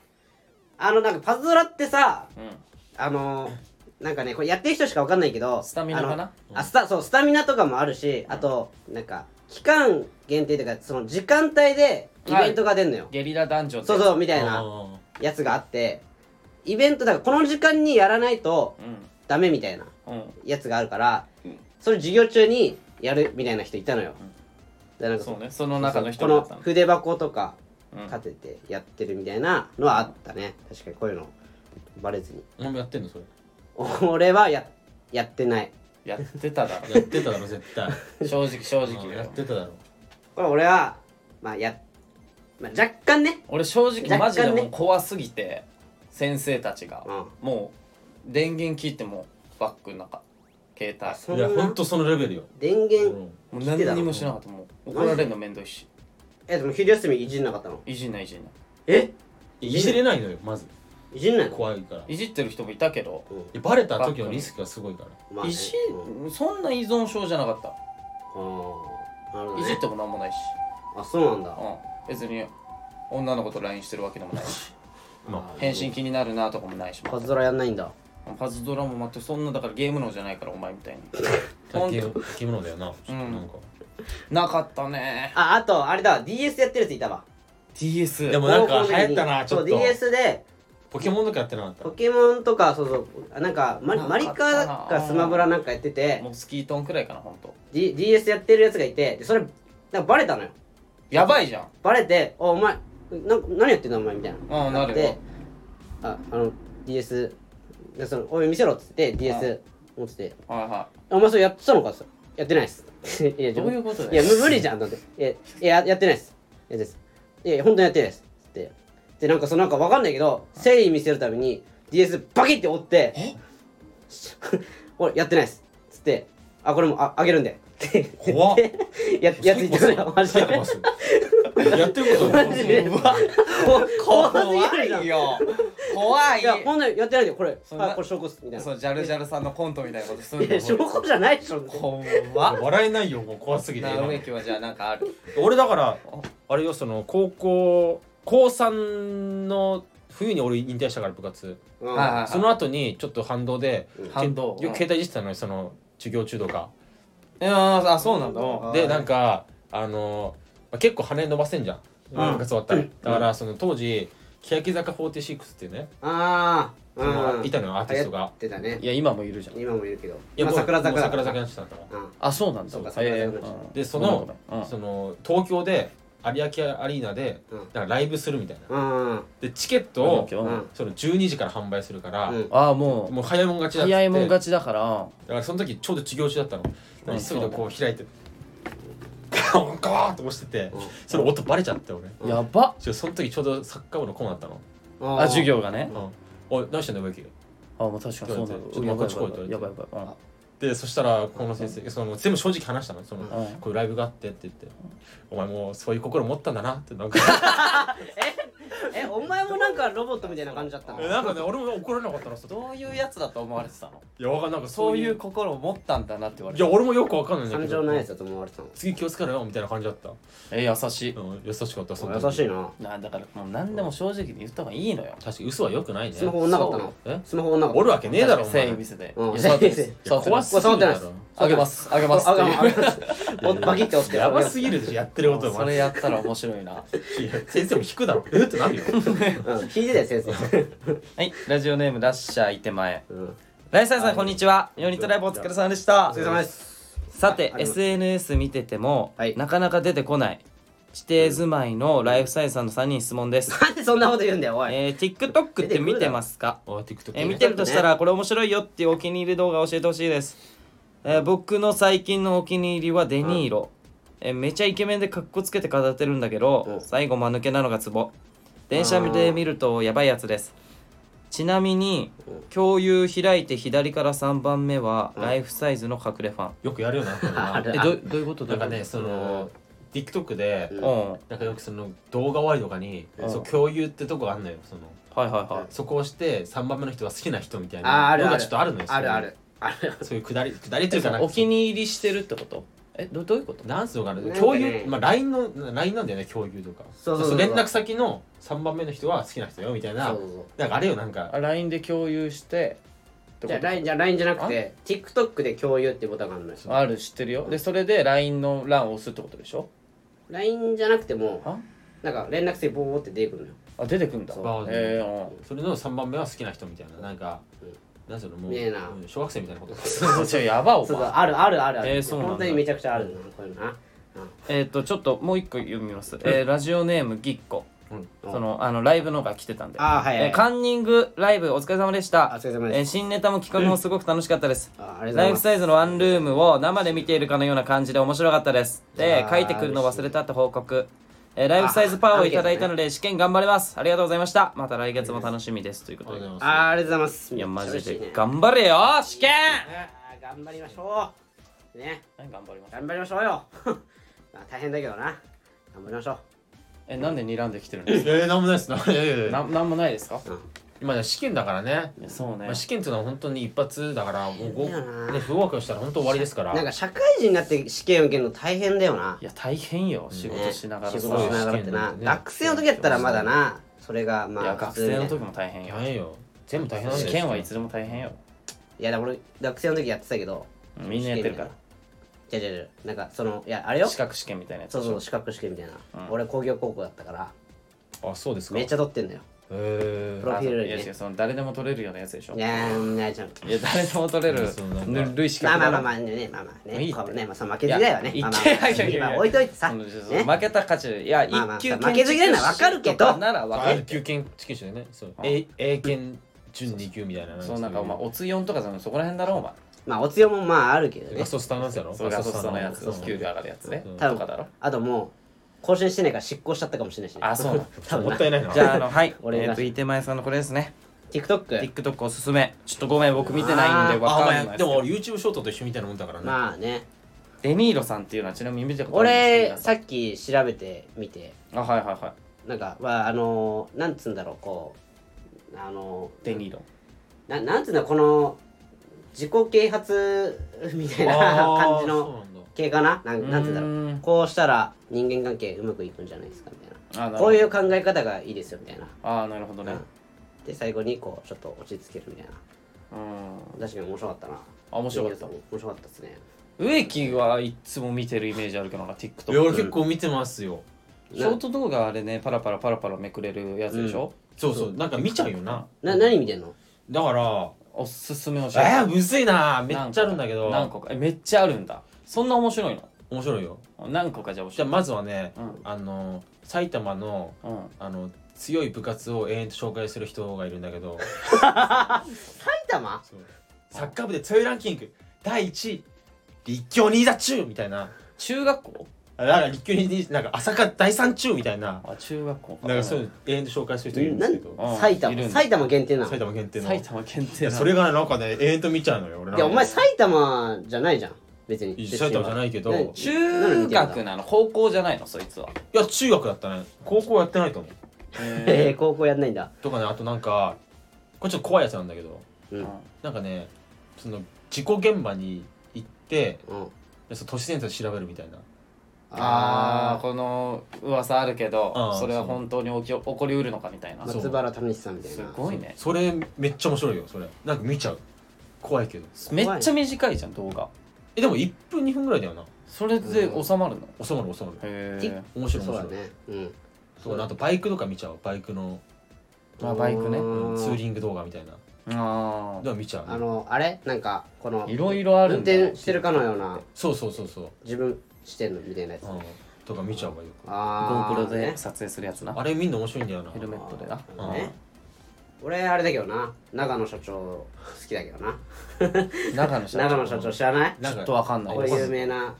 Speaker 1: あのなんかパズドラってさ
Speaker 2: うん
Speaker 1: あのーなんかねこれやってる人しかわかんないけど
Speaker 2: スタミナかな
Speaker 1: あのあスタそうスタミナとかもあるしあとなんか期間限定というかその時間帯でイベントが出んのよ、
Speaker 2: ゲリラダンジョンって
Speaker 1: そうそうみたい
Speaker 3: あ
Speaker 1: なやつがあってイベントだからこの時間にやらないとダメみたいな
Speaker 2: うんうん
Speaker 1: やつがあるから、
Speaker 2: うん
Speaker 1: それ授業中にやるみたいな人いたのよ、でなんか
Speaker 2: そうねその中の一
Speaker 1: こ
Speaker 2: 人だった
Speaker 1: の
Speaker 2: の
Speaker 1: 筆箱とか
Speaker 2: うん
Speaker 1: 立ててやってるみたいなのはあったね確かにこういうのバレずに
Speaker 3: お前もやってんのそれ
Speaker 1: 俺はややってない
Speaker 2: やって ただ
Speaker 3: やってただろ絶対
Speaker 2: ろ正直正
Speaker 3: う
Speaker 2: 直
Speaker 3: んやってただろ
Speaker 1: これ俺はまあや、まあ、若干ね
Speaker 2: 俺正直マジで
Speaker 1: 若干ね
Speaker 2: もう怖すぎて先生たちが
Speaker 1: うん
Speaker 2: もう電源切ってもうバッグの中携帯
Speaker 1: そん
Speaker 3: いやほ
Speaker 1: なん
Speaker 3: とそのレベルよ、
Speaker 1: 電
Speaker 3: う
Speaker 1: 源
Speaker 3: ん、
Speaker 2: もう何にもしなかったもう怒られるのめんどいし
Speaker 1: えでも昼休みいじんなかったの
Speaker 2: いじんないいじんない
Speaker 1: え
Speaker 3: いじれないのよまず
Speaker 1: いじんないの、
Speaker 3: 怖いから
Speaker 2: いじってる人もいたけど
Speaker 1: う
Speaker 3: バレた時のリスクがすごいから
Speaker 1: んまあね
Speaker 2: いじ
Speaker 1: うん
Speaker 2: そんな依存症じゃなかった
Speaker 1: あーなるほど
Speaker 2: いじ
Speaker 1: ね
Speaker 2: ってもなんもないし、
Speaker 1: あそうなんだ
Speaker 2: うん、別に女の子と LINE してるわけでもないし
Speaker 3: ま
Speaker 1: あー
Speaker 2: 返信気になるなとかもないし
Speaker 1: パズドラやんないんだ
Speaker 2: パズドラも全くそんなだからゲームのじゃないからお前みたいにほん
Speaker 3: ゲームゲームのだよな、
Speaker 2: ん
Speaker 3: なんか
Speaker 2: なかったね
Speaker 1: ああとあれだ DS やってるやついたわ
Speaker 2: DS
Speaker 3: でもなんか
Speaker 1: 高校の時に
Speaker 3: 流行ったなちょっと
Speaker 1: そう DS で
Speaker 3: ポケモンとかやってなかっ
Speaker 1: ポ
Speaker 3: た
Speaker 1: ケモンとかそうそうあなんかマリ
Speaker 2: なんか
Speaker 1: マリカがスマブラなんかやってて
Speaker 2: もうスキートンくらいかなほんと
Speaker 1: D DS やってるやつがいてでそれなんかバレたのよ
Speaker 2: やばいじゃん
Speaker 1: バレて「おお前なんか何やってんだお前」みたいな
Speaker 2: うんなるよ
Speaker 1: でああの DS でそのおい見せろ」っつって
Speaker 2: う
Speaker 1: DS 持ってて
Speaker 2: はいは
Speaker 1: 「お前それやってたのか?」っつったらやってないっす」 いや
Speaker 2: いどういうことだ
Speaker 1: いや
Speaker 2: よ
Speaker 1: む無理じゃんだって「いやいややってないっす」やってないっす「いやいや本当にやってないっす」っつってでなんかそのなんかわかんないけど誠意見せるために DS バキって折って 「俺やってないっす」っつって「あこれもああげるんで」 って
Speaker 3: 怖っ
Speaker 1: ややついたのよマジで
Speaker 3: サイコパスやってること
Speaker 1: マジで怖すぎ
Speaker 2: 怖
Speaker 1: るじゃん
Speaker 2: いよ怖い
Speaker 1: いや、ほんとにやってないで、これ。
Speaker 2: そんな
Speaker 1: あ、これ証拠っす。みたいな。
Speaker 2: そうジャルジャルさんのコントみたいなことする
Speaker 1: いや、証拠じゃないでしょ。
Speaker 2: 怖っ
Speaker 3: 笑えないよもう怖すぎて
Speaker 2: な
Speaker 3: 今
Speaker 2: 植木はじゃあなんかある
Speaker 3: 俺だからあれよその高校高3の冬に俺引退したから部活
Speaker 1: うん
Speaker 2: はいはい
Speaker 3: その後にちょっと反動で
Speaker 1: うん
Speaker 2: 反動
Speaker 3: よく携帯いじってたのよその授業中とか
Speaker 2: いやーあそうなんだうん
Speaker 3: でなんかあのまあ結構羽伸ばせんじゃん部活終わったらだからその当時欅坂46っていうね
Speaker 1: あー、
Speaker 3: その
Speaker 1: うん。
Speaker 3: いたのよアーティストが
Speaker 1: 流行ってたね
Speaker 2: い。や今もいるじゃん
Speaker 1: 今もいるけど。
Speaker 3: いや
Speaker 1: 今、
Speaker 3: もう
Speaker 1: 桜
Speaker 3: もう
Speaker 1: 坂だか
Speaker 3: 桜
Speaker 1: ら。
Speaker 3: 坂になってたから
Speaker 1: うん
Speaker 2: あそうなんだ
Speaker 1: そうか
Speaker 2: え
Speaker 1: そうかそう
Speaker 2: ー
Speaker 1: か
Speaker 3: でそ
Speaker 2: ごめんご
Speaker 3: の
Speaker 2: めんうん
Speaker 3: その東京で有明アリーナで
Speaker 1: うん
Speaker 3: なんかライブするみたいな
Speaker 1: うん。
Speaker 3: でチケット
Speaker 2: うん
Speaker 3: を
Speaker 1: うん
Speaker 3: その12時から販売するから、
Speaker 1: うん
Speaker 2: ああもう
Speaker 3: もう早いもん勝ちだっつって
Speaker 2: 早いもん勝ちだから
Speaker 3: だからその時ちょうど授業中だったの
Speaker 2: うん
Speaker 3: 急いでこう開いてガワンガワンと押してて
Speaker 1: うん
Speaker 3: それ音バレちゃって俺
Speaker 1: うん
Speaker 2: やばっ
Speaker 3: ちょその時ちょうどサッカー部の顧問だったの
Speaker 1: あー
Speaker 2: あ授。業がね
Speaker 3: うんおい何してんだ植木
Speaker 2: あもう確かにそうなんだ
Speaker 3: ちょっと
Speaker 2: やばい
Speaker 3: ちょっ
Speaker 2: や
Speaker 3: と
Speaker 2: ばいやばいやばい
Speaker 3: でそしたらこの先生その全部正直話したのその
Speaker 2: うん
Speaker 3: こういうライブがあってって言ってお前もうそういう心持ったんだなってなんか
Speaker 1: え、お前もなんかロボットみたいな感じだったの
Speaker 3: え なんかね俺も怒られなかったのさ
Speaker 2: どういうやつだと思われてたの
Speaker 3: いやわかんないなんか
Speaker 2: そういう心を持ったんだなって言われ
Speaker 3: い
Speaker 2: て
Speaker 3: や俺もよくわかんないんだ
Speaker 1: 感
Speaker 3: け
Speaker 1: 情
Speaker 3: ど
Speaker 1: ないやつだと思われてたの。
Speaker 3: 次気をつけろよみたいな感じだった
Speaker 2: え優しい
Speaker 3: うん優しかったその時
Speaker 1: 優しいな。
Speaker 2: なんだからもう何でも正直に言った方がいいのよ
Speaker 3: 確かに嘘はよくないね
Speaker 1: スマホ女なかったの
Speaker 3: え
Speaker 1: スマホ女なかっ
Speaker 3: お
Speaker 1: た
Speaker 3: るわけねえだろお
Speaker 2: 誠
Speaker 3: 前
Speaker 2: 意見せて
Speaker 1: うん
Speaker 2: いや触ってる
Speaker 1: 誠意見
Speaker 2: 触って
Speaker 3: 怖
Speaker 2: ます
Speaker 3: ぎるだ
Speaker 1: 触って
Speaker 3: ろ
Speaker 2: あげますあげます
Speaker 1: ああああおバキって押して。
Speaker 3: やばすぎるでしょやってるこ と
Speaker 2: それやったら面白いな
Speaker 3: 先生も引く だろえってなるよ
Speaker 1: うん。聞いてたよ、先生。
Speaker 2: はいラジオネームラッシャーいて前
Speaker 1: うん。お
Speaker 2: ライサイさんこんにちはユニットライブお疲れ様でした
Speaker 1: 疲れ様です。
Speaker 2: さて
Speaker 1: あありがとうございます
Speaker 2: SNS 見てても、
Speaker 1: はい
Speaker 2: なかなか出てこない地底住まいのライフサイズさんの3人質問です、
Speaker 1: なんでそんなこと言うんだよ、おい。
Speaker 2: えー、TikTok って見てますか、
Speaker 3: あ TikTok
Speaker 2: えー見てるとしたらこれ面白いよっていうお気に入り動画教えてほしいです、えー僕の最近のお気に入りはデニーロ、えーめちゃイケメンでかっこつけて飾ってるんだけど、
Speaker 1: うん
Speaker 2: 最後間抜けなのがツボ電車で見るとやばいやつですちなみに
Speaker 1: うん
Speaker 2: 共有開いて左から3番目は
Speaker 1: うん
Speaker 2: ライフサイズの隠れファン、
Speaker 3: よくやるよなこれな
Speaker 2: えどどういうこと
Speaker 3: なんか
Speaker 2: どういう
Speaker 3: ねその TikTok で
Speaker 1: うん
Speaker 2: ことうん
Speaker 3: なんかよくその動画終わりとかに
Speaker 2: うん
Speaker 3: そう共有ってとこがあんのよその
Speaker 2: はいはいはい。
Speaker 3: そこをして3番目の人は好きな人みたい
Speaker 1: あー
Speaker 3: な
Speaker 1: ある
Speaker 3: の
Speaker 1: ある
Speaker 3: がちょっとあるのよ
Speaker 1: あるある。ある。
Speaker 3: そういうくだりくだりというかなんか
Speaker 2: お気に入りしてるってことえどどういうこと
Speaker 3: なんすのかな
Speaker 1: なんかね
Speaker 3: 共有まあ LINE の LINE なんだよね共有とか
Speaker 1: そうそうそう
Speaker 3: 連絡先の3番目の人は好きな人よみたいな
Speaker 1: そうそうそう
Speaker 3: なんかあれよなんか
Speaker 2: あ ?LINE で共有してってこと
Speaker 1: じゃあ LINE じゃあ LINE じゃなくて TikTok で共有ってボタンがあるのよ
Speaker 2: ある知ってるよ。で、それで LINE の欄を押すってことでしょ
Speaker 1: LINE じゃなくて
Speaker 2: あ
Speaker 1: もなんか連絡先ボーって出てくるのよ
Speaker 2: あ、出てくんだ。
Speaker 1: そう
Speaker 2: えー
Speaker 3: それの3番目は好きな人みたいななんか
Speaker 1: うん
Speaker 3: なんすのもう
Speaker 1: ねえな
Speaker 3: うん小学生みたい なこと
Speaker 2: うん。 ちょ、やばお
Speaker 1: そうそう
Speaker 2: 前。
Speaker 1: あるあるあるある、
Speaker 2: えーそうなんだ
Speaker 1: 本当にめちゃくちゃあるなこういうのな
Speaker 2: えっと、ちょっともう一個読みます。えーラジオネームぎっこ。
Speaker 3: うん
Speaker 2: その、あの、ライブのが来てたんで。
Speaker 1: あーはいはい
Speaker 2: えーカンニングライブお疲れ様でし
Speaker 1: あ
Speaker 2: た
Speaker 1: お。疲れ様
Speaker 2: えー
Speaker 1: です、
Speaker 2: 新ネタも企画もすごく楽しかったです。
Speaker 1: あありが
Speaker 2: ラ
Speaker 1: と
Speaker 2: イ
Speaker 1: うご
Speaker 2: フ
Speaker 1: ざ
Speaker 2: サ
Speaker 1: い
Speaker 2: イズのワンルームを生で見ているかのような感じで面白かったです。で
Speaker 1: あ、ー
Speaker 2: 書いてくるの忘れたって報告。えーライフサイズパワーをいただいたので試験頑張ります。ありがとうございました。また来月も楽しみです。ということで。
Speaker 1: ますあーありがとうございます
Speaker 2: いや、マジ
Speaker 1: めっちゃ嬉しい
Speaker 2: で
Speaker 1: ね
Speaker 2: 頑張れよ試験
Speaker 1: ああ頑張りましょうね
Speaker 2: 何頑張りましょう
Speaker 1: 頑張りましょうよ まあ大変だけどな頑張りましょ
Speaker 2: えなんで睨んできてるんです
Speaker 3: いやいや、なんもないっすな。いやいやい
Speaker 2: か
Speaker 3: や
Speaker 2: ななんもないですか
Speaker 1: う、うん、
Speaker 3: 今ね試験だからね。
Speaker 2: いやそうね
Speaker 3: まあ、試験っていうのは本当に一発だから、もうご、
Speaker 1: 変だよな
Speaker 3: ね、不合格したら本当終わりですから。
Speaker 1: なんか社会人になって試験受けるの大変だよない
Speaker 2: や大変よ仕事しながらさ、
Speaker 1: 仕事しながらってな、
Speaker 3: そうですね
Speaker 1: 学生の時やったらまだなそれが
Speaker 2: い
Speaker 1: ま
Speaker 2: や
Speaker 1: あ普
Speaker 2: 学
Speaker 1: 通
Speaker 2: 生
Speaker 1: ね
Speaker 2: の時も大変よ
Speaker 3: 大変よ。全部大変なんです
Speaker 2: 試
Speaker 3: よ
Speaker 2: 験はいつでも大変よ
Speaker 1: いやだから俺学生の時やってたけど
Speaker 2: うんみんなやってるから
Speaker 1: じゃじゃじゃなんかそのいやあれよ
Speaker 2: 資格試験みたいなやつ
Speaker 1: そう
Speaker 2: でし
Speaker 1: そ
Speaker 2: ょ
Speaker 1: う資格試験みたいな、
Speaker 2: うん
Speaker 1: 俺工業高校だったから
Speaker 3: あ、そうですか。
Speaker 1: めっち
Speaker 3: ゃ。
Speaker 1: ゃ取ってんのよ
Speaker 3: え
Speaker 1: プロ
Speaker 2: あ
Speaker 1: フィールに
Speaker 2: いや違うその誰でも取れるようなやつでしょ
Speaker 1: いやーんなちゃん
Speaker 2: いや誰でも取れる
Speaker 3: そうなんか
Speaker 2: ぬるい資
Speaker 1: まあ
Speaker 2: 格
Speaker 1: まあまあ
Speaker 2: だろ
Speaker 1: まあねまあまあ
Speaker 2: いい
Speaker 1: ね
Speaker 2: って
Speaker 1: こうねまあその負けず嫌いはね
Speaker 2: い
Speaker 1: ま
Speaker 2: や
Speaker 1: あまあ
Speaker 2: いやいやいや
Speaker 1: まあ置いといてさ
Speaker 2: その
Speaker 1: ね
Speaker 2: そう負けた価値いや
Speaker 1: まあまあ
Speaker 2: 一級
Speaker 1: 負けず嫌いなのはわかるけど
Speaker 2: 建築士とならわか
Speaker 3: あ、
Speaker 2: る
Speaker 3: L 級研究者ね。そう。
Speaker 2: あ
Speaker 3: A、A 研、準2級みたいな。
Speaker 2: そうなんかお前
Speaker 3: お
Speaker 2: おつ4とかそのそこら辺だろお前
Speaker 1: まあお強もまああるけどね
Speaker 3: ガソスタのやつやろ
Speaker 2: そうガソスタのやつ
Speaker 3: ガソスタ
Speaker 2: 給料上がるやつね
Speaker 3: うん
Speaker 2: とかだろ
Speaker 1: あともう更新してないから執行しちゃったかもしれないしね
Speaker 2: あそうなの
Speaker 1: 多分
Speaker 3: もったいないな
Speaker 2: じゃああのはい
Speaker 1: 俺が
Speaker 2: えっと伊手前さんのこれですね
Speaker 1: TikTok
Speaker 2: TikTok おすすめちょっとごめん僕見てないんで
Speaker 1: あ
Speaker 2: わ
Speaker 3: あ、
Speaker 2: か
Speaker 3: お
Speaker 2: んないす
Speaker 3: 前、
Speaker 2: け
Speaker 3: で
Speaker 2: ど
Speaker 3: も YouTube ショートと一緒みたいなもんだからね。
Speaker 1: まあね
Speaker 2: デニーロさんっていうのはちなみに見たことあるんです
Speaker 1: 俺
Speaker 2: か
Speaker 1: さっき調べてみて
Speaker 2: 皆さんあはいはいはい
Speaker 1: なんかはあのーなんつうんだろうこうあのー
Speaker 2: デニーロ
Speaker 1: ななんつうんだこの自己啓発みたいな
Speaker 3: あー
Speaker 1: 感じ
Speaker 3: そう
Speaker 1: の
Speaker 3: なんだ
Speaker 1: 系かななんなんつうんだろ
Speaker 2: う
Speaker 1: う
Speaker 2: ーん
Speaker 1: こうしたら人間関係うまくいくんじゃないですかみたいな
Speaker 2: あなるほど
Speaker 1: こういう考え方がいいですよみたいな、
Speaker 2: ああなるほどね
Speaker 1: で最後にこうちょっと落ち着けるみたいな
Speaker 2: うん
Speaker 1: 確かに面白かったな
Speaker 2: あ面白かった
Speaker 1: 面白かったですね
Speaker 2: 植木はいつも見てるイメージあるけどな TikTok
Speaker 3: いや、俺結構見てますよ。
Speaker 2: ショート動画あれねパラパラパラパラめくれるやつでしょ、
Speaker 3: そうそう、なんか見ちゃうよな。
Speaker 1: な何見てんの
Speaker 3: だから、
Speaker 2: おすすめをし
Speaker 3: えー、むずいな。めっちゃあるんだけど。
Speaker 2: 何個かえめっちゃあるんだそんな面白いの
Speaker 3: 面白いよ。
Speaker 2: 何個かじゃあ
Speaker 3: じ
Speaker 2: 教え
Speaker 3: ゃあ
Speaker 2: て
Speaker 3: まずはね、
Speaker 2: うん
Speaker 3: あの埼玉の
Speaker 2: うん
Speaker 3: あの強い部活を延々と紹介する人がいるんだけ ど
Speaker 1: 埼玉
Speaker 3: サッカー部で強いランキング第1位立教2位だ中みたいな
Speaker 2: 中学校
Speaker 3: あなんか立教2位なんか朝霞第3中みたいな
Speaker 2: あ中学校
Speaker 3: なんかそういうの延々と紹介する人いるんですけど
Speaker 2: なうん
Speaker 1: 埼
Speaker 2: いるん
Speaker 1: 玉
Speaker 2: だ
Speaker 1: 埼玉限定なの
Speaker 3: 埼玉限定の
Speaker 2: 埼玉限
Speaker 3: い
Speaker 2: 定
Speaker 3: や
Speaker 2: な
Speaker 3: それがなんかね延々と見ちゃうのよ俺なん
Speaker 1: い
Speaker 3: か
Speaker 1: やお前埼玉じゃないじゃん別に
Speaker 3: いや埼玉じゃないけど
Speaker 1: ね
Speaker 3: い
Speaker 2: 中学なの高校じゃないのそいつは
Speaker 3: や中学だったね高校やってないと思う
Speaker 1: えー、高校やんないんだ
Speaker 3: とかねあとなんかこれちょっと怖いやつなんだけど
Speaker 1: うんうん
Speaker 3: なんかねその事故現場に行ってでその都市伝説調べるみたいな
Speaker 2: ああ
Speaker 1: あ
Speaker 2: この噂あるけど
Speaker 3: うん
Speaker 2: それは本当に起き起こりうるのかみたいな
Speaker 1: ー
Speaker 2: す
Speaker 1: 松原民さんみたいな
Speaker 2: ごいね
Speaker 3: それめっちゃ面白いよそれなんか見ちゃう怖いけど
Speaker 2: めっちゃ短いじゃん動画
Speaker 3: えでも1分2分ぐらいだよな
Speaker 2: それで収まるの
Speaker 3: 収まる収まる
Speaker 2: へ
Speaker 1: ティ
Speaker 2: え
Speaker 1: ッ
Speaker 3: 面白い
Speaker 1: そ
Speaker 3: 面
Speaker 1: うだ
Speaker 3: 白い
Speaker 1: ねうん
Speaker 3: そうあとバイクとか見ちゃうバイクの、
Speaker 2: あバイクね
Speaker 1: う
Speaker 3: うん
Speaker 1: ん
Speaker 3: ツーリング動画みたいな
Speaker 2: あ
Speaker 3: でも見ちゃう
Speaker 1: あのあれなんかこの
Speaker 2: あいろいろある
Speaker 1: 運
Speaker 2: んだな
Speaker 1: 転してるかのような
Speaker 3: そうそうそうそう、
Speaker 1: 自分してんのみたいなやつ、
Speaker 3: うん、とか見ちゃうわよく
Speaker 1: あー
Speaker 2: GoPro
Speaker 1: ね
Speaker 2: で撮影するやつな
Speaker 3: あれ見んの面白いんだよな
Speaker 2: ヘルメットでな
Speaker 1: あのね俺あれだけどな長野社長好きだけど な
Speaker 2: 長野社
Speaker 1: 長
Speaker 2: 長
Speaker 1: 野社長知らない
Speaker 3: なん
Speaker 2: ちょ
Speaker 3: か
Speaker 2: っとわかんない
Speaker 1: これ有名な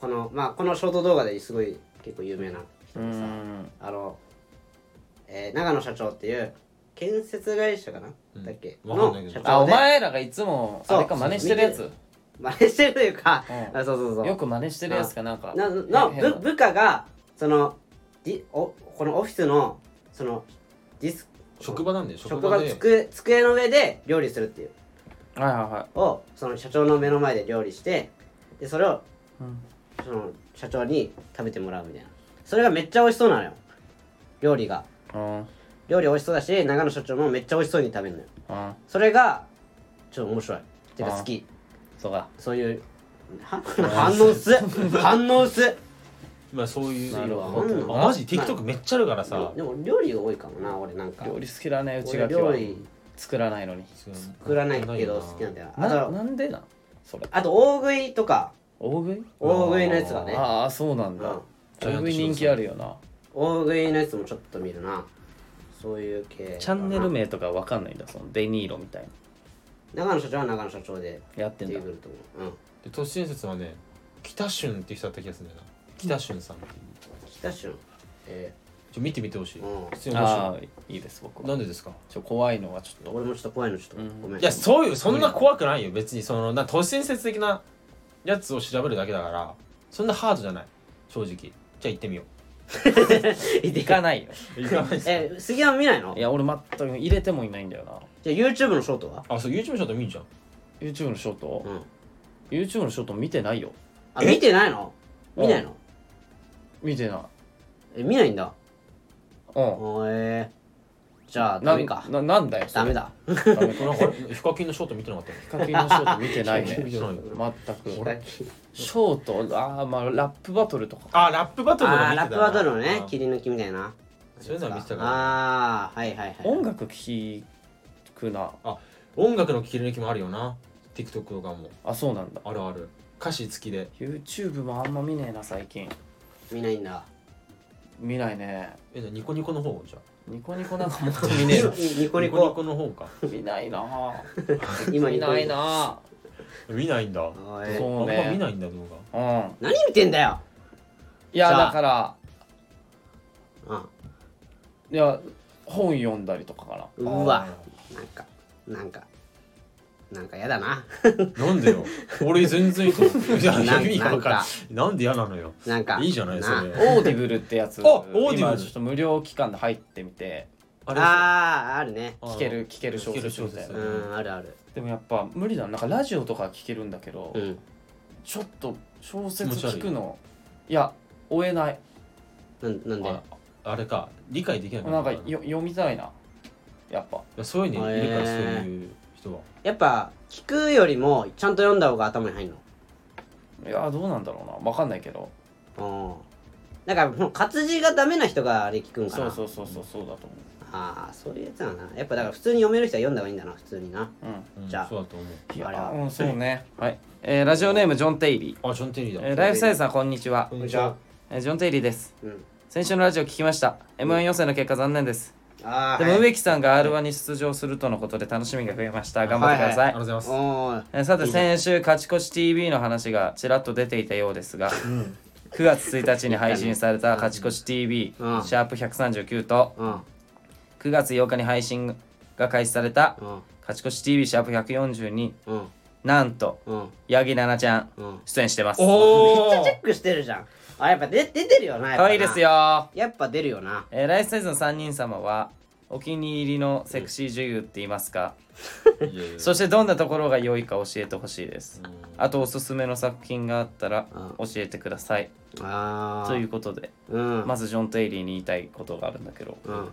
Speaker 1: このまあこのショート動画ですごい結構有名な人
Speaker 2: う
Speaker 1: でさ
Speaker 2: ん
Speaker 1: あの、えー長野社長っていう建設会社かな、
Speaker 3: うん
Speaker 1: だっけ
Speaker 3: わかんないけ
Speaker 1: の社
Speaker 3: ど
Speaker 1: 長で
Speaker 2: あお前らがいつも
Speaker 1: そう
Speaker 2: あれか真似してるやつ
Speaker 1: 真似してるというか、
Speaker 2: うん
Speaker 1: あそうそうそう
Speaker 2: よく真似してるやつかなんか
Speaker 1: なの
Speaker 2: 変な
Speaker 1: ぶ部下がそのディおこのオフィスのそのディス
Speaker 3: 職場なんだよ
Speaker 1: 職
Speaker 3: 職
Speaker 1: 場
Speaker 3: 場
Speaker 1: の
Speaker 3: で
Speaker 1: 机机の上で料理するっていう
Speaker 2: はいはいは
Speaker 1: をその社長の目の前で料理してでそれを
Speaker 2: いうん
Speaker 1: その社長に食べてもらうみたいなそれがめっちゃ美味しそうなのよ料理が
Speaker 2: うん
Speaker 1: 料理美味しそうだし長野社長もめっちゃ美味しそうに食べるのよ
Speaker 2: うん
Speaker 1: それがちょっと面白いてか
Speaker 2: あー
Speaker 1: 好き
Speaker 2: そうか
Speaker 1: そういうは反応薄っ 反応薄っ
Speaker 3: まあそういう
Speaker 2: なるほ
Speaker 1: ど
Speaker 3: うんあマジ TikTok めっちゃあるからさ
Speaker 1: でも料理が多いかもな俺なんか
Speaker 2: 料理好きだねうち
Speaker 1: 俺
Speaker 2: が
Speaker 1: 料理
Speaker 2: 作らないのに
Speaker 1: 作らないけど好きなんだよあ
Speaker 2: な
Speaker 1: と
Speaker 2: なんでなそれ
Speaker 1: あと大食いとか
Speaker 2: 大食い
Speaker 1: 大食いのやつがね
Speaker 2: ああそうなんだ
Speaker 3: うん
Speaker 2: 大食い人気あるよな
Speaker 1: 大食いのやつもちょっと見るなそういう系
Speaker 2: チャンネル名とかわかんないんだそのデニーロみたい
Speaker 1: 長野社長は長野社長で
Speaker 2: なやってん
Speaker 1: 出
Speaker 2: だ
Speaker 1: てくると思ううん
Speaker 3: で都市伝説はね北俊って人だった気がするんだよな北俊さんっていう
Speaker 1: 北春え
Speaker 3: ちょ見てみてほしい、
Speaker 1: うん
Speaker 3: 普通に面白
Speaker 2: ああいいです僕
Speaker 3: いな
Speaker 2: は
Speaker 3: んでですか
Speaker 2: ちょ怖いのはちょっと
Speaker 1: 俺もちょっと怖いのちょっとごめん
Speaker 3: いやそういうそんな怖くないよ別にそのな都市伝説的なやつを調べるだけだからそんなハードじゃない正直じゃあ行ってみよ
Speaker 2: 行かないよ
Speaker 3: う行かないですか
Speaker 1: え杉山見ないの
Speaker 2: いや俺全く入れてもいないんだよな
Speaker 1: じゃあ YouTube のショートは
Speaker 3: あそう YouTube ショート見んじゃん
Speaker 2: YouTube のショート、
Speaker 1: うん
Speaker 2: YouTube のショート見てないよ
Speaker 1: あ
Speaker 3: え
Speaker 1: 見てないの見ないの
Speaker 2: 見てない
Speaker 1: え見ないんだ
Speaker 2: うん
Speaker 1: おえーじゃあ
Speaker 2: な
Speaker 1: ダ
Speaker 2: ん
Speaker 1: メか
Speaker 2: ななんだよ
Speaker 1: ダメ
Speaker 2: だ
Speaker 1: だ
Speaker 2: ダメか
Speaker 3: なんかあれヒカキンのショート見てなかったの
Speaker 2: ヒカキンのショート見てない
Speaker 3: ヒ
Speaker 2: ね
Speaker 3: カキン見てないよ
Speaker 2: 全
Speaker 1: ヒ
Speaker 2: く
Speaker 1: カキン
Speaker 2: ショートああまあラップバトルとか
Speaker 3: あラップバトルの見て
Speaker 1: あ
Speaker 3: た
Speaker 1: ーラ
Speaker 3: な
Speaker 1: ップバトルのね
Speaker 3: うん
Speaker 1: 切り抜きみたいな
Speaker 3: そういうのは見てたから
Speaker 1: ああーはいはいはい
Speaker 2: 音楽聴くな
Speaker 3: 音楽の切り抜きもあるよな TikTok とかも
Speaker 2: あそうなんだ
Speaker 3: あるある歌詞付きで
Speaker 2: YouTube もあんま見ねえな最近
Speaker 1: 見ないんだ
Speaker 2: 見ないね
Speaker 3: えじゃあニコニコの方じゃ
Speaker 2: ニコニコなんかもっ と見ねえな
Speaker 1: ニニ
Speaker 3: あ
Speaker 1: コニ
Speaker 3: ニコニ
Speaker 1: コ
Speaker 3: コの方か
Speaker 2: 見ないな
Speaker 1: 今
Speaker 2: 見
Speaker 1: ニコ
Speaker 2: ない
Speaker 1: ニコ
Speaker 2: な
Speaker 3: 見ないんだ
Speaker 1: おい
Speaker 2: そうね
Speaker 3: あんま見ないんだ動画
Speaker 2: うん
Speaker 1: 何見てんだよ
Speaker 2: いや
Speaker 1: じゃあ
Speaker 2: だから
Speaker 1: うん
Speaker 2: いや本読んだりとかかな
Speaker 1: うわなんかなんかなんかやだな
Speaker 3: なんでよ俺全然いいと思う いや
Speaker 1: なん
Speaker 3: 意味
Speaker 1: な
Speaker 3: がわかん
Speaker 1: んか
Speaker 3: ないなんで嫌なのよ
Speaker 1: なんか
Speaker 3: いいじゃないそれ
Speaker 2: オーディブルってやつ
Speaker 3: あオーディブル
Speaker 2: 今ちょっと無料期間で入ってみて
Speaker 3: あ
Speaker 1: あああるね
Speaker 3: あー
Speaker 2: 聞ける聞ける小説みた
Speaker 3: 聞
Speaker 2: い
Speaker 3: け
Speaker 1: う
Speaker 2: なん
Speaker 3: る小説
Speaker 1: んあるある
Speaker 2: でもやっぱ無理だななんかラジオとか聞けるんだけど、
Speaker 1: うん
Speaker 2: ちょっと小
Speaker 3: 気
Speaker 2: 説
Speaker 3: 持ち悪い
Speaker 2: 聞くのいや追えない
Speaker 1: なんなんで
Speaker 3: ああれか理解できない
Speaker 2: なんか
Speaker 3: い
Speaker 2: よ読みたいなやっぱ
Speaker 3: やそういうのいるからそういう人は
Speaker 1: やっぱ聞くよりもちゃんと読んだ方が頭に入る
Speaker 2: いやどうなんだろうな分かんないけど
Speaker 1: のうんだからもう活字がダメな人があれ聞くんか
Speaker 2: そ
Speaker 1: な
Speaker 2: うそうそうそうそうだと思
Speaker 1: ああそういうやつだなやっぱだから普通に読める人は読んだ方がいいんだな普通にな
Speaker 2: ううん
Speaker 3: うん
Speaker 1: じゃあ
Speaker 3: そうだと思う
Speaker 2: い
Speaker 1: あれは
Speaker 2: やうんそうねはい、えーラジオネームジョン・テイリー、
Speaker 3: あジョン・テリーだ
Speaker 2: えーライフサイズさんこんにちは
Speaker 3: こん
Speaker 1: こん
Speaker 3: に
Speaker 1: に
Speaker 3: ち
Speaker 1: ち
Speaker 3: は
Speaker 1: は
Speaker 2: えージョン・テイリーです
Speaker 1: うん
Speaker 2: 先週のラジオ聞きました m 1予選の結果残念です
Speaker 1: ああ
Speaker 2: でも植木さんが r 1に出場するとのことで楽しみが増えました頑張ってくだ
Speaker 1: は
Speaker 2: さ
Speaker 3: あ
Speaker 2: い
Speaker 3: りがとうございま
Speaker 1: おー
Speaker 2: えーさて先週勝ち越し TV の話がちらっと出ていたようですが9月1日に配信された勝ち越し TV シ
Speaker 1: うん
Speaker 2: ャープ139と
Speaker 1: うん
Speaker 2: 9月8日に配信が開始された
Speaker 1: うん
Speaker 2: 勝ち越し TV シャープ140に
Speaker 1: うん
Speaker 2: なんと
Speaker 1: うん
Speaker 2: 八木奈々ちゃん
Speaker 1: うん
Speaker 2: 出演してます
Speaker 3: す
Speaker 2: 可
Speaker 3: お
Speaker 1: チェックしてるじゃんあやっぱ出出てるよなやっぱな
Speaker 2: 愛いですよ、
Speaker 1: やっぱ出るよな
Speaker 2: えーライフサイズの3人様はお気に入りのセクシー女優って言いますか、
Speaker 3: お
Speaker 2: そしてどんなところが良いか教えてほしいです、
Speaker 3: うん
Speaker 2: あとおすすめの作品があったら
Speaker 1: う
Speaker 2: 教えてください
Speaker 1: ああ
Speaker 2: ということで
Speaker 1: うん
Speaker 2: まずジョン・テイリーに言いたいことがあるんだけど、
Speaker 1: うん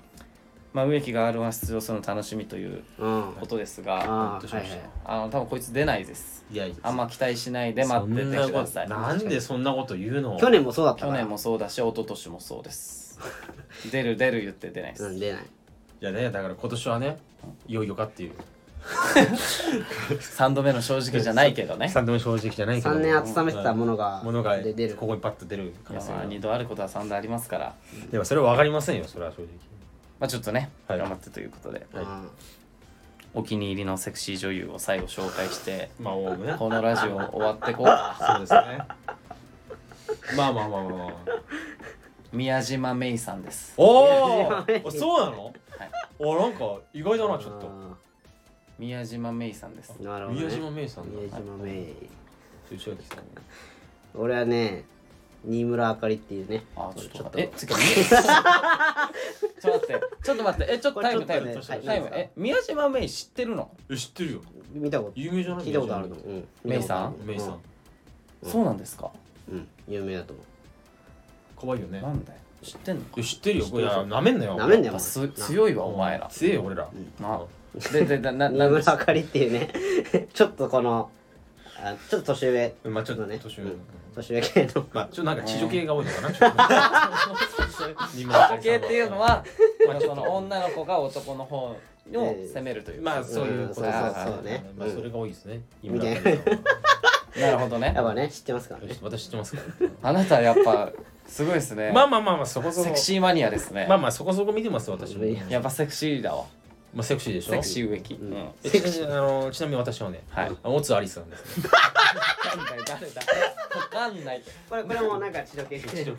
Speaker 2: まあ、植木が R1 出場するの楽しみという
Speaker 1: うん
Speaker 2: ことですが、
Speaker 1: あ
Speaker 3: ど
Speaker 1: ー
Speaker 3: うし
Speaker 1: は
Speaker 3: ま
Speaker 1: い
Speaker 3: し
Speaker 1: は
Speaker 3: た
Speaker 1: い
Speaker 2: あの多分こいつ出ないです。
Speaker 3: いやいや
Speaker 2: あんま期待しないで待っててください。
Speaker 3: そんなことなんでそんなこと言うの
Speaker 1: 去年もそうだった
Speaker 2: 去
Speaker 1: から
Speaker 2: 年もそうだし、一昨年もそうです。出る出る言って出ないで
Speaker 1: うん
Speaker 2: す。
Speaker 1: 出ない
Speaker 3: いやねだから今年はねいよいよかっていう
Speaker 2: 3度目の正直じゃないけどね。
Speaker 3: 三度目正直じゃないけど
Speaker 1: 3年温めてたものが
Speaker 3: ものが
Speaker 1: で出る
Speaker 3: ここにパッと出る可
Speaker 2: いや
Speaker 3: 能性
Speaker 2: まあ
Speaker 3: が
Speaker 2: 2度あることは3度ありますから、
Speaker 3: でもそれは分かりませんよそれは正直
Speaker 2: まあ、ちょっとね、
Speaker 3: はい
Speaker 2: 頑張ってということで、
Speaker 1: う
Speaker 3: は
Speaker 1: ん
Speaker 3: い
Speaker 2: お気に入りのセクシー女優を最後紹介して、
Speaker 3: まあおおむね
Speaker 2: このラジオ終わってこう。
Speaker 3: そうですねまあまあまあまあまあ
Speaker 2: 宮島芽衣さんです。
Speaker 3: お
Speaker 1: い
Speaker 3: ーおそうなの
Speaker 2: はい
Speaker 3: おなんか意外だなちょっと
Speaker 2: 宮島芽衣さんです。
Speaker 1: うんなるほどね
Speaker 3: 宮島芽衣さんだ
Speaker 1: 宮島メイ
Speaker 3: 内垣さん
Speaker 1: 俺はね新村あかりっていうね
Speaker 2: あちょっ
Speaker 1: ち
Speaker 2: と
Speaker 1: ょっと
Speaker 2: 待って。え、つうかちょっと待って。ちょっと待って。え、ちょっとタイム
Speaker 1: こ
Speaker 2: タイ
Speaker 1: れ
Speaker 2: ム。
Speaker 1: ちょっとね
Speaker 2: タイム。
Speaker 1: はい
Speaker 2: え、宮島メイ知ってるの？
Speaker 3: え知ってるよ
Speaker 1: 見たこと
Speaker 3: 有名じゃない
Speaker 1: 聞いたことあるのうん
Speaker 2: メイさん
Speaker 1: 見
Speaker 3: メイ
Speaker 1: た
Speaker 3: さ
Speaker 1: ことあ
Speaker 3: ん
Speaker 1: うん
Speaker 2: そうなんですか。
Speaker 1: るうんうん有名だと思
Speaker 3: 可愛いよね
Speaker 2: なんだよ。知ってんの？
Speaker 3: いや知ってるよ
Speaker 1: 知っ
Speaker 3: い
Speaker 1: てる
Speaker 3: やなめんなよ
Speaker 1: うなめんね
Speaker 2: やっ
Speaker 1: よ
Speaker 2: ぱす強いわお前ら。
Speaker 3: 強えよ俺ら
Speaker 2: な。 でででなな
Speaker 1: 新
Speaker 2: んで
Speaker 1: 村あかりっていうね ちょっとこのあちょっと年上
Speaker 3: まあちょっと
Speaker 1: ね
Speaker 3: 年上
Speaker 1: うん年上系の
Speaker 3: まあちょっとなんか地女系が多いのかなちょっと新村あかりさんは
Speaker 2: 系っていうのは、
Speaker 3: まあちょ
Speaker 2: そ
Speaker 3: っと
Speaker 2: の女の子が男の方を責めるという。
Speaker 3: まあそういうこと
Speaker 1: うん
Speaker 3: さ
Speaker 2: そう
Speaker 1: そうね
Speaker 3: まあそれが多いですね。
Speaker 1: みたいな
Speaker 3: 今のとこ
Speaker 2: なるほどね
Speaker 1: や。っぱね知ってますから
Speaker 3: ろ
Speaker 1: ね
Speaker 3: 私知ってますか
Speaker 2: あなたやっぱすごいですね
Speaker 3: ら。。まあまあまあまあそこそこ
Speaker 2: セク。シーマニアですね
Speaker 3: ま。あまあそこそこ見てます私も。
Speaker 1: いや
Speaker 2: やっぱセクシーだわ。
Speaker 3: まあセクシーでしょ。
Speaker 2: セクシー植木。うんん
Speaker 3: えちなみにあのちなみに私はね、
Speaker 2: はい。
Speaker 3: あモツアリスなんですね。
Speaker 2: かんない誰だわかんない
Speaker 1: これこれもなんか千 鳥系
Speaker 3: 一応こ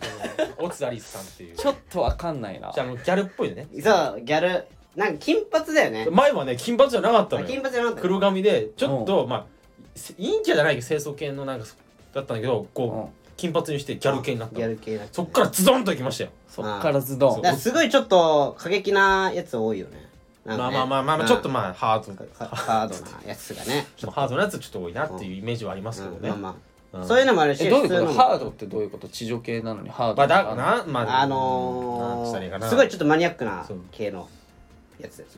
Speaker 3: のオツアリスさんっていう
Speaker 2: ちょっとわかんないな
Speaker 3: じゃああのギャルっぽいね
Speaker 1: そうギャルなんか金髪だよね
Speaker 3: 前はね金髪じゃなかった
Speaker 1: あ
Speaker 3: の
Speaker 1: 金
Speaker 3: よ
Speaker 1: 髪じゃなかった
Speaker 3: 黒髪でちょっとまあせ陰キャじゃないけど清楚系のなんかだったんだけど
Speaker 2: う
Speaker 3: こ
Speaker 2: ん
Speaker 3: う金髪にしてギャル系になった
Speaker 1: ギャ
Speaker 3: の
Speaker 1: ル系だったね
Speaker 3: そっからズドンといきましたよ
Speaker 2: そっからズド
Speaker 3: そ
Speaker 2: ン
Speaker 3: う
Speaker 1: だからすごいちょっと過激なやつ多いよね
Speaker 3: ま
Speaker 1: なんか
Speaker 3: あ
Speaker 1: ね
Speaker 3: まあまあまあまあちょっとまあハード
Speaker 1: うんハハードなやつがね
Speaker 3: ちょっとハードなやつちょっと多いなっていうイメージはありますけど
Speaker 1: うんまあ
Speaker 3: ね
Speaker 1: ま
Speaker 3: う
Speaker 1: あ
Speaker 3: ん
Speaker 1: そういうのもあるし
Speaker 2: えどういうこ
Speaker 1: 普
Speaker 2: と
Speaker 1: 通のも
Speaker 2: ハードってどういうこと地上系なのにハード
Speaker 3: まあだなまあ
Speaker 1: あの
Speaker 3: なんつったらいいか
Speaker 1: ー
Speaker 3: な
Speaker 1: すごいちょっとマニアックな
Speaker 3: そう
Speaker 1: 系のやつです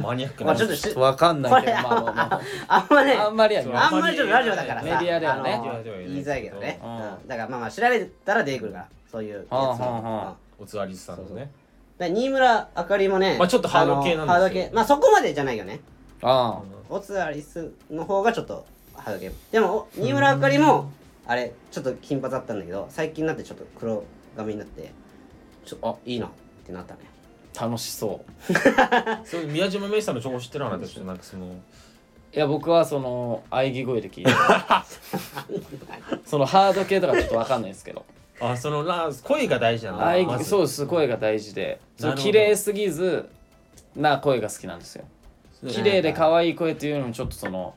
Speaker 3: マニアック
Speaker 1: ま
Speaker 3: な
Speaker 1: あちょっとし
Speaker 2: わかんないけど
Speaker 1: これ
Speaker 2: まあまあまあ
Speaker 1: あんまね
Speaker 2: あんまりやね
Speaker 1: あんまりちょっとラジオだからさ
Speaker 2: メディアだよね
Speaker 1: あの
Speaker 3: メディアでは言えない
Speaker 1: 言いづらいけどね
Speaker 2: う
Speaker 1: うんんだからまあまあ調べたら出てくるからそういうやつ
Speaker 2: はあはあはあ
Speaker 1: うん
Speaker 3: オツアリスさんのね
Speaker 1: で新村あかりもね、
Speaker 3: まあちょっとハード系なんですよ
Speaker 1: あのハード系まあそこまでじゃないよね
Speaker 2: あ
Speaker 1: オツアリスの方がちょっとハード系でもお新村あかりもあれちょっと金髪だったんだけど最近になってちょっと黒髪になってちょっとあいいなってなったね
Speaker 2: あ楽しそう
Speaker 3: そういう宮島芽衣さんの情報知ってるかなってちょっとなんかその
Speaker 2: いや僕はその喘ぎ声で聞いてるそのハード系とかちょっとわかんないですけど
Speaker 3: あそのな声が大事なんだ
Speaker 2: 喘ぎ
Speaker 3: まず
Speaker 2: そうです声が大事でその
Speaker 3: なるほど
Speaker 2: 綺麗すぎずな声が好きなんですよ
Speaker 3: うん
Speaker 2: 綺麗で可愛い声っていうのもちょっとその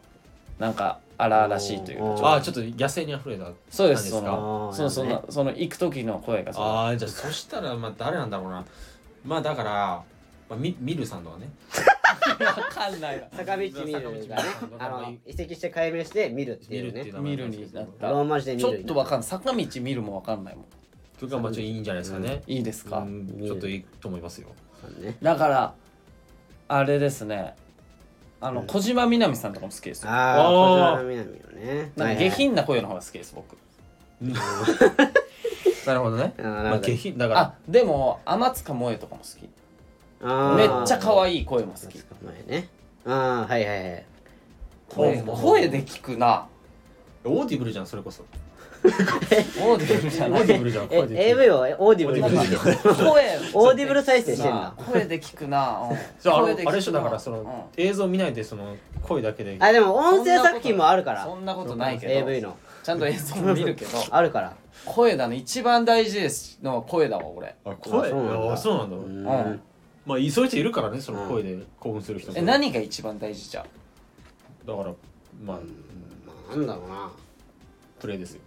Speaker 2: なんか荒々しいという
Speaker 1: おー
Speaker 2: か
Speaker 3: あーちょっと野生に溢れた感じ
Speaker 2: そうです
Speaker 3: か
Speaker 2: その
Speaker 1: あー
Speaker 2: そうそ
Speaker 1: なる
Speaker 2: のその行く時の声がその
Speaker 3: ああじゃあそしたらまあ誰なんだろうなまあだから、まあ、ミミルさんとかね
Speaker 2: わかんないわ
Speaker 1: 坂道見るが
Speaker 3: 坂道見
Speaker 1: ね
Speaker 3: る
Speaker 1: あの移籍して改名して見るっていうね
Speaker 3: う
Speaker 2: 見るになった
Speaker 1: ローマ字で見
Speaker 2: ち
Speaker 1: る
Speaker 2: ょっとわかんない坂道見るもわかんないもん
Speaker 3: というかまあちょっといいんじゃないですかね、
Speaker 2: いいですか、
Speaker 3: うんちょっといいと思いますよ
Speaker 1: ね
Speaker 2: だからあれですねあの、小島みなみさんとかも好きですよ
Speaker 1: ああ小
Speaker 3: あー
Speaker 1: 島みなみよね
Speaker 2: なんか下品な声の方が好きです僕
Speaker 3: なるほどね
Speaker 1: あーなるほど
Speaker 3: まあ、下品だから
Speaker 2: あでも天塚萌えとかも好きめっちゃ可愛い声も好き
Speaker 1: 前ねああはいはいはい
Speaker 2: 声
Speaker 3: も
Speaker 2: 声で聞くな
Speaker 3: オーディブルじゃんそれこそ
Speaker 2: オーディブルじゃ
Speaker 3: オ
Speaker 2: な
Speaker 3: ーディ
Speaker 2: い
Speaker 3: ブルじゃん
Speaker 1: え
Speaker 3: 声で聞く
Speaker 1: AV をオーディブルに
Speaker 3: オーディブル
Speaker 1: してる
Speaker 2: 声
Speaker 1: オーディブル再生してんだ
Speaker 2: 声で聞くな、うん
Speaker 3: じゃああ
Speaker 2: 声
Speaker 3: れ
Speaker 2: で聞くな
Speaker 3: あれでしょだからその、
Speaker 2: う
Speaker 3: 映像見ないでその声だけで
Speaker 1: あでも音声作品もあるから
Speaker 2: そんなことないけど
Speaker 1: AV の
Speaker 2: ちゃんと映像も見るけど
Speaker 1: あるから
Speaker 2: 声だね一番大事ですの声だわ俺
Speaker 3: あ
Speaker 1: あそ
Speaker 3: 声
Speaker 1: うなんだ
Speaker 3: あそうなんだ、
Speaker 1: うん
Speaker 2: うん
Speaker 3: まあそういう人いるからねその声で興奮する人も
Speaker 2: え何が一番大事じゃん
Speaker 3: だからまあ
Speaker 1: なんだろうな
Speaker 3: プレイですよ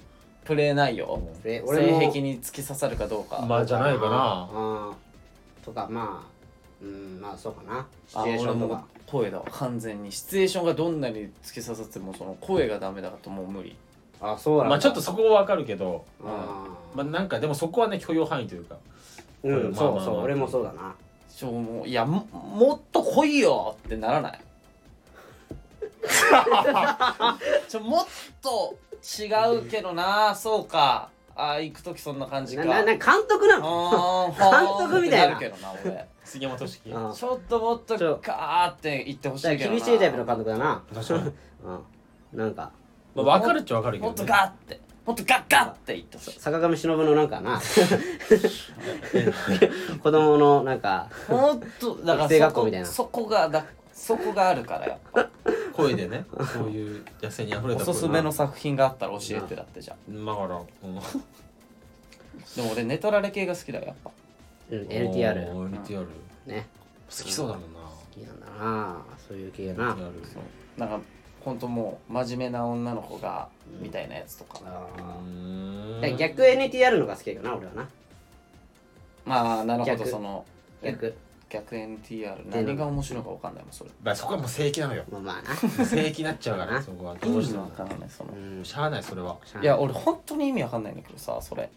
Speaker 2: プレイ内容
Speaker 1: 俺俺も
Speaker 2: 性癖に突き刺さるかどうか、
Speaker 3: まあじゃないかな
Speaker 1: あーとかまあうんまあそうかなシチ
Speaker 2: あ
Speaker 1: ュエーシ
Speaker 2: 俺
Speaker 1: ョンと
Speaker 2: も
Speaker 1: か
Speaker 2: 声だわ完全にシチュエーションがどんなに突き刺さってもその声がダメだともう無理
Speaker 1: あそうなんだ
Speaker 3: まあちょっとそこはわかるけど、
Speaker 1: あー
Speaker 3: まあなんかでもそこはね許容範囲というか
Speaker 1: うん
Speaker 3: まあ
Speaker 1: そう
Speaker 3: まあ
Speaker 1: そう
Speaker 3: まあ
Speaker 1: 俺もそうだな
Speaker 2: ちょもういやももっと来いよってな らないちょもっと違うけどなそうかあ行く時そんな感じか
Speaker 1: ななな監督なの
Speaker 2: あー
Speaker 1: 監督みたいな
Speaker 2: ってるけどな俺
Speaker 3: 杉山俊樹
Speaker 1: あー
Speaker 2: ちょっともっと
Speaker 1: ちょ
Speaker 2: ガーって言ってほしい
Speaker 1: だ
Speaker 2: け
Speaker 1: か
Speaker 2: ど
Speaker 1: ら
Speaker 2: な
Speaker 1: 厳しいタイプの監督だな
Speaker 3: 確かに
Speaker 1: うんなんか
Speaker 3: まあわかるっちゃわかるけ
Speaker 2: もっと
Speaker 3: ど、
Speaker 2: ガーっ
Speaker 3: ね、
Speaker 2: てもっとガッガッって言ってほしい
Speaker 1: 坂上忍のなんかな 子供のなんか
Speaker 2: もっとだか
Speaker 1: 育成
Speaker 2: らそ
Speaker 1: 学
Speaker 2: こ
Speaker 1: 校みたいな
Speaker 2: そこがだそこがあるからやっぱ
Speaker 3: 声でねそういう野生に溢れ
Speaker 2: お
Speaker 3: た声
Speaker 2: すすめの作品があったら教えてだってじゃん
Speaker 3: だから、うん、
Speaker 2: でも俺ネタラレ系が好きだよやっぱ
Speaker 1: うん LTR
Speaker 3: おー LTR 好
Speaker 1: ね
Speaker 3: きそうだもんな
Speaker 1: 好きなんだなそういう系な
Speaker 3: LTR
Speaker 2: なんかほんともう真面目な女の子がみたいなやつとか、
Speaker 1: あ
Speaker 3: う
Speaker 1: ー
Speaker 3: ー
Speaker 1: だ
Speaker 3: ん
Speaker 1: から逆 NTR のが好きだけどな俺はな
Speaker 2: まあなるほど
Speaker 1: 逆
Speaker 2: そのえ
Speaker 1: 逆
Speaker 2: 逆 NTR
Speaker 1: で
Speaker 2: 何が面白いのか分かんないもんそれ
Speaker 3: まあそこはもう正規なのよ
Speaker 1: まあまあな
Speaker 3: 正規になっちゃうからそこは
Speaker 2: 意
Speaker 3: どうし
Speaker 2: 味
Speaker 3: て
Speaker 2: 分
Speaker 3: も
Speaker 2: からないその
Speaker 1: うん
Speaker 3: しゃあないそれは
Speaker 2: いうや
Speaker 1: ん
Speaker 2: 俺本当に意味わかんないんだけどさそれ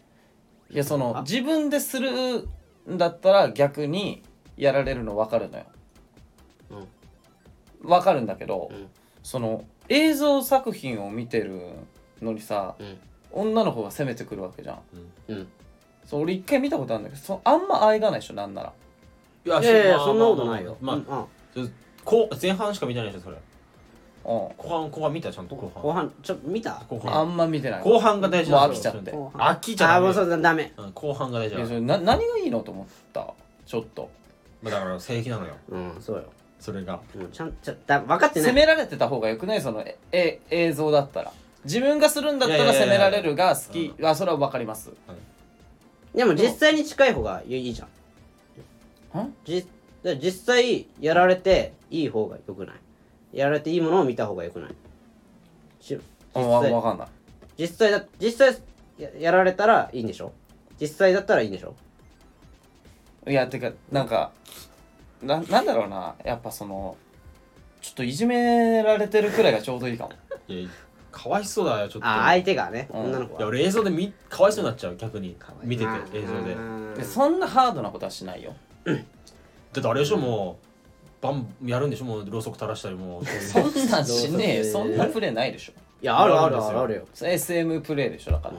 Speaker 2: いやその自分でするんだったら逆にやられるの分かるのよ分かるんだけど、
Speaker 1: うん
Speaker 2: その映像作品を見てるのにさ
Speaker 1: うん
Speaker 2: 女の子が攻めてくるわけじゃん
Speaker 1: うん
Speaker 2: そう俺一回見たことあるんだけどそあんま愛がないでしょなんなら
Speaker 3: い
Speaker 1: いやいやそんなことないよ
Speaker 3: まあ
Speaker 1: うんうん
Speaker 3: ちょこう前半しか見てないでしょそれ
Speaker 2: うん
Speaker 3: 後半後半見たちゃんと後
Speaker 1: 後
Speaker 3: 半
Speaker 1: 半ちょっと見た
Speaker 3: 後
Speaker 2: あ
Speaker 3: 半
Speaker 2: んま見てない
Speaker 3: 後半が大事なの
Speaker 2: もう飽きちゃって
Speaker 1: 後半
Speaker 3: 飽きち
Speaker 1: あ
Speaker 3: ゃ
Speaker 1: あーもう
Speaker 3: ダメ
Speaker 1: そうだダメ
Speaker 3: うん後半が大事
Speaker 2: い
Speaker 3: な
Speaker 2: やそ
Speaker 3: の
Speaker 2: れな何がいいのと思ったちょっと
Speaker 3: まあだから正規なのよ
Speaker 1: うんそうよ
Speaker 3: それが
Speaker 1: うんちゃんちゃだ分かってな
Speaker 2: 責
Speaker 1: い
Speaker 2: められてた方がよくないそのええ映像だったら自分がするんだったら
Speaker 3: いや
Speaker 2: 責
Speaker 3: いや
Speaker 2: め
Speaker 3: いや
Speaker 2: られるが好きあそれは分かります
Speaker 1: でも実際に近い方がいいじゃん
Speaker 2: ん
Speaker 1: じだから実際やられていい方がよくないやられていいものを見た方がよくないし
Speaker 2: あ
Speaker 1: 実
Speaker 2: わ
Speaker 1: 際
Speaker 2: わかんない
Speaker 1: 実際だ実際ややられたらいいんでしょ実際だったらいいんでしょ
Speaker 2: いやてかなんかななんだろうなやっぱそのちょっといじめられてるくらいがちょうどいいか も
Speaker 3: いやかわいそうだよちょっと
Speaker 1: あ相手がね、
Speaker 2: うん
Speaker 1: 女の子
Speaker 3: いや
Speaker 1: は
Speaker 3: 俺映像でみかわいそうになっちゃう逆に見てて映像で
Speaker 1: う
Speaker 3: だ
Speaker 1: ん
Speaker 2: でそんなハードなことはしないよ
Speaker 3: ってあれでしょもうバンやるんでしょもうろうそく垂らしたりもう
Speaker 2: そんなんしねえよ
Speaker 1: そ
Speaker 2: そう
Speaker 1: そうん
Speaker 2: なプレーないでしょ
Speaker 1: いやあるあるあるあるよ
Speaker 2: それ SM プレーでしょだから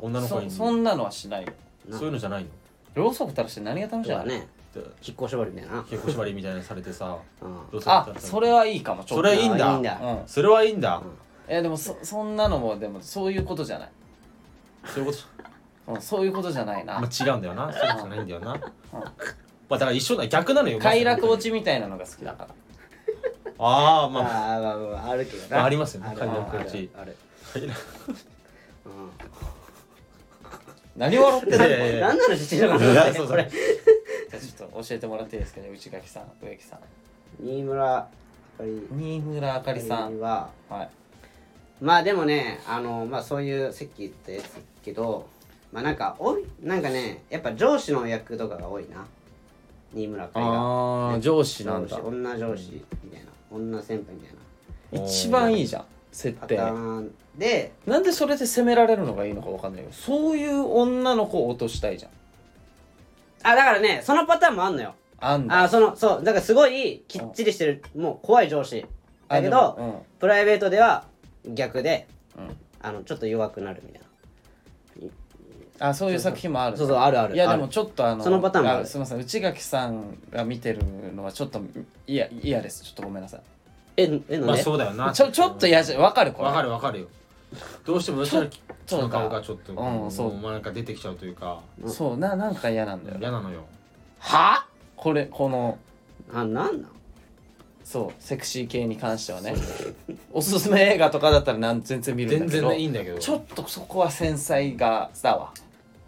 Speaker 3: 女の子
Speaker 2: そ
Speaker 3: に
Speaker 2: そんなのはしないよ
Speaker 3: そういうのじゃないの
Speaker 2: ろうそく垂らして何が楽しい
Speaker 1: だ
Speaker 2: の
Speaker 1: からね
Speaker 3: で
Speaker 1: 引っ越しばりみたいな、
Speaker 3: 結構縛りみたいなのされてさ
Speaker 1: うん、
Speaker 3: ろうそく
Speaker 2: あ
Speaker 3: 垂らしたり
Speaker 2: それはいいかもちょっと
Speaker 3: それはいいんだ
Speaker 1: あいいんだ
Speaker 2: うん
Speaker 3: それはいいんだ
Speaker 2: いやでもそそんなのもでもそういうことじゃない、
Speaker 3: そういうこと
Speaker 2: うん、そういうことじゃないな、
Speaker 3: まあ違うんだよなそういうことじゃないんだよなまあだから一緒だ逆なのよ
Speaker 2: 快楽落
Speaker 3: ち
Speaker 2: ちみたいなのが好きだから
Speaker 3: ああ
Speaker 1: ま
Speaker 3: まあ
Speaker 1: あまあまああるけど
Speaker 3: ま
Speaker 1: な
Speaker 3: あありますよね
Speaker 1: ある
Speaker 3: 快
Speaker 2: 楽
Speaker 3: 落ち
Speaker 1: ある
Speaker 3: 快楽
Speaker 1: ある
Speaker 2: 何笑ってん
Speaker 3: い
Speaker 2: の
Speaker 3: やい
Speaker 2: じ
Speaker 3: や
Speaker 1: うん何なの父の話だ
Speaker 3: いやそうそう
Speaker 1: これ
Speaker 2: ゃあちょっと教えてもらっていいですかね内垣さん植木さん
Speaker 1: 新村あかり
Speaker 2: 新村あかりさん
Speaker 1: は
Speaker 2: はい
Speaker 1: まあでもねあのまあそういうさっき言ったやつけどまあなんかおいなんかねやっぱ上司の役とかが多いな新村あかりが
Speaker 2: あー上司なんだ
Speaker 1: 上司女上司みたいな女先輩みたいな
Speaker 2: 一番いいじゃん設
Speaker 1: パタ
Speaker 2: 定
Speaker 1: ーンで
Speaker 2: なんでそれで責められるのがいいのかわかんないけどそういう女の子を落としたいじゃん
Speaker 1: あだからねそのパターンもあんのよ
Speaker 2: あんだ
Speaker 1: あそのそうだからすごいきっちりしてるもう怖い上司だけど
Speaker 2: あでも
Speaker 1: プライベートでは逆で
Speaker 2: うんうん
Speaker 1: あのちょっと弱くなるみたい
Speaker 2: あそういう作品もある
Speaker 1: なそうそうあるある
Speaker 2: いや
Speaker 1: あ
Speaker 2: で
Speaker 1: る
Speaker 2: もちょっとあの
Speaker 1: そのパターンもある
Speaker 2: あすみません内垣さんが見てるのはちょっといや嫌ですちょっとごめんなさい
Speaker 1: ええの
Speaker 3: まあ
Speaker 1: ね
Speaker 3: そうだよな
Speaker 2: ちょちょっと嫌じゃわかるこれ
Speaker 3: わかるわかるよどうしても吉
Speaker 2: と
Speaker 3: 田の顔がちょっと
Speaker 2: うんそう
Speaker 3: もうなんか出てきちゃうというか
Speaker 2: そうななんか嫌なんだよ
Speaker 3: 嫌なのよ
Speaker 2: はあこれこの
Speaker 1: あなんなん
Speaker 2: そうセクシー系に関してはねおすすめ映画とかだったらなん全然見るんだ
Speaker 3: 全
Speaker 2: けど
Speaker 3: 然いいんだけど
Speaker 2: ちょっとそこは繊細がだわ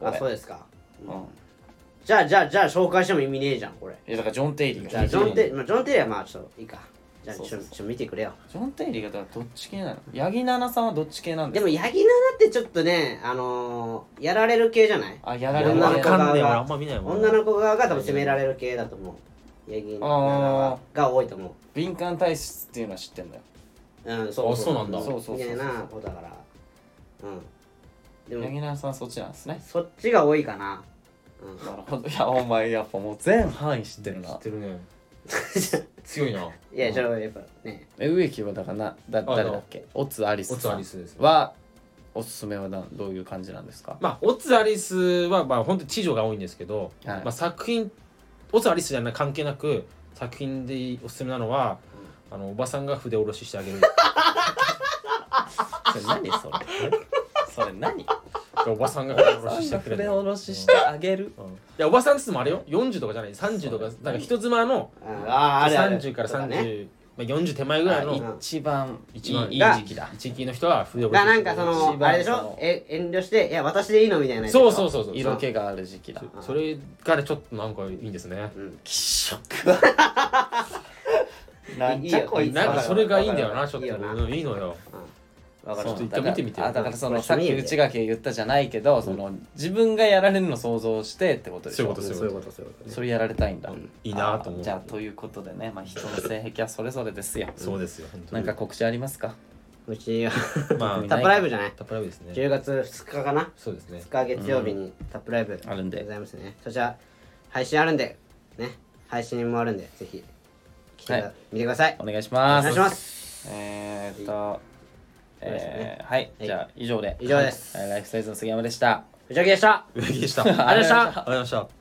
Speaker 1: あ
Speaker 2: 俺
Speaker 1: そうですか
Speaker 2: うん
Speaker 1: じゃあじゃあじゃあ紹介しても意味ねえじゃんこれ
Speaker 2: いやだからジョン・テイリー
Speaker 1: じゃあ
Speaker 2: が
Speaker 1: ジョンテリー、まあ、ジョンテリーはまあちょっといいかじゃあち
Speaker 2: そ
Speaker 1: ょ
Speaker 2: うそうそう
Speaker 1: ちょ見てくれよ
Speaker 2: ジョン・テイリーがだからどっち系なの八木奈々さんはどっち系なんで
Speaker 1: です
Speaker 2: か
Speaker 1: もヤギナナってちょっとねあのー、やられる系じゃない
Speaker 2: あやられ
Speaker 3: 俺
Speaker 2: る
Speaker 1: 女
Speaker 3: わ
Speaker 1: の子
Speaker 2: 系
Speaker 3: かんね
Speaker 1: 側
Speaker 3: え俺
Speaker 1: が
Speaker 3: あんま見ないもん
Speaker 1: 女の子側が多分責められる系だと思うヤギナナはが多いと思う
Speaker 2: 敏感体質っていうのは知ってんだよ
Speaker 1: うんそう
Speaker 3: あそうなんだ
Speaker 2: そうそうそうそう
Speaker 1: みたいな子だからうんで
Speaker 2: 八
Speaker 1: も
Speaker 2: 木奈々さんはそっちなんですね
Speaker 1: そっちが多いかなうん
Speaker 2: なるほどいやお前やっぱもう全範囲知ってる
Speaker 3: 知
Speaker 2: な
Speaker 3: って るね強いない
Speaker 1: や、じゃあやっぱね、
Speaker 2: え植木はだからなだ誰だっけオツアリス
Speaker 3: オツ
Speaker 2: さ
Speaker 3: ア
Speaker 2: ん
Speaker 3: リスです
Speaker 2: はおすすめはなどういう感じなんですか
Speaker 3: まあオツアリスはまあ本当に知女が多いんですけど、
Speaker 2: はい
Speaker 3: まあ作品オツアリスじゃな関係なく作品でおすすめなのは、あのおばさんが筆下ろししてあげる
Speaker 2: それ何それそれ何
Speaker 3: おばさんが筆下ろししてくれる
Speaker 2: 筆
Speaker 3: の
Speaker 2: 下ろししてあげる
Speaker 3: うんいやおばさんっつってもあれよ40とかじゃない30とかなんか人妻の
Speaker 1: あああるある
Speaker 3: 30から
Speaker 1: そうだ
Speaker 3: 30、
Speaker 1: ね
Speaker 3: まあ、40手前ぐらいの
Speaker 1: あ
Speaker 2: 一番いい
Speaker 3: 一番
Speaker 2: いい
Speaker 1: が
Speaker 2: 時期だ
Speaker 3: 地域の人は筆下ろし
Speaker 1: がな
Speaker 3: し
Speaker 1: ん
Speaker 3: て
Speaker 1: か
Speaker 3: くれ
Speaker 1: そ
Speaker 3: る
Speaker 1: の
Speaker 2: 一番
Speaker 1: あれでし
Speaker 2: そ
Speaker 1: ょ
Speaker 2: の
Speaker 1: え遠慮していや私でいいのみたいな
Speaker 3: そうそうそうそう
Speaker 2: 色気がある時期だ
Speaker 3: それからちょっとなんかいいんですね
Speaker 2: 気 色はなんじゃこいつ
Speaker 3: なんかそれがいいんだよな
Speaker 1: わ
Speaker 3: ち
Speaker 1: か
Speaker 3: ょっ
Speaker 1: る
Speaker 3: と
Speaker 1: わかる
Speaker 3: うんいいのよ
Speaker 1: わか
Speaker 3: ち
Speaker 1: る
Speaker 3: ょっと一回見てみてよ
Speaker 2: あだからそ
Speaker 1: こ
Speaker 2: の
Speaker 1: れ
Speaker 2: さっ
Speaker 1: 見
Speaker 2: き
Speaker 1: えるよ
Speaker 2: 内垣が言ったじゃないけどその自分がやられるの想像してってことでしょ
Speaker 3: そういうこと
Speaker 1: そういうことそういうことね
Speaker 2: それやられたいんだ、
Speaker 3: いいなと思う
Speaker 2: あじゃあということでね、まあ、人の性癖はそれぞれですよ
Speaker 3: そうですよ本当
Speaker 2: なん
Speaker 3: に
Speaker 2: か告知ありますか
Speaker 1: うちは
Speaker 3: ま
Speaker 1: タップライブじゃない
Speaker 3: あタップライブですね
Speaker 1: 10月2日かな
Speaker 3: そう ですね
Speaker 1: 2日月曜日にタップライブ
Speaker 2: あるんで
Speaker 1: ございますねそちら配信あるんでね配信もあるんでぜひ来て、
Speaker 2: はい
Speaker 1: 見てください
Speaker 2: お願いし
Speaker 1: お
Speaker 2: ます
Speaker 1: 願いします
Speaker 2: えー、っとえー、はい、じゃあ以上で
Speaker 1: 以上です
Speaker 2: はいライフサイズの杉山でした
Speaker 1: 藤木でした
Speaker 3: 上木でしたあ
Speaker 1: ありがとうござい
Speaker 3: り
Speaker 1: ました
Speaker 3: がとうございました